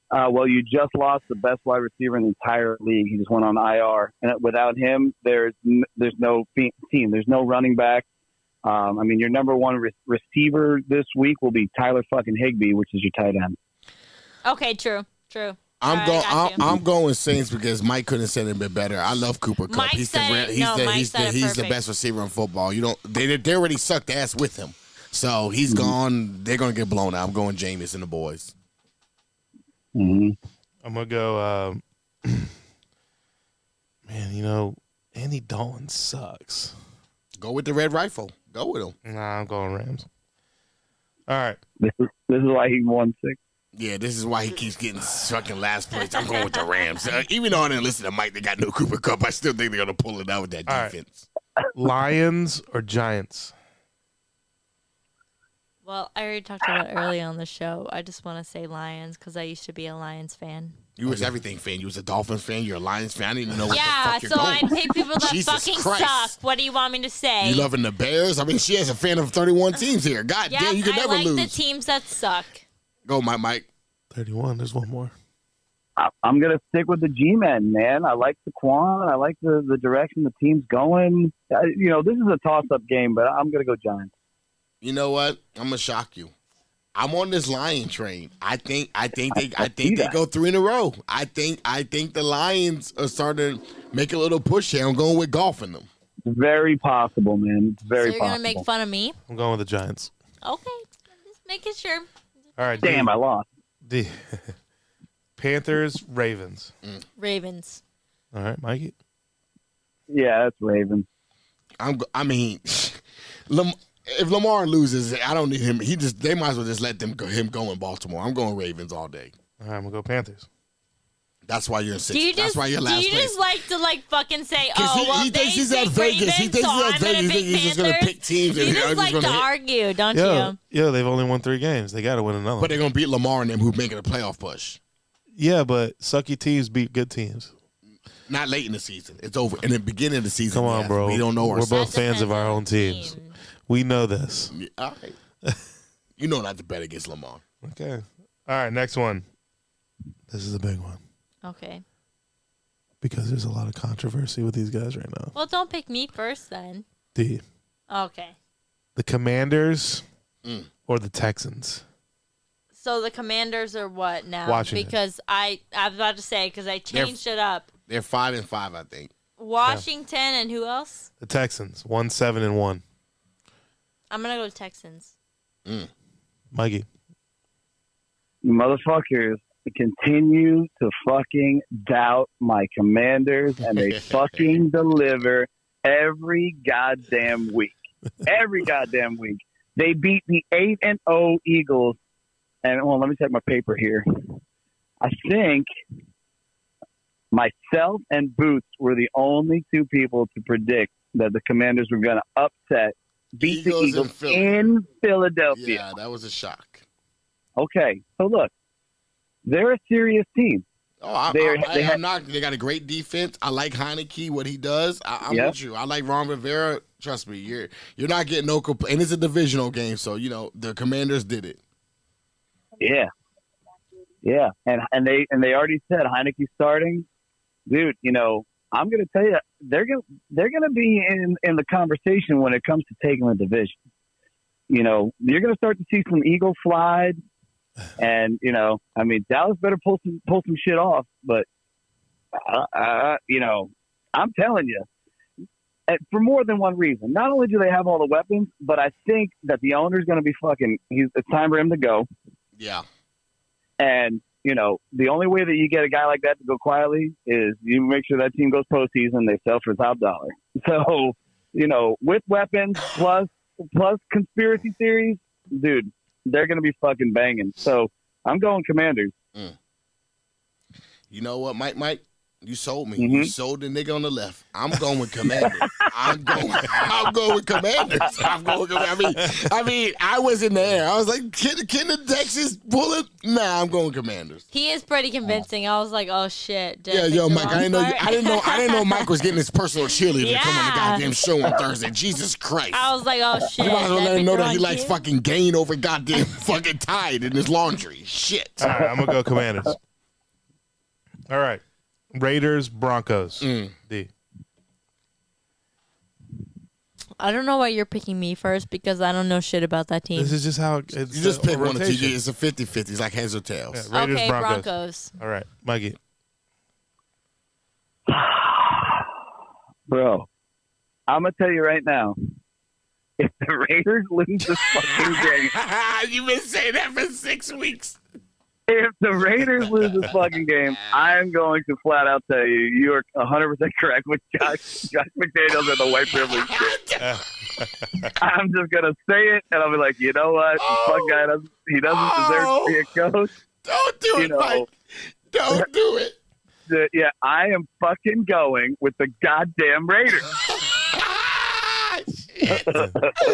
Speaker 4: Uh, well, you just lost the best wide receiver in the entire league. He just went on IR, and without him, there's n- there's no fe- team. There's no running back. Um, I mean, your number one re- receiver this week will be Tyler fucking Higby, which is your tight end.
Speaker 3: Okay, true, true.
Speaker 2: I'm
Speaker 3: All
Speaker 2: going.
Speaker 3: right, I got
Speaker 2: I'm,
Speaker 3: you.
Speaker 2: I'm going Saints because Mike couldn't say it bit better. I love Cooper Cup.
Speaker 3: Mike
Speaker 2: he's the
Speaker 3: said
Speaker 2: re-
Speaker 3: it-
Speaker 2: he's
Speaker 3: no,
Speaker 2: the
Speaker 3: Mike
Speaker 2: he's the
Speaker 3: said it
Speaker 2: he's the
Speaker 3: perfect.
Speaker 2: best receiver in football. You don't. They they already sucked ass with him. So he's
Speaker 1: Mm-hmm.
Speaker 2: gone. They're gonna get blown out. I'm going Jameis and the boys.
Speaker 4: Mm-hmm.
Speaker 1: I'm gonna go. Um, <clears throat> man, you know Andy Dalton sucks.
Speaker 2: Go with the red rifle. Go with him.
Speaker 1: Nah, I'm going Rams. All right,
Speaker 4: This is this is why he won six.
Speaker 2: Yeah, this is why he keeps getting fucking last place. I'm going with the Rams. Uh, even though I didn't listen to Mike, they got no Cooper Cup. I still think they're gonna pull it out with that
Speaker 1: All right.
Speaker 2: defense.
Speaker 1: Lions or Giants?
Speaker 3: Well, I already talked about it early on the show. I just want to say Lions because I used to be a Lions fan.
Speaker 2: You was everything fan. You was a Dolphins fan. You're a Lions fan. I didn't even know what
Speaker 3: Yeah,
Speaker 2: the fuck
Speaker 3: so
Speaker 2: you're
Speaker 3: I
Speaker 2: going.
Speaker 3: pick people that
Speaker 2: Jesus
Speaker 3: fucking
Speaker 2: Christ.
Speaker 3: suck. What do you want me to say?
Speaker 2: You loving the Bears? I mean, she has a fan of 31 teams here. God
Speaker 3: yes,
Speaker 2: damn, you can
Speaker 3: I
Speaker 2: never
Speaker 3: like
Speaker 2: lose.
Speaker 3: the teams that suck.
Speaker 2: Go, Mike. Mike.
Speaker 1: Thirty-one. There's one more.
Speaker 4: I, I'm going to stick with the G-men, man. I like the Quan. I like the, the direction the team's going. I, you know, this is a toss-up game, but I'm going to go Giants.
Speaker 2: You know what? I'm gonna shock you. I'm on this lion train. I think I think they I,
Speaker 4: I see
Speaker 2: think they
Speaker 4: that.
Speaker 2: go three in a row. I think I think the Lions are starting to make a little push here. I'm going with golf in them.
Speaker 4: It's very possible, man. It's
Speaker 3: So
Speaker 4: very
Speaker 3: you're
Speaker 4: possible.
Speaker 3: gonna make fun of me?
Speaker 1: I'm going with the Giants.
Speaker 3: Okay, I'm just making sure.
Speaker 1: All right.
Speaker 4: Damn, I lost.
Speaker 1: The <laughs> Panthers, Ravens.
Speaker 3: Ravens.
Speaker 1: All right, Mikey.
Speaker 4: Yeah, that's Raven.
Speaker 2: I'm go- I mean, <laughs> Lam- if Lamar loses, I don't need him. He just they might as well just let them go, him go in Baltimore. I'm going Ravens all day.
Speaker 1: All right, I'm gonna go Panthers.
Speaker 2: That's why you're in six.
Speaker 3: Do you
Speaker 2: That's
Speaker 3: just
Speaker 2: why you're
Speaker 3: do
Speaker 2: last
Speaker 3: you
Speaker 2: place.
Speaker 3: just like to like fucking say,
Speaker 2: 'Cause
Speaker 3: oh
Speaker 2: he-
Speaker 3: well,
Speaker 2: he
Speaker 3: they
Speaker 2: thinks he's
Speaker 3: pick
Speaker 2: at Vegas.
Speaker 3: Ravens,
Speaker 2: He thinks
Speaker 3: so
Speaker 2: he's at
Speaker 3: I'm gonna
Speaker 2: Vegas. He
Speaker 3: pick
Speaker 2: thinks he's just gonna
Speaker 3: Panthers."
Speaker 2: pick teams and
Speaker 3: You
Speaker 2: I'm
Speaker 3: just
Speaker 2: just
Speaker 3: like
Speaker 2: gonna
Speaker 3: to
Speaker 2: hit.
Speaker 3: argue, don't
Speaker 1: Yeah,
Speaker 3: you?
Speaker 1: yeah. They've only won three games. They got to win another.
Speaker 2: But
Speaker 1: one.
Speaker 2: they're gonna beat Lamar and them who's making a playoff push.
Speaker 1: Yeah, but sucky teams beat good teams.
Speaker 2: Not late in the season. It's over. In the beginning of the season,
Speaker 1: Come on,
Speaker 2: yeah,
Speaker 1: bro.
Speaker 2: We don't know
Speaker 1: We're
Speaker 2: ourselves.
Speaker 1: both fans of our own teams. We know this.
Speaker 2: Yeah, all right. you know not to bet against Lamar.
Speaker 1: Okay. All right, next one. This is a big one
Speaker 3: Okay.
Speaker 1: because there's a lot of controversy with these guys right now.
Speaker 3: Well, don't pick me first then.
Speaker 1: The
Speaker 3: Okay.
Speaker 1: the Commanders
Speaker 2: Mm.
Speaker 1: or the Texans.
Speaker 3: So the commanders are what now?
Speaker 1: Washington.
Speaker 3: Because I I was about to say because I
Speaker 2: They're-
Speaker 3: changed it up.
Speaker 2: They're five and five, I think.
Speaker 3: Washington and who else?
Speaker 1: The Texans, one seven and one.
Speaker 3: I'm gonna go Texans.
Speaker 1: Mikey,
Speaker 4: You motherfuckers continue to fucking doubt my commanders,
Speaker 2: <laughs>
Speaker 4: and they fucking deliver every goddamn week.
Speaker 2: <laughs>
Speaker 4: Every goddamn week. They beat the 8 and 0 Eagles. And, well, let me check my paper here. I think myself and Boots were the only two people to predict that the commanders were going to upset, beat
Speaker 2: Eagles
Speaker 4: the
Speaker 2: in
Speaker 4: Eagles
Speaker 2: Philly.
Speaker 4: in Philadelphia.
Speaker 2: Yeah, that was a shock.
Speaker 4: Okay, so look, they're a serious team.
Speaker 2: Oh, I,
Speaker 4: They're-
Speaker 2: I,
Speaker 4: they
Speaker 2: am
Speaker 4: had-
Speaker 2: not. They got a great defense. I like Heineke, what he does. I, I'm
Speaker 4: Yeah.
Speaker 2: with you. I like Ron Rivera. Trust me, you're you're not getting no complaint. And it's a divisional game, so you know the Commanders did it.
Speaker 4: Yeah, yeah, and and they and they already said Heineke starting, dude. You know, I'm going to tell you they're going to they're going to be in in the conversation when it comes to taking the division. You know, you're going to start to see some eagle flies, <sighs> and you know, I mean, Dallas better pull some pull some shit off, but uh, uh, you know, I'm telling you. and For more than one reason. Not only do they have all the weapons, but I think that the owner's going to be fucking. He's, it's time for him to go.
Speaker 2: Yeah,
Speaker 4: And you know, the only way that you get a guy like that to go quietly is you make sure that team goes postseason. They sell for top dollar. <laughs> So you know, with weapons plus plus conspiracy theories, dude, they're gonna be fucking banging. So I'm going Commanders. <sighs>
Speaker 2: you know what, Mike? Mike, you sold me. You
Speaker 4: Mhm.
Speaker 2: sold the nigga on the left. I'm going with <laughs> Commanders. I'm going. I'm going with Commanders. <laughs> I'm going. With, I mean, I mean, I was in there. I was like, can, can the Texans pull it? Nah, I'm going Commanders.
Speaker 3: He is pretty convincing. I was like, oh shit. did I
Speaker 2: Yeah,
Speaker 3: pick
Speaker 2: yo,
Speaker 3: the
Speaker 2: Mike.
Speaker 3: wrong
Speaker 2: I didn't know. You,
Speaker 3: part?
Speaker 2: I didn't know. I didn't know Mike was getting his personal cheerleader to come on
Speaker 3: Yeah.
Speaker 2: the goddamn show on Thursday. Jesus Christ!
Speaker 3: <laughs> I was like, oh shit.
Speaker 2: you might as well
Speaker 3: did I
Speaker 2: let him
Speaker 3: pick
Speaker 2: know
Speaker 3: the
Speaker 2: that he
Speaker 3: wrong
Speaker 2: likes
Speaker 3: team?
Speaker 2: fucking gain over goddamn <laughs> fucking Tide in his laundry. Shit.
Speaker 1: <laughs> All right, I'm gonna go Commanders. All right, Raiders, Broncos.
Speaker 2: Mm.
Speaker 1: D.
Speaker 3: I don't know why you're picking me first because I don't know shit about that team.
Speaker 1: This is just how it- it's
Speaker 2: You just
Speaker 1: the
Speaker 2: pick one of two.
Speaker 1: rotation.
Speaker 2: It's a 50 50. It's like heads or tails.
Speaker 1: Yeah, Raiders,
Speaker 3: okay,
Speaker 1: Broncos.
Speaker 3: Broncos.
Speaker 1: All right, Mikey.
Speaker 4: Bro, I'm gonna tell you right now, <laughs> if the Raiders lose this fucking game,
Speaker 2: <laughs> You've been saying that for six weeks.
Speaker 4: if the Raiders lose this fucking game, I'm going to flat out tell you you are 100 percent correct with Josh, Josh McDaniels and the white privilege shit. I'm just gonna say it, and I'll be like, you know what,
Speaker 2: Oh.
Speaker 4: the fuck guy doesn't he doesn't
Speaker 2: Oh.
Speaker 4: deserve to be a coach.
Speaker 2: <laughs> Don't do
Speaker 4: You
Speaker 2: it,
Speaker 4: know.
Speaker 2: Mike. Don't do it. <laughs>
Speaker 4: The- yeah, I am fucking going with the goddamn Raiders.
Speaker 2: Ah,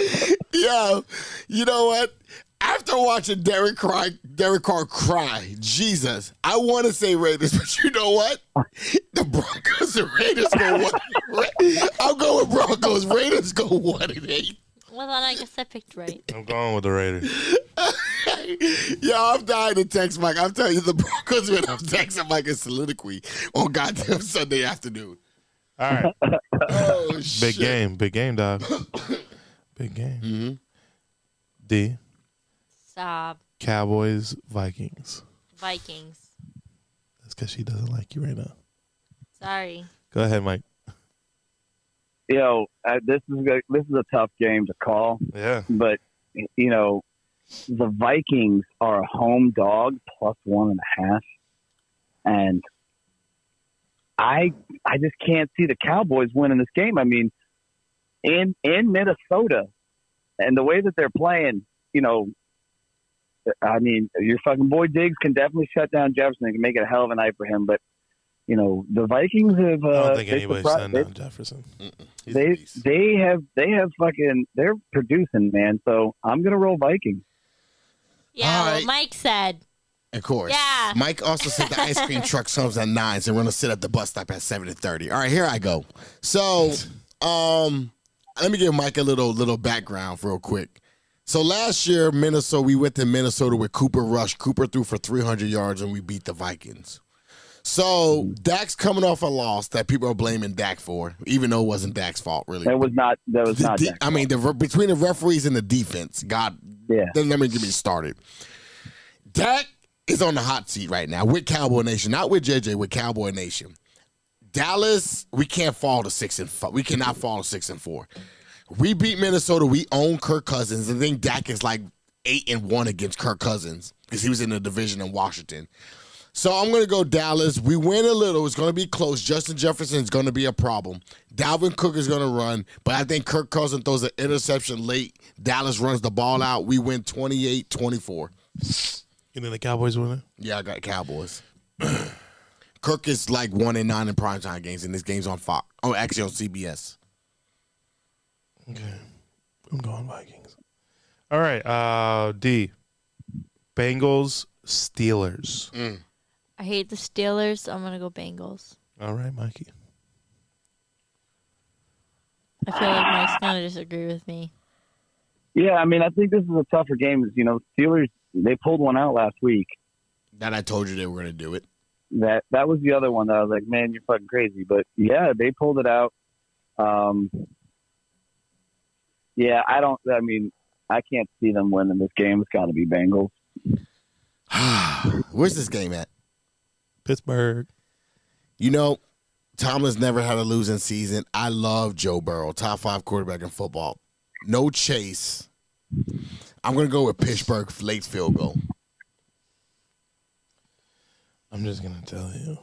Speaker 2: shit. Yo, you know what? After watching Derek cry, Derek Carr cry, Jesus, I want to say Raiders, <laughs> but you know what? The Broncos and Raiders go one. I'll go with Broncos. Raiders go one and eight. <laughs>
Speaker 3: Well, then I guess I picked right.
Speaker 1: I'm going with the Raiders.
Speaker 2: Yo, I'm dying to text Mike. I'm telling you, the Broncos went up texting Mike a soliloquy on goddamn Sunday afternoon.
Speaker 1: All
Speaker 2: <laughs>
Speaker 1: right.
Speaker 2: Oh,
Speaker 1: Big
Speaker 2: shit.
Speaker 1: game. Big game,
Speaker 2: <coughs>
Speaker 1: dog. Big game.
Speaker 2: hmm
Speaker 1: D.
Speaker 3: Stop.
Speaker 1: Cowboys, Vikings.
Speaker 3: Vikings.
Speaker 1: That's because she doesn't like you right now.
Speaker 3: Sorry.
Speaker 1: Go ahead, Mike.
Speaker 4: Yo, uh, this is a, this is a tough game to call,
Speaker 1: Yeah.
Speaker 4: but you know, the Vikings are a home dog plus one and a half, and I I just can't see the Cowboys winning this game. I mean, in in Minnesota, and the way that they're playing, you know, I mean, your fucking boy Diggs can definitely shut down Jefferson and can make it a hell of a night for him, but. You know the Vikings have. Uh,
Speaker 1: I don't think
Speaker 4: they
Speaker 1: anybody's
Speaker 4: surprised-
Speaker 1: sending
Speaker 4: they-
Speaker 1: down Jefferson.
Speaker 2: He's a
Speaker 4: they
Speaker 2: beast.
Speaker 4: they have they have fucking they're producing man. So I'm gonna roll Vikings.
Speaker 3: Yeah,
Speaker 2: All
Speaker 3: well,
Speaker 2: right.
Speaker 3: Mike said.
Speaker 2: Of course.
Speaker 3: Yeah.
Speaker 2: Mike also said the ice cream truck comes at nine, so we're gonna sit at the bus stop at seven and thirty. All right, here I go. So, um, let me give Mike a little little background real quick. So last year, Minnesota, we went to Minnesota with Cooper Rush. Cooper threw for three hundred yards, and we beat the Vikings.
Speaker 4: Mm-hmm.
Speaker 2: So Dak's coming off a loss that people are blaming Dak for, even though it wasn't Dak's fault, really.
Speaker 4: That was not that was
Speaker 2: The
Speaker 4: not.
Speaker 2: de-
Speaker 4: that.
Speaker 2: I mean, the, re- between the referees and the defense, God,
Speaker 4: Yeah.
Speaker 2: then let me get me started. Dak is on the hot seat right now with Cowboy Nation, not with JJ, with Cowboy Nation. Dallas, we can't fall to six and five. We cannot fall to six and four. We beat Minnesota. We own Kirk Cousins. I think Dak is like eight and one against Kirk Cousins because he was in the division in Washington. So I'm going to go Dallas. We win a little. It's going to be close. Justin Jefferson is going to be a problem. Dalvin Cook is going to run, but I think Kirk Cousins throws an interception late. Dallas runs the ball out. We win 28 24.
Speaker 1: You think the Cowboys winning?
Speaker 2: Yeah, I got Cowboys. <clears throat> Kirk is like one and nine in primetime games, and this game's on Fox. Oh, actually on CBS.
Speaker 1: Okay. I'm going Vikings. All right. Uh, D. Bengals, Steelers.
Speaker 3: I hate the Steelers. so I'm gonna go Bengals.
Speaker 1: All right, Mikey.
Speaker 3: I feel like Mike's gonna disagree with me.
Speaker 4: Yeah, I mean I think this is a tougher game. You know, Steelers they pulled one out last week.
Speaker 2: That I told you they were going to do it. <sighs>
Speaker 4: That that was the other one that I was like, man, you're fucking crazy. But yeah, they pulled it out. Um, yeah, I don't. I mean, I can't see them winning this game. It's got to be Bengals.
Speaker 2: Where's this game at?
Speaker 1: Pittsburgh.
Speaker 2: You know, Tomlin's never had a losing season. I love Joe Burrow, top five quarterback in football. No chase. I'm going to go with Pittsburgh late field goal.
Speaker 1: I'm just gonna tell you,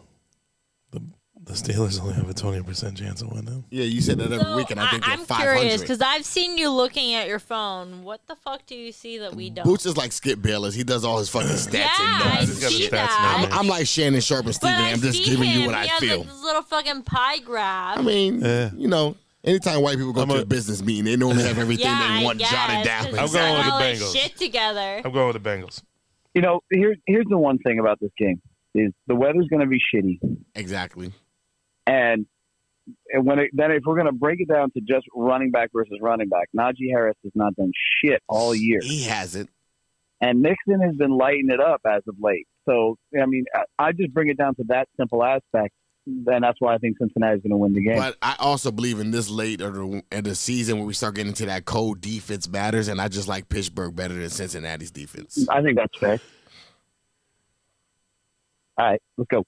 Speaker 1: the the Steelers only have a 20% chance of winning.
Speaker 2: Yeah, you said that every
Speaker 3: So,
Speaker 2: week, and I think
Speaker 3: I,
Speaker 2: they're
Speaker 3: am curious
Speaker 2: 500.
Speaker 3: because I've seen you looking at your phone. What the fuck do you see that we don't?
Speaker 2: Boots is like Skip Bayless. He does all his fucking stats
Speaker 3: yeah,
Speaker 2: and
Speaker 3: I
Speaker 2: numbers.
Speaker 1: He's got his
Speaker 3: see
Speaker 1: stats now,
Speaker 3: that.
Speaker 1: man.
Speaker 2: I'm like Shannon Sharp and
Speaker 3: But
Speaker 2: Steven.
Speaker 3: I
Speaker 2: I'm just
Speaker 3: see
Speaker 2: giving
Speaker 3: him.
Speaker 2: you what
Speaker 3: he
Speaker 2: I
Speaker 3: has,
Speaker 2: feel.
Speaker 3: Like this little fucking pie grab.
Speaker 2: I mean,
Speaker 1: Yeah.
Speaker 2: you know, anytime white people go
Speaker 1: I'm
Speaker 2: to
Speaker 1: a-
Speaker 2: a, business meeting,
Speaker 3: <laughs>
Speaker 2: they normally have everything
Speaker 3: yeah,
Speaker 2: they want
Speaker 3: I guess,
Speaker 2: jotted down.
Speaker 3: 'cause
Speaker 1: I'm
Speaker 3: he's
Speaker 1: going
Speaker 3: got
Speaker 1: with the
Speaker 3: all his
Speaker 1: Bengals.
Speaker 3: Shit together.
Speaker 1: I'm going with the Bengals.
Speaker 4: You know, here's here's the one thing about this game is the weather's going to be shitty.
Speaker 2: Exactly.
Speaker 4: And and when it, then if we're going to break it down to just running back versus running back, Najee Harris has not done shit all year,
Speaker 2: He has it.
Speaker 4: and Nixon has been lighting it up as of late. So I mean, I, I just bring it down to that simple aspect, and that's why I think Cincinnati's going to win the game.
Speaker 2: But I also believe in this late of the, of the season when we start getting into that cold defense matters, and I just like Pittsburgh better than Cincinnati's defense.
Speaker 4: I think that's fair. All right, let's go.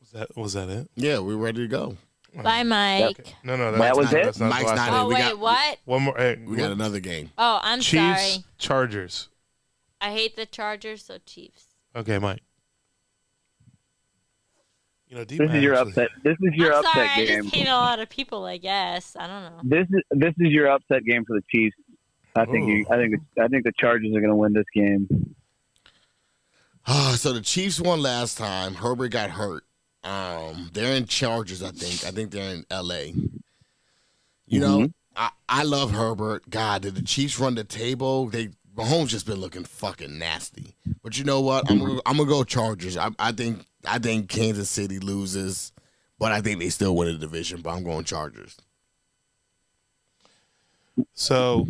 Speaker 1: Was that was that it?
Speaker 2: Yeah, we're ready to go.
Speaker 3: Bye, Mike.
Speaker 1: No, no, that's
Speaker 4: That was
Speaker 1: not,
Speaker 4: it?
Speaker 1: That's not the
Speaker 2: Mike's
Speaker 1: last
Speaker 2: not
Speaker 1: one.
Speaker 3: Oh
Speaker 2: We
Speaker 3: wait,
Speaker 2: got-
Speaker 3: what?
Speaker 1: One more. Hey,
Speaker 2: We got another game.
Speaker 3: Oh, I'm
Speaker 1: Chiefs,
Speaker 3: sorry.
Speaker 1: Chargers.
Speaker 3: I hate the Chargers, so Chiefs.
Speaker 1: Okay, Mike. You know,
Speaker 4: This is your upset. This is your
Speaker 3: I'm
Speaker 4: upset
Speaker 3: sorry, I
Speaker 4: game.
Speaker 3: just hate a lot of people. I guess I don't know.
Speaker 4: This is this is your upset game for the Chiefs. I think you,
Speaker 1: Ooh.
Speaker 4: I think I think the Chargers are going to win this game.
Speaker 2: Ah, so the Chiefs won last time. Herbert got hurt. Um, they're in Chargers, I think. I think they're in L.A. You know, I, I love Herbert. God, did the Chiefs run the table? They Mahomes just been looking fucking nasty. But you know what? I'm gonna, I'm gonna go Chargers. I, I think I think Kansas City loses, but I think they still win the division. But I'm going Chargers.
Speaker 1: So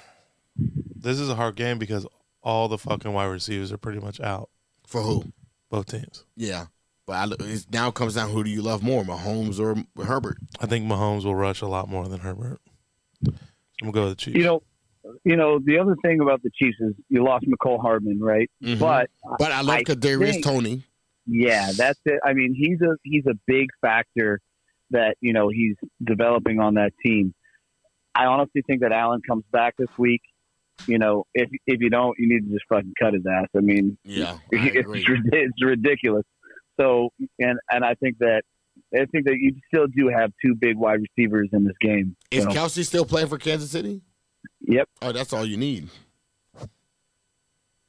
Speaker 1: <clears throat> This is a hard game because all the fucking wide receivers are pretty much out.
Speaker 2: For who?
Speaker 1: Both teams.
Speaker 2: Yeah. But I, it now comes down who do you love more, Mahomes or Herbert?
Speaker 1: I think Mahomes will rush a lot more than Herbert. I'm gonna go with the Chiefs.
Speaker 4: You know, you know the other thing about the Chiefs is you lost McCole Hardman, right?
Speaker 2: Mhm.
Speaker 4: But
Speaker 2: but I love
Speaker 4: I
Speaker 2: Kadarius
Speaker 4: think-
Speaker 2: Tony.
Speaker 4: yeah, that's it. I mean, he's a he's a big factor that you know he's developing on that team. I honestly think that Allen comes back this week. You know, if if you don't, you need to just fucking cut his ass. I mean,
Speaker 2: Yeah, I agree.
Speaker 4: <laughs> it's, rid- it's ridiculous. So, and and I think that I think that you still do have two big wide receivers in this game.
Speaker 2: Is
Speaker 4: So,
Speaker 2: Kelsey still playing for Kansas City?
Speaker 4: yep,
Speaker 2: Oh, that's all you need.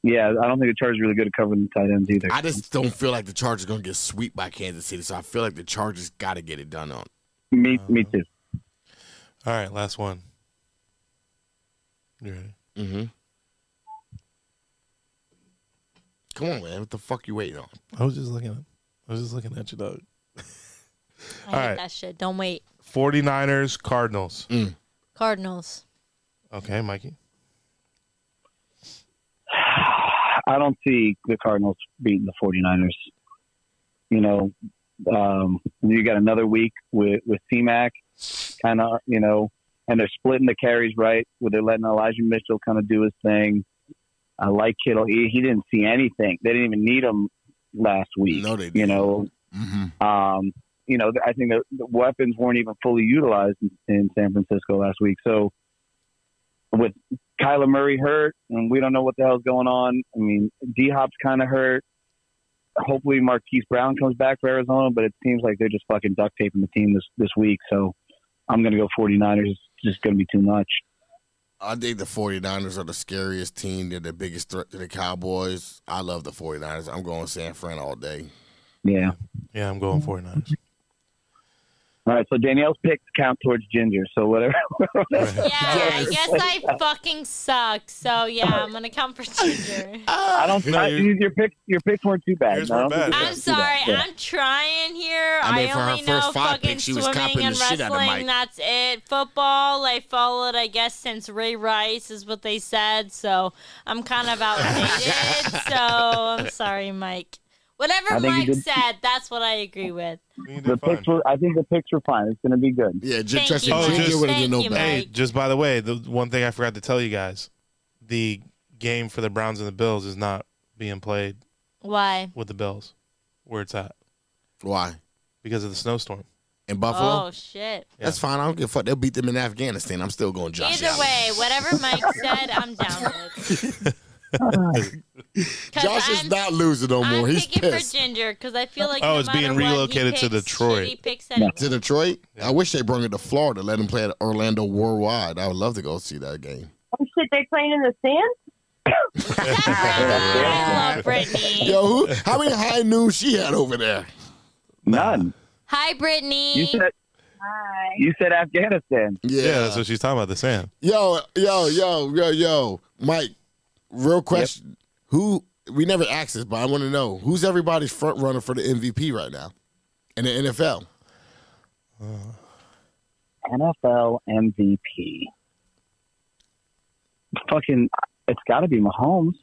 Speaker 4: yeah. I don't think the Chargers are really good at covering the tight ends either.
Speaker 2: I just don't feel like the Chargers going to get swept by Kansas City, so I feel like the Chargers got to get it done on.
Speaker 4: me, me too.
Speaker 1: all right, last one. You ready?
Speaker 2: Mm-hmm. Come on, man. What the fuck you waiting on?
Speaker 1: I was just looking at I was just looking at you, dog.
Speaker 3: I
Speaker 1: All
Speaker 3: hate
Speaker 1: right.
Speaker 3: that shit. Don't wait.
Speaker 1: 49ers, Cardinals.
Speaker 3: Cardinals.
Speaker 1: Okay, Mikey.
Speaker 4: I don't see the Cardinals beating the 49ers. You know, um, you got another week with with C-Mac, kind of, you know, and they're splitting the carries right, where they're letting Elijah Mitchell kind of do his thing. I like Kittle. He, he didn't see anything. They didn't even need him last week.
Speaker 2: No, they
Speaker 4: You
Speaker 2: didn't.
Speaker 4: know,
Speaker 2: Mm-hmm.
Speaker 4: um, you know, I think the, the weapons weren't even fully utilized in, in San Francisco last week. So with Kyler Murray hurt, and we don't know what the hell's going on. I mean, D Hop's kind of hurt. Hopefully, Marquise Brown comes back for Arizona, but it seems like they're just fucking duct taping the team this this week. So I'm going to go 49ers. It's just going to be too much.
Speaker 2: I think the 49ers are the scariest team. They're the biggest threat to the Cowboys. I love the 49ers. I'm going San Fran all day.
Speaker 4: Yeah.
Speaker 1: Yeah, I'm going
Speaker 4: <laughs>
Speaker 1: 49ers.
Speaker 4: All right. So Danielle's picks count towards Ginger. So whatever.
Speaker 3: <laughs> Yeah, I guess I fucking suck. So yeah, I'm gonna come for
Speaker 2: <laughs>
Speaker 3: Ginger.
Speaker 4: I don't.
Speaker 1: No,
Speaker 4: I,
Speaker 1: you-
Speaker 4: your picks. Your picks weren't too bad.
Speaker 1: Yours
Speaker 4: No, I
Speaker 1: weren't
Speaker 4: don't
Speaker 1: bad.
Speaker 4: think they
Speaker 3: I'm
Speaker 4: weren't too bad.
Speaker 3: sorry.
Speaker 4: Yeah.
Speaker 3: I'm trying here.
Speaker 2: I
Speaker 3: I,
Speaker 2: mean, for her
Speaker 3: only know
Speaker 2: first five
Speaker 3: fucking
Speaker 2: picks, she was
Speaker 3: swimming
Speaker 2: copping
Speaker 3: and
Speaker 2: the shit out of Mike.
Speaker 3: wrestling. That's it. Football, I followed, I guess, since Ray Rice is what they said. So I'm kind of
Speaker 2: <laughs>
Speaker 3: outdated. so I'm sorry, Mike.
Speaker 4: I
Speaker 3: Whatever
Speaker 4: think you
Speaker 3: Mike
Speaker 4: did-
Speaker 3: said, that's what I agree with.
Speaker 1: You
Speaker 4: The
Speaker 1: did fine.
Speaker 4: picks were. I think the picks were fine. It's going to be good.
Speaker 2: Yeah,
Speaker 3: Thank
Speaker 2: Trust me,
Speaker 3: you,
Speaker 1: Oh,
Speaker 2: Ginger
Speaker 1: just-
Speaker 2: would've
Speaker 3: Thank
Speaker 2: done no
Speaker 3: you,
Speaker 2: better.
Speaker 3: Mike.
Speaker 1: Hey, just by the way, the one thing I forgot to tell you guys, the game for the Browns and the Bills is not being played
Speaker 3: Why?
Speaker 1: with the Bills where it's at
Speaker 2: Why?
Speaker 1: because of the snowstorm.
Speaker 2: In Buffalo?
Speaker 3: Oh shit.
Speaker 2: That's fine. I don't give a fuck. They'll beat them in Afghanistan. I'm still going Josh.
Speaker 3: Either
Speaker 2: Allen.
Speaker 3: way, whatever Mike said, I'm down with. 'Cause
Speaker 2: Josh is
Speaker 3: I'm-
Speaker 2: not losing no
Speaker 3: I'm
Speaker 2: more. He's
Speaker 3: picking
Speaker 2: pissed.
Speaker 3: for Ginger because I feel like
Speaker 1: Oh,
Speaker 3: no
Speaker 1: it's being
Speaker 3: matter what, he
Speaker 1: relocated to
Speaker 3: picks
Speaker 1: Detroit.
Speaker 3: shitty Picks anyway.
Speaker 2: To Detroit?
Speaker 1: Yeah.
Speaker 2: I wish they brought it to Florida. Let him play at Orlando Worldwide. I would love to go see that game.
Speaker 5: Oh shit, they playing in the sand?
Speaker 3: I love Brittany.
Speaker 2: Yo, who,
Speaker 1: <laughs>
Speaker 2: how many high noons she had over there?
Speaker 4: None.
Speaker 3: Hi,
Speaker 4: You
Speaker 3: Brittany.
Speaker 4: said
Speaker 5: Hi.
Speaker 4: you said Afghanistan.
Speaker 1: Yeah. that's what she's talking about, the sand.
Speaker 2: Yo, yo, yo, yo, yo, Mike. Real question: Who we never asked this, but I want to know who's everybody's front runner for the MVP right now in the NFL?
Speaker 4: NFL MVP. Fucking, it's got to be Mahomes.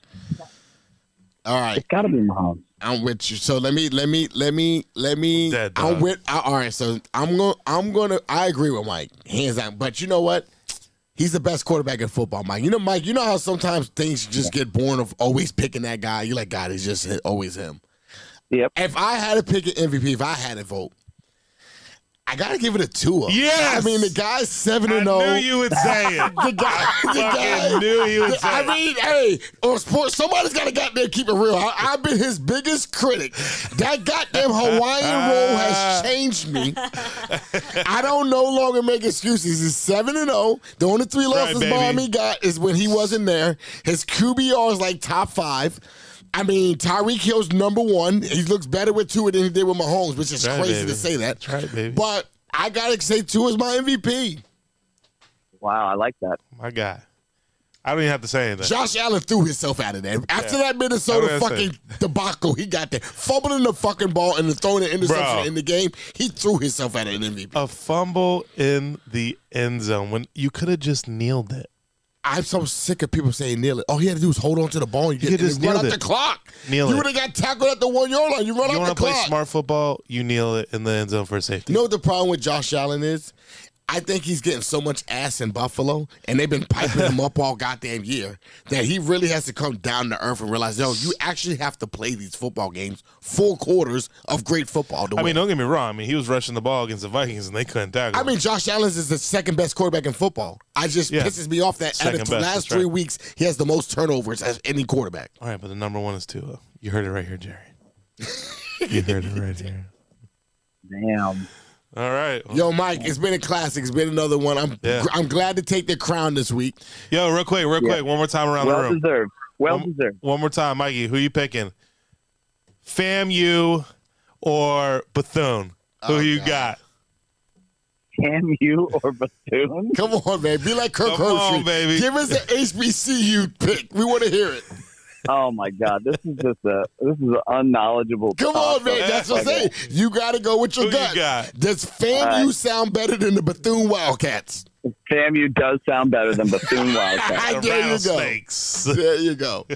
Speaker 2: All right,
Speaker 4: It's got to be Mahomes.
Speaker 2: I'm with you. So let me, let me, let me, let me.
Speaker 1: Dead dog.
Speaker 2: I'm with. I, all right, so I'm going. to I'm going to. I agree with Mike, hands down. But you know what? He's the best quarterback in football, Mike. You know, Mike. You know how sometimes things just get born of always picking that guy. You're like, God, it's just hi- always him.
Speaker 4: Yep.
Speaker 2: If I had to pick an MVP, if I had to vote, I gotta give it a two.
Speaker 1: Yes!
Speaker 2: I mean the guy's seven
Speaker 1: I
Speaker 2: and zero.
Speaker 1: knew you would say it.
Speaker 2: The
Speaker 1: <laughs>
Speaker 2: guy, the
Speaker 1: fucking
Speaker 2: guy.
Speaker 1: knew you would say
Speaker 2: I
Speaker 1: it.
Speaker 2: mean, hey, on sports, somebody's got to goddamn keep it real. I, I've been his biggest critic. That goddamn Hawaiian roll has changed me. I don't no longer make excuses. He's 7 and 0. The only three losses
Speaker 1: baby.
Speaker 2: Miami got is when he wasn't there. His QBR is like top five. I mean, Tyreek Hill's number one. He looks better with Tua than he did with Mahomes, which is
Speaker 1: That's right,
Speaker 2: crazy
Speaker 1: baby.
Speaker 2: to say that.
Speaker 1: That's right, baby.
Speaker 2: But I gotta say, Tua is my MVP.
Speaker 4: Wow, I like that.
Speaker 1: My guy. I don't even have to say anything.
Speaker 2: Josh Allen threw himself out of there. After
Speaker 1: Yeah.
Speaker 2: that Minnesota
Speaker 1: That's what I
Speaker 2: fucking debacle, he got there. Fumbling the fucking ball and then throwing an interception
Speaker 1: Bro.
Speaker 2: in the game, he threw himself out of an MVP.
Speaker 1: A fumble in the end zone when you could have just kneeled it.
Speaker 2: I'm so sick of people saying kneel it. All he had to do was hold on to the ball. And you,
Speaker 1: You
Speaker 2: get,
Speaker 1: just
Speaker 2: and you run
Speaker 1: kneeled
Speaker 2: out
Speaker 1: it.
Speaker 2: the clock.
Speaker 1: Kneel
Speaker 2: you
Speaker 1: it.
Speaker 2: would have got tackled at the one yard line. You run
Speaker 1: You
Speaker 2: out
Speaker 1: want
Speaker 2: the
Speaker 1: to play
Speaker 2: clock.
Speaker 1: smart football? You kneel it in the end zone for safety.
Speaker 2: You know what the problem with Josh Allen is? I think he's getting so much ass in Buffalo, and they've been piping him up all goddamn year that he really has to come down to earth and realize, yo, you actually have to play these football games full quarters of great football. To
Speaker 1: I
Speaker 2: win.
Speaker 1: mean, don't get me wrong. I mean, he was rushing the ball against the Vikings and they couldn't tackle.
Speaker 2: I
Speaker 1: him.
Speaker 2: mean, Josh Allen is the second best quarterback in football. I just
Speaker 1: Yeah.
Speaker 2: pisses me off that out
Speaker 1: Second
Speaker 2: of the
Speaker 1: best,
Speaker 2: last
Speaker 1: that's right.
Speaker 2: three weeks he has the most turnovers as any quarterback.
Speaker 1: all right, but the number one is Tua. You heard it right here, Jerry. you heard it right here.
Speaker 4: Damn.
Speaker 1: All right. Well-
Speaker 2: Yo, Mike, it's been a classic. It's been another one. I'm
Speaker 1: Yeah.
Speaker 2: I'm glad to take the crown this week.
Speaker 1: Yo, real quick, real
Speaker 4: Yeah.
Speaker 1: quick, one more time around the
Speaker 4: Well
Speaker 1: room.
Speaker 4: deserved. Well
Speaker 2: Um,
Speaker 1: One-
Speaker 4: deserved.
Speaker 1: One more time, Mikey. Who you picking? FAMU or Bethune? Who
Speaker 2: Oh,
Speaker 1: you
Speaker 2: God.
Speaker 1: got?
Speaker 4: Damn you
Speaker 2: <laughs>
Speaker 4: or Bethune?
Speaker 2: Come on, man. Be like Kirk
Speaker 1: Come on,
Speaker 2: Herbstreit.
Speaker 1: baby.
Speaker 2: Give us the HBCU pick. We want to hear it.
Speaker 4: Oh my God! This is just a this is an unknowledgeable.
Speaker 2: Come on,
Speaker 4: toss-up.
Speaker 2: man. That's what I'm saying. You got to go with your
Speaker 1: Who you
Speaker 2: gut.
Speaker 1: got?
Speaker 2: Does FAMU
Speaker 4: All right.
Speaker 2: sound better than the Bethune Wildcats?
Speaker 4: FAMU does sound better than Bethune Wildcats.
Speaker 1: The
Speaker 2: I- there you go.
Speaker 1: rattlesnakes. <laughs>
Speaker 2: There you go.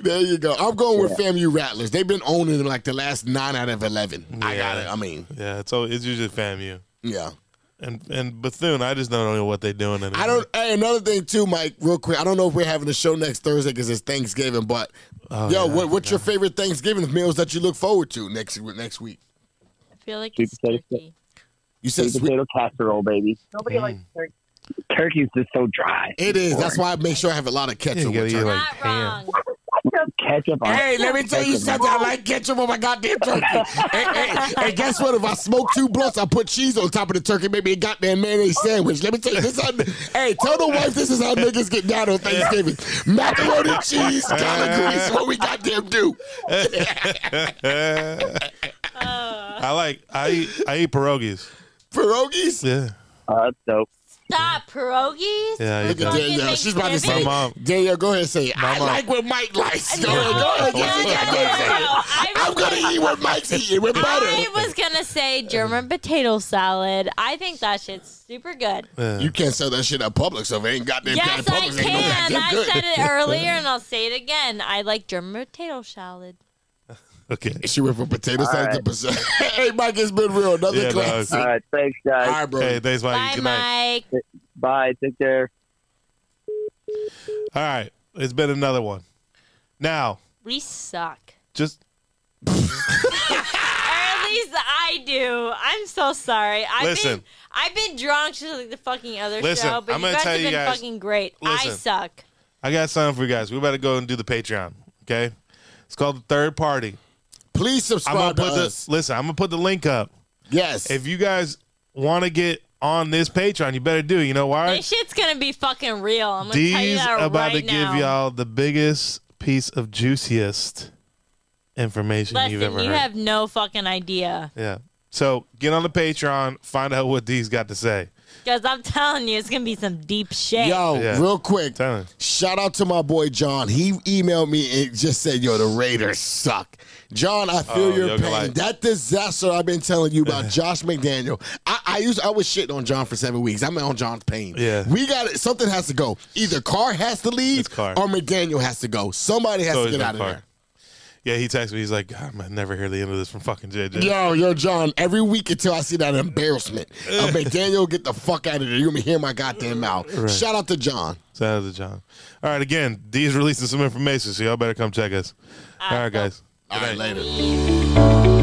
Speaker 2: there you go. I'm going with FAMU Rattlers. They've been owning them like the last nine out of 11. I
Speaker 1: Yeah.
Speaker 2: got it. I mean,
Speaker 1: Yeah, it's all, it's usually FAMU
Speaker 2: yeah.
Speaker 1: and and Bethune. I just don't know what they're doing. Anymore.
Speaker 2: I don't. Hey, another thing too, Mike. Real quick, I don't know if we're having a show next Thursday because it's Thanksgiving. But yo,
Speaker 1: Oh, yeah,
Speaker 2: what,
Speaker 1: <laughs>
Speaker 2: what's your favorite Thanksgiving meals that you look forward to next next week?
Speaker 3: I feel like
Speaker 4: Sweet
Speaker 3: it's
Speaker 4: potato chip.
Speaker 3: turkey.
Speaker 2: You said
Speaker 4: Sweet
Speaker 2: sweet.
Speaker 4: potato casserole, baby.
Speaker 5: Nobody likes turkey.
Speaker 4: Turkey's just so dry.
Speaker 2: Mm. It is. That's why I make sure I have a lot of
Speaker 1: Yeah, you
Speaker 2: ketchup.
Speaker 1: gotta
Speaker 2: with
Speaker 1: eat
Speaker 2: turkey.
Speaker 1: like
Speaker 3: Not
Speaker 1: ham.
Speaker 3: wrong.
Speaker 4: Ketchup on
Speaker 2: Hey, let me tell you something. I like ketchup on my goddamn
Speaker 3: <laughs>
Speaker 2: turkey. hey, hey, hey, guess what? If I smoke two blunts, I put cheese on top of the turkey, make me a goddamn mayonnaise sandwich. Let me tell you this. How, hey, tell the wife this is how niggas get down on Thanksgiving. Macaroni, cheese, collard greens, what we goddamn do.
Speaker 1: I like I eat, I eat pierogies.
Speaker 2: Pierogies?
Speaker 1: Yeah,
Speaker 4: Uh, that's dope.
Speaker 3: Stop pierogies.
Speaker 1: Yeah, you
Speaker 3: for
Speaker 1: do.
Speaker 2: Look at
Speaker 3: fucking
Speaker 2: Danielle. She's about to
Speaker 3: Thanksgiving?
Speaker 2: say,
Speaker 1: My mom-
Speaker 2: Danielle, go ahead and say it. I
Speaker 1: mom-
Speaker 2: like what Mike likes. Go
Speaker 3: No,
Speaker 2: ahead, go ahead.
Speaker 3: no,
Speaker 2: Yes,
Speaker 3: no,
Speaker 2: you gotta say it.
Speaker 3: no. I
Speaker 2: I'm going to eat what Mike's eating with butter.
Speaker 3: I was gonna say German potato salad. I think that shit's super good.
Speaker 1: yeah.
Speaker 2: You can't sell that shit at Publix, so they ain't goddamn
Speaker 3: yes,
Speaker 2: goddamn
Speaker 3: I
Speaker 2: Publix. ain't no
Speaker 3: can.
Speaker 2: goddamn
Speaker 3: I
Speaker 2: good.
Speaker 3: said it earlier, and I'll say it again. I like German potato salad.
Speaker 1: okay.
Speaker 2: She went from potato
Speaker 4: All
Speaker 2: salad to
Speaker 4: right.
Speaker 2: potato. <laughs> hey, Mike, it's been real. Another
Speaker 1: Yeah,
Speaker 2: class.
Speaker 1: dog.
Speaker 4: All right, thanks, guys.
Speaker 2: All right, bro.
Speaker 1: Hey, thanks, Mikey.
Speaker 3: Bye,
Speaker 1: Good night.
Speaker 3: Mike.
Speaker 4: Bye. Take care.
Speaker 1: All right, it's been another one. Now,
Speaker 3: We suck.
Speaker 1: just
Speaker 3: Or at least I do. I'm so sorry. I've
Speaker 1: Listen.
Speaker 3: been I've been drunk just like the fucking other
Speaker 1: Listen,
Speaker 3: show, but
Speaker 1: I'm
Speaker 3: you
Speaker 1: gonna
Speaker 3: guys
Speaker 1: tell
Speaker 3: have
Speaker 1: you
Speaker 3: been
Speaker 1: guys-
Speaker 3: fucking great. I
Speaker 1: Listen.
Speaker 3: suck.
Speaker 1: I got something for you guys. We better go and do the Patreon. Okay, it's called the third party.
Speaker 2: Please
Speaker 1: I'm gonna
Speaker 2: subscribe to
Speaker 1: put
Speaker 2: us.
Speaker 1: the listen. I'm gonna put the link up.
Speaker 2: yes.
Speaker 1: If you guys want to get on this Patreon, you better do. it. You know why?
Speaker 3: This shit's gonna be fucking real. I'm gonna tell you
Speaker 1: D's
Speaker 3: that
Speaker 1: about
Speaker 3: right
Speaker 1: to give
Speaker 3: now.
Speaker 1: y'all the biggest piece of juiciest information
Speaker 3: Listen,
Speaker 1: you've ever
Speaker 3: you
Speaker 1: heard.
Speaker 3: have no fucking idea.
Speaker 1: yeah. So get on the Patreon, find out what D's got to say.
Speaker 3: Because I'm telling you, it's going to be some deep shit.
Speaker 2: Yo,
Speaker 1: Yeah.
Speaker 2: real quick,
Speaker 1: Tell him.
Speaker 2: shout out to my boy John. He emailed me and just said, "Yo, the Raiders suck." John, I feel
Speaker 1: Oh,
Speaker 2: your
Speaker 1: yo,
Speaker 2: pain.
Speaker 1: like-
Speaker 2: that disaster I've been telling you
Speaker 1: <laughs>
Speaker 2: about, Josh McDaniel. I, I used I was shitting on John for seven weeks. I'm on John's pain.
Speaker 1: Yeah.
Speaker 2: we got it. Something has to go. Either Carr has to leave,
Speaker 1: It's Carr.
Speaker 2: or McDaniel has to go. Somebody has
Speaker 1: So
Speaker 2: to
Speaker 1: he's
Speaker 2: get
Speaker 1: been
Speaker 2: out of
Speaker 1: part.
Speaker 2: there.
Speaker 1: Yeah, he texted me. He's like, God, I never hear the end of this from fucking JJ.
Speaker 2: Yo, yo, John, every week until I see that embarrassment of McDaniel, get the fuck out of there. You're going to hear my goddamn mouth.
Speaker 1: Right.
Speaker 2: Shout out to John.
Speaker 1: Shout out to John. All right, again, D's releasing some information, so y'all better come check us. All right, guys.
Speaker 2: All right, later.
Speaker 1: Good night.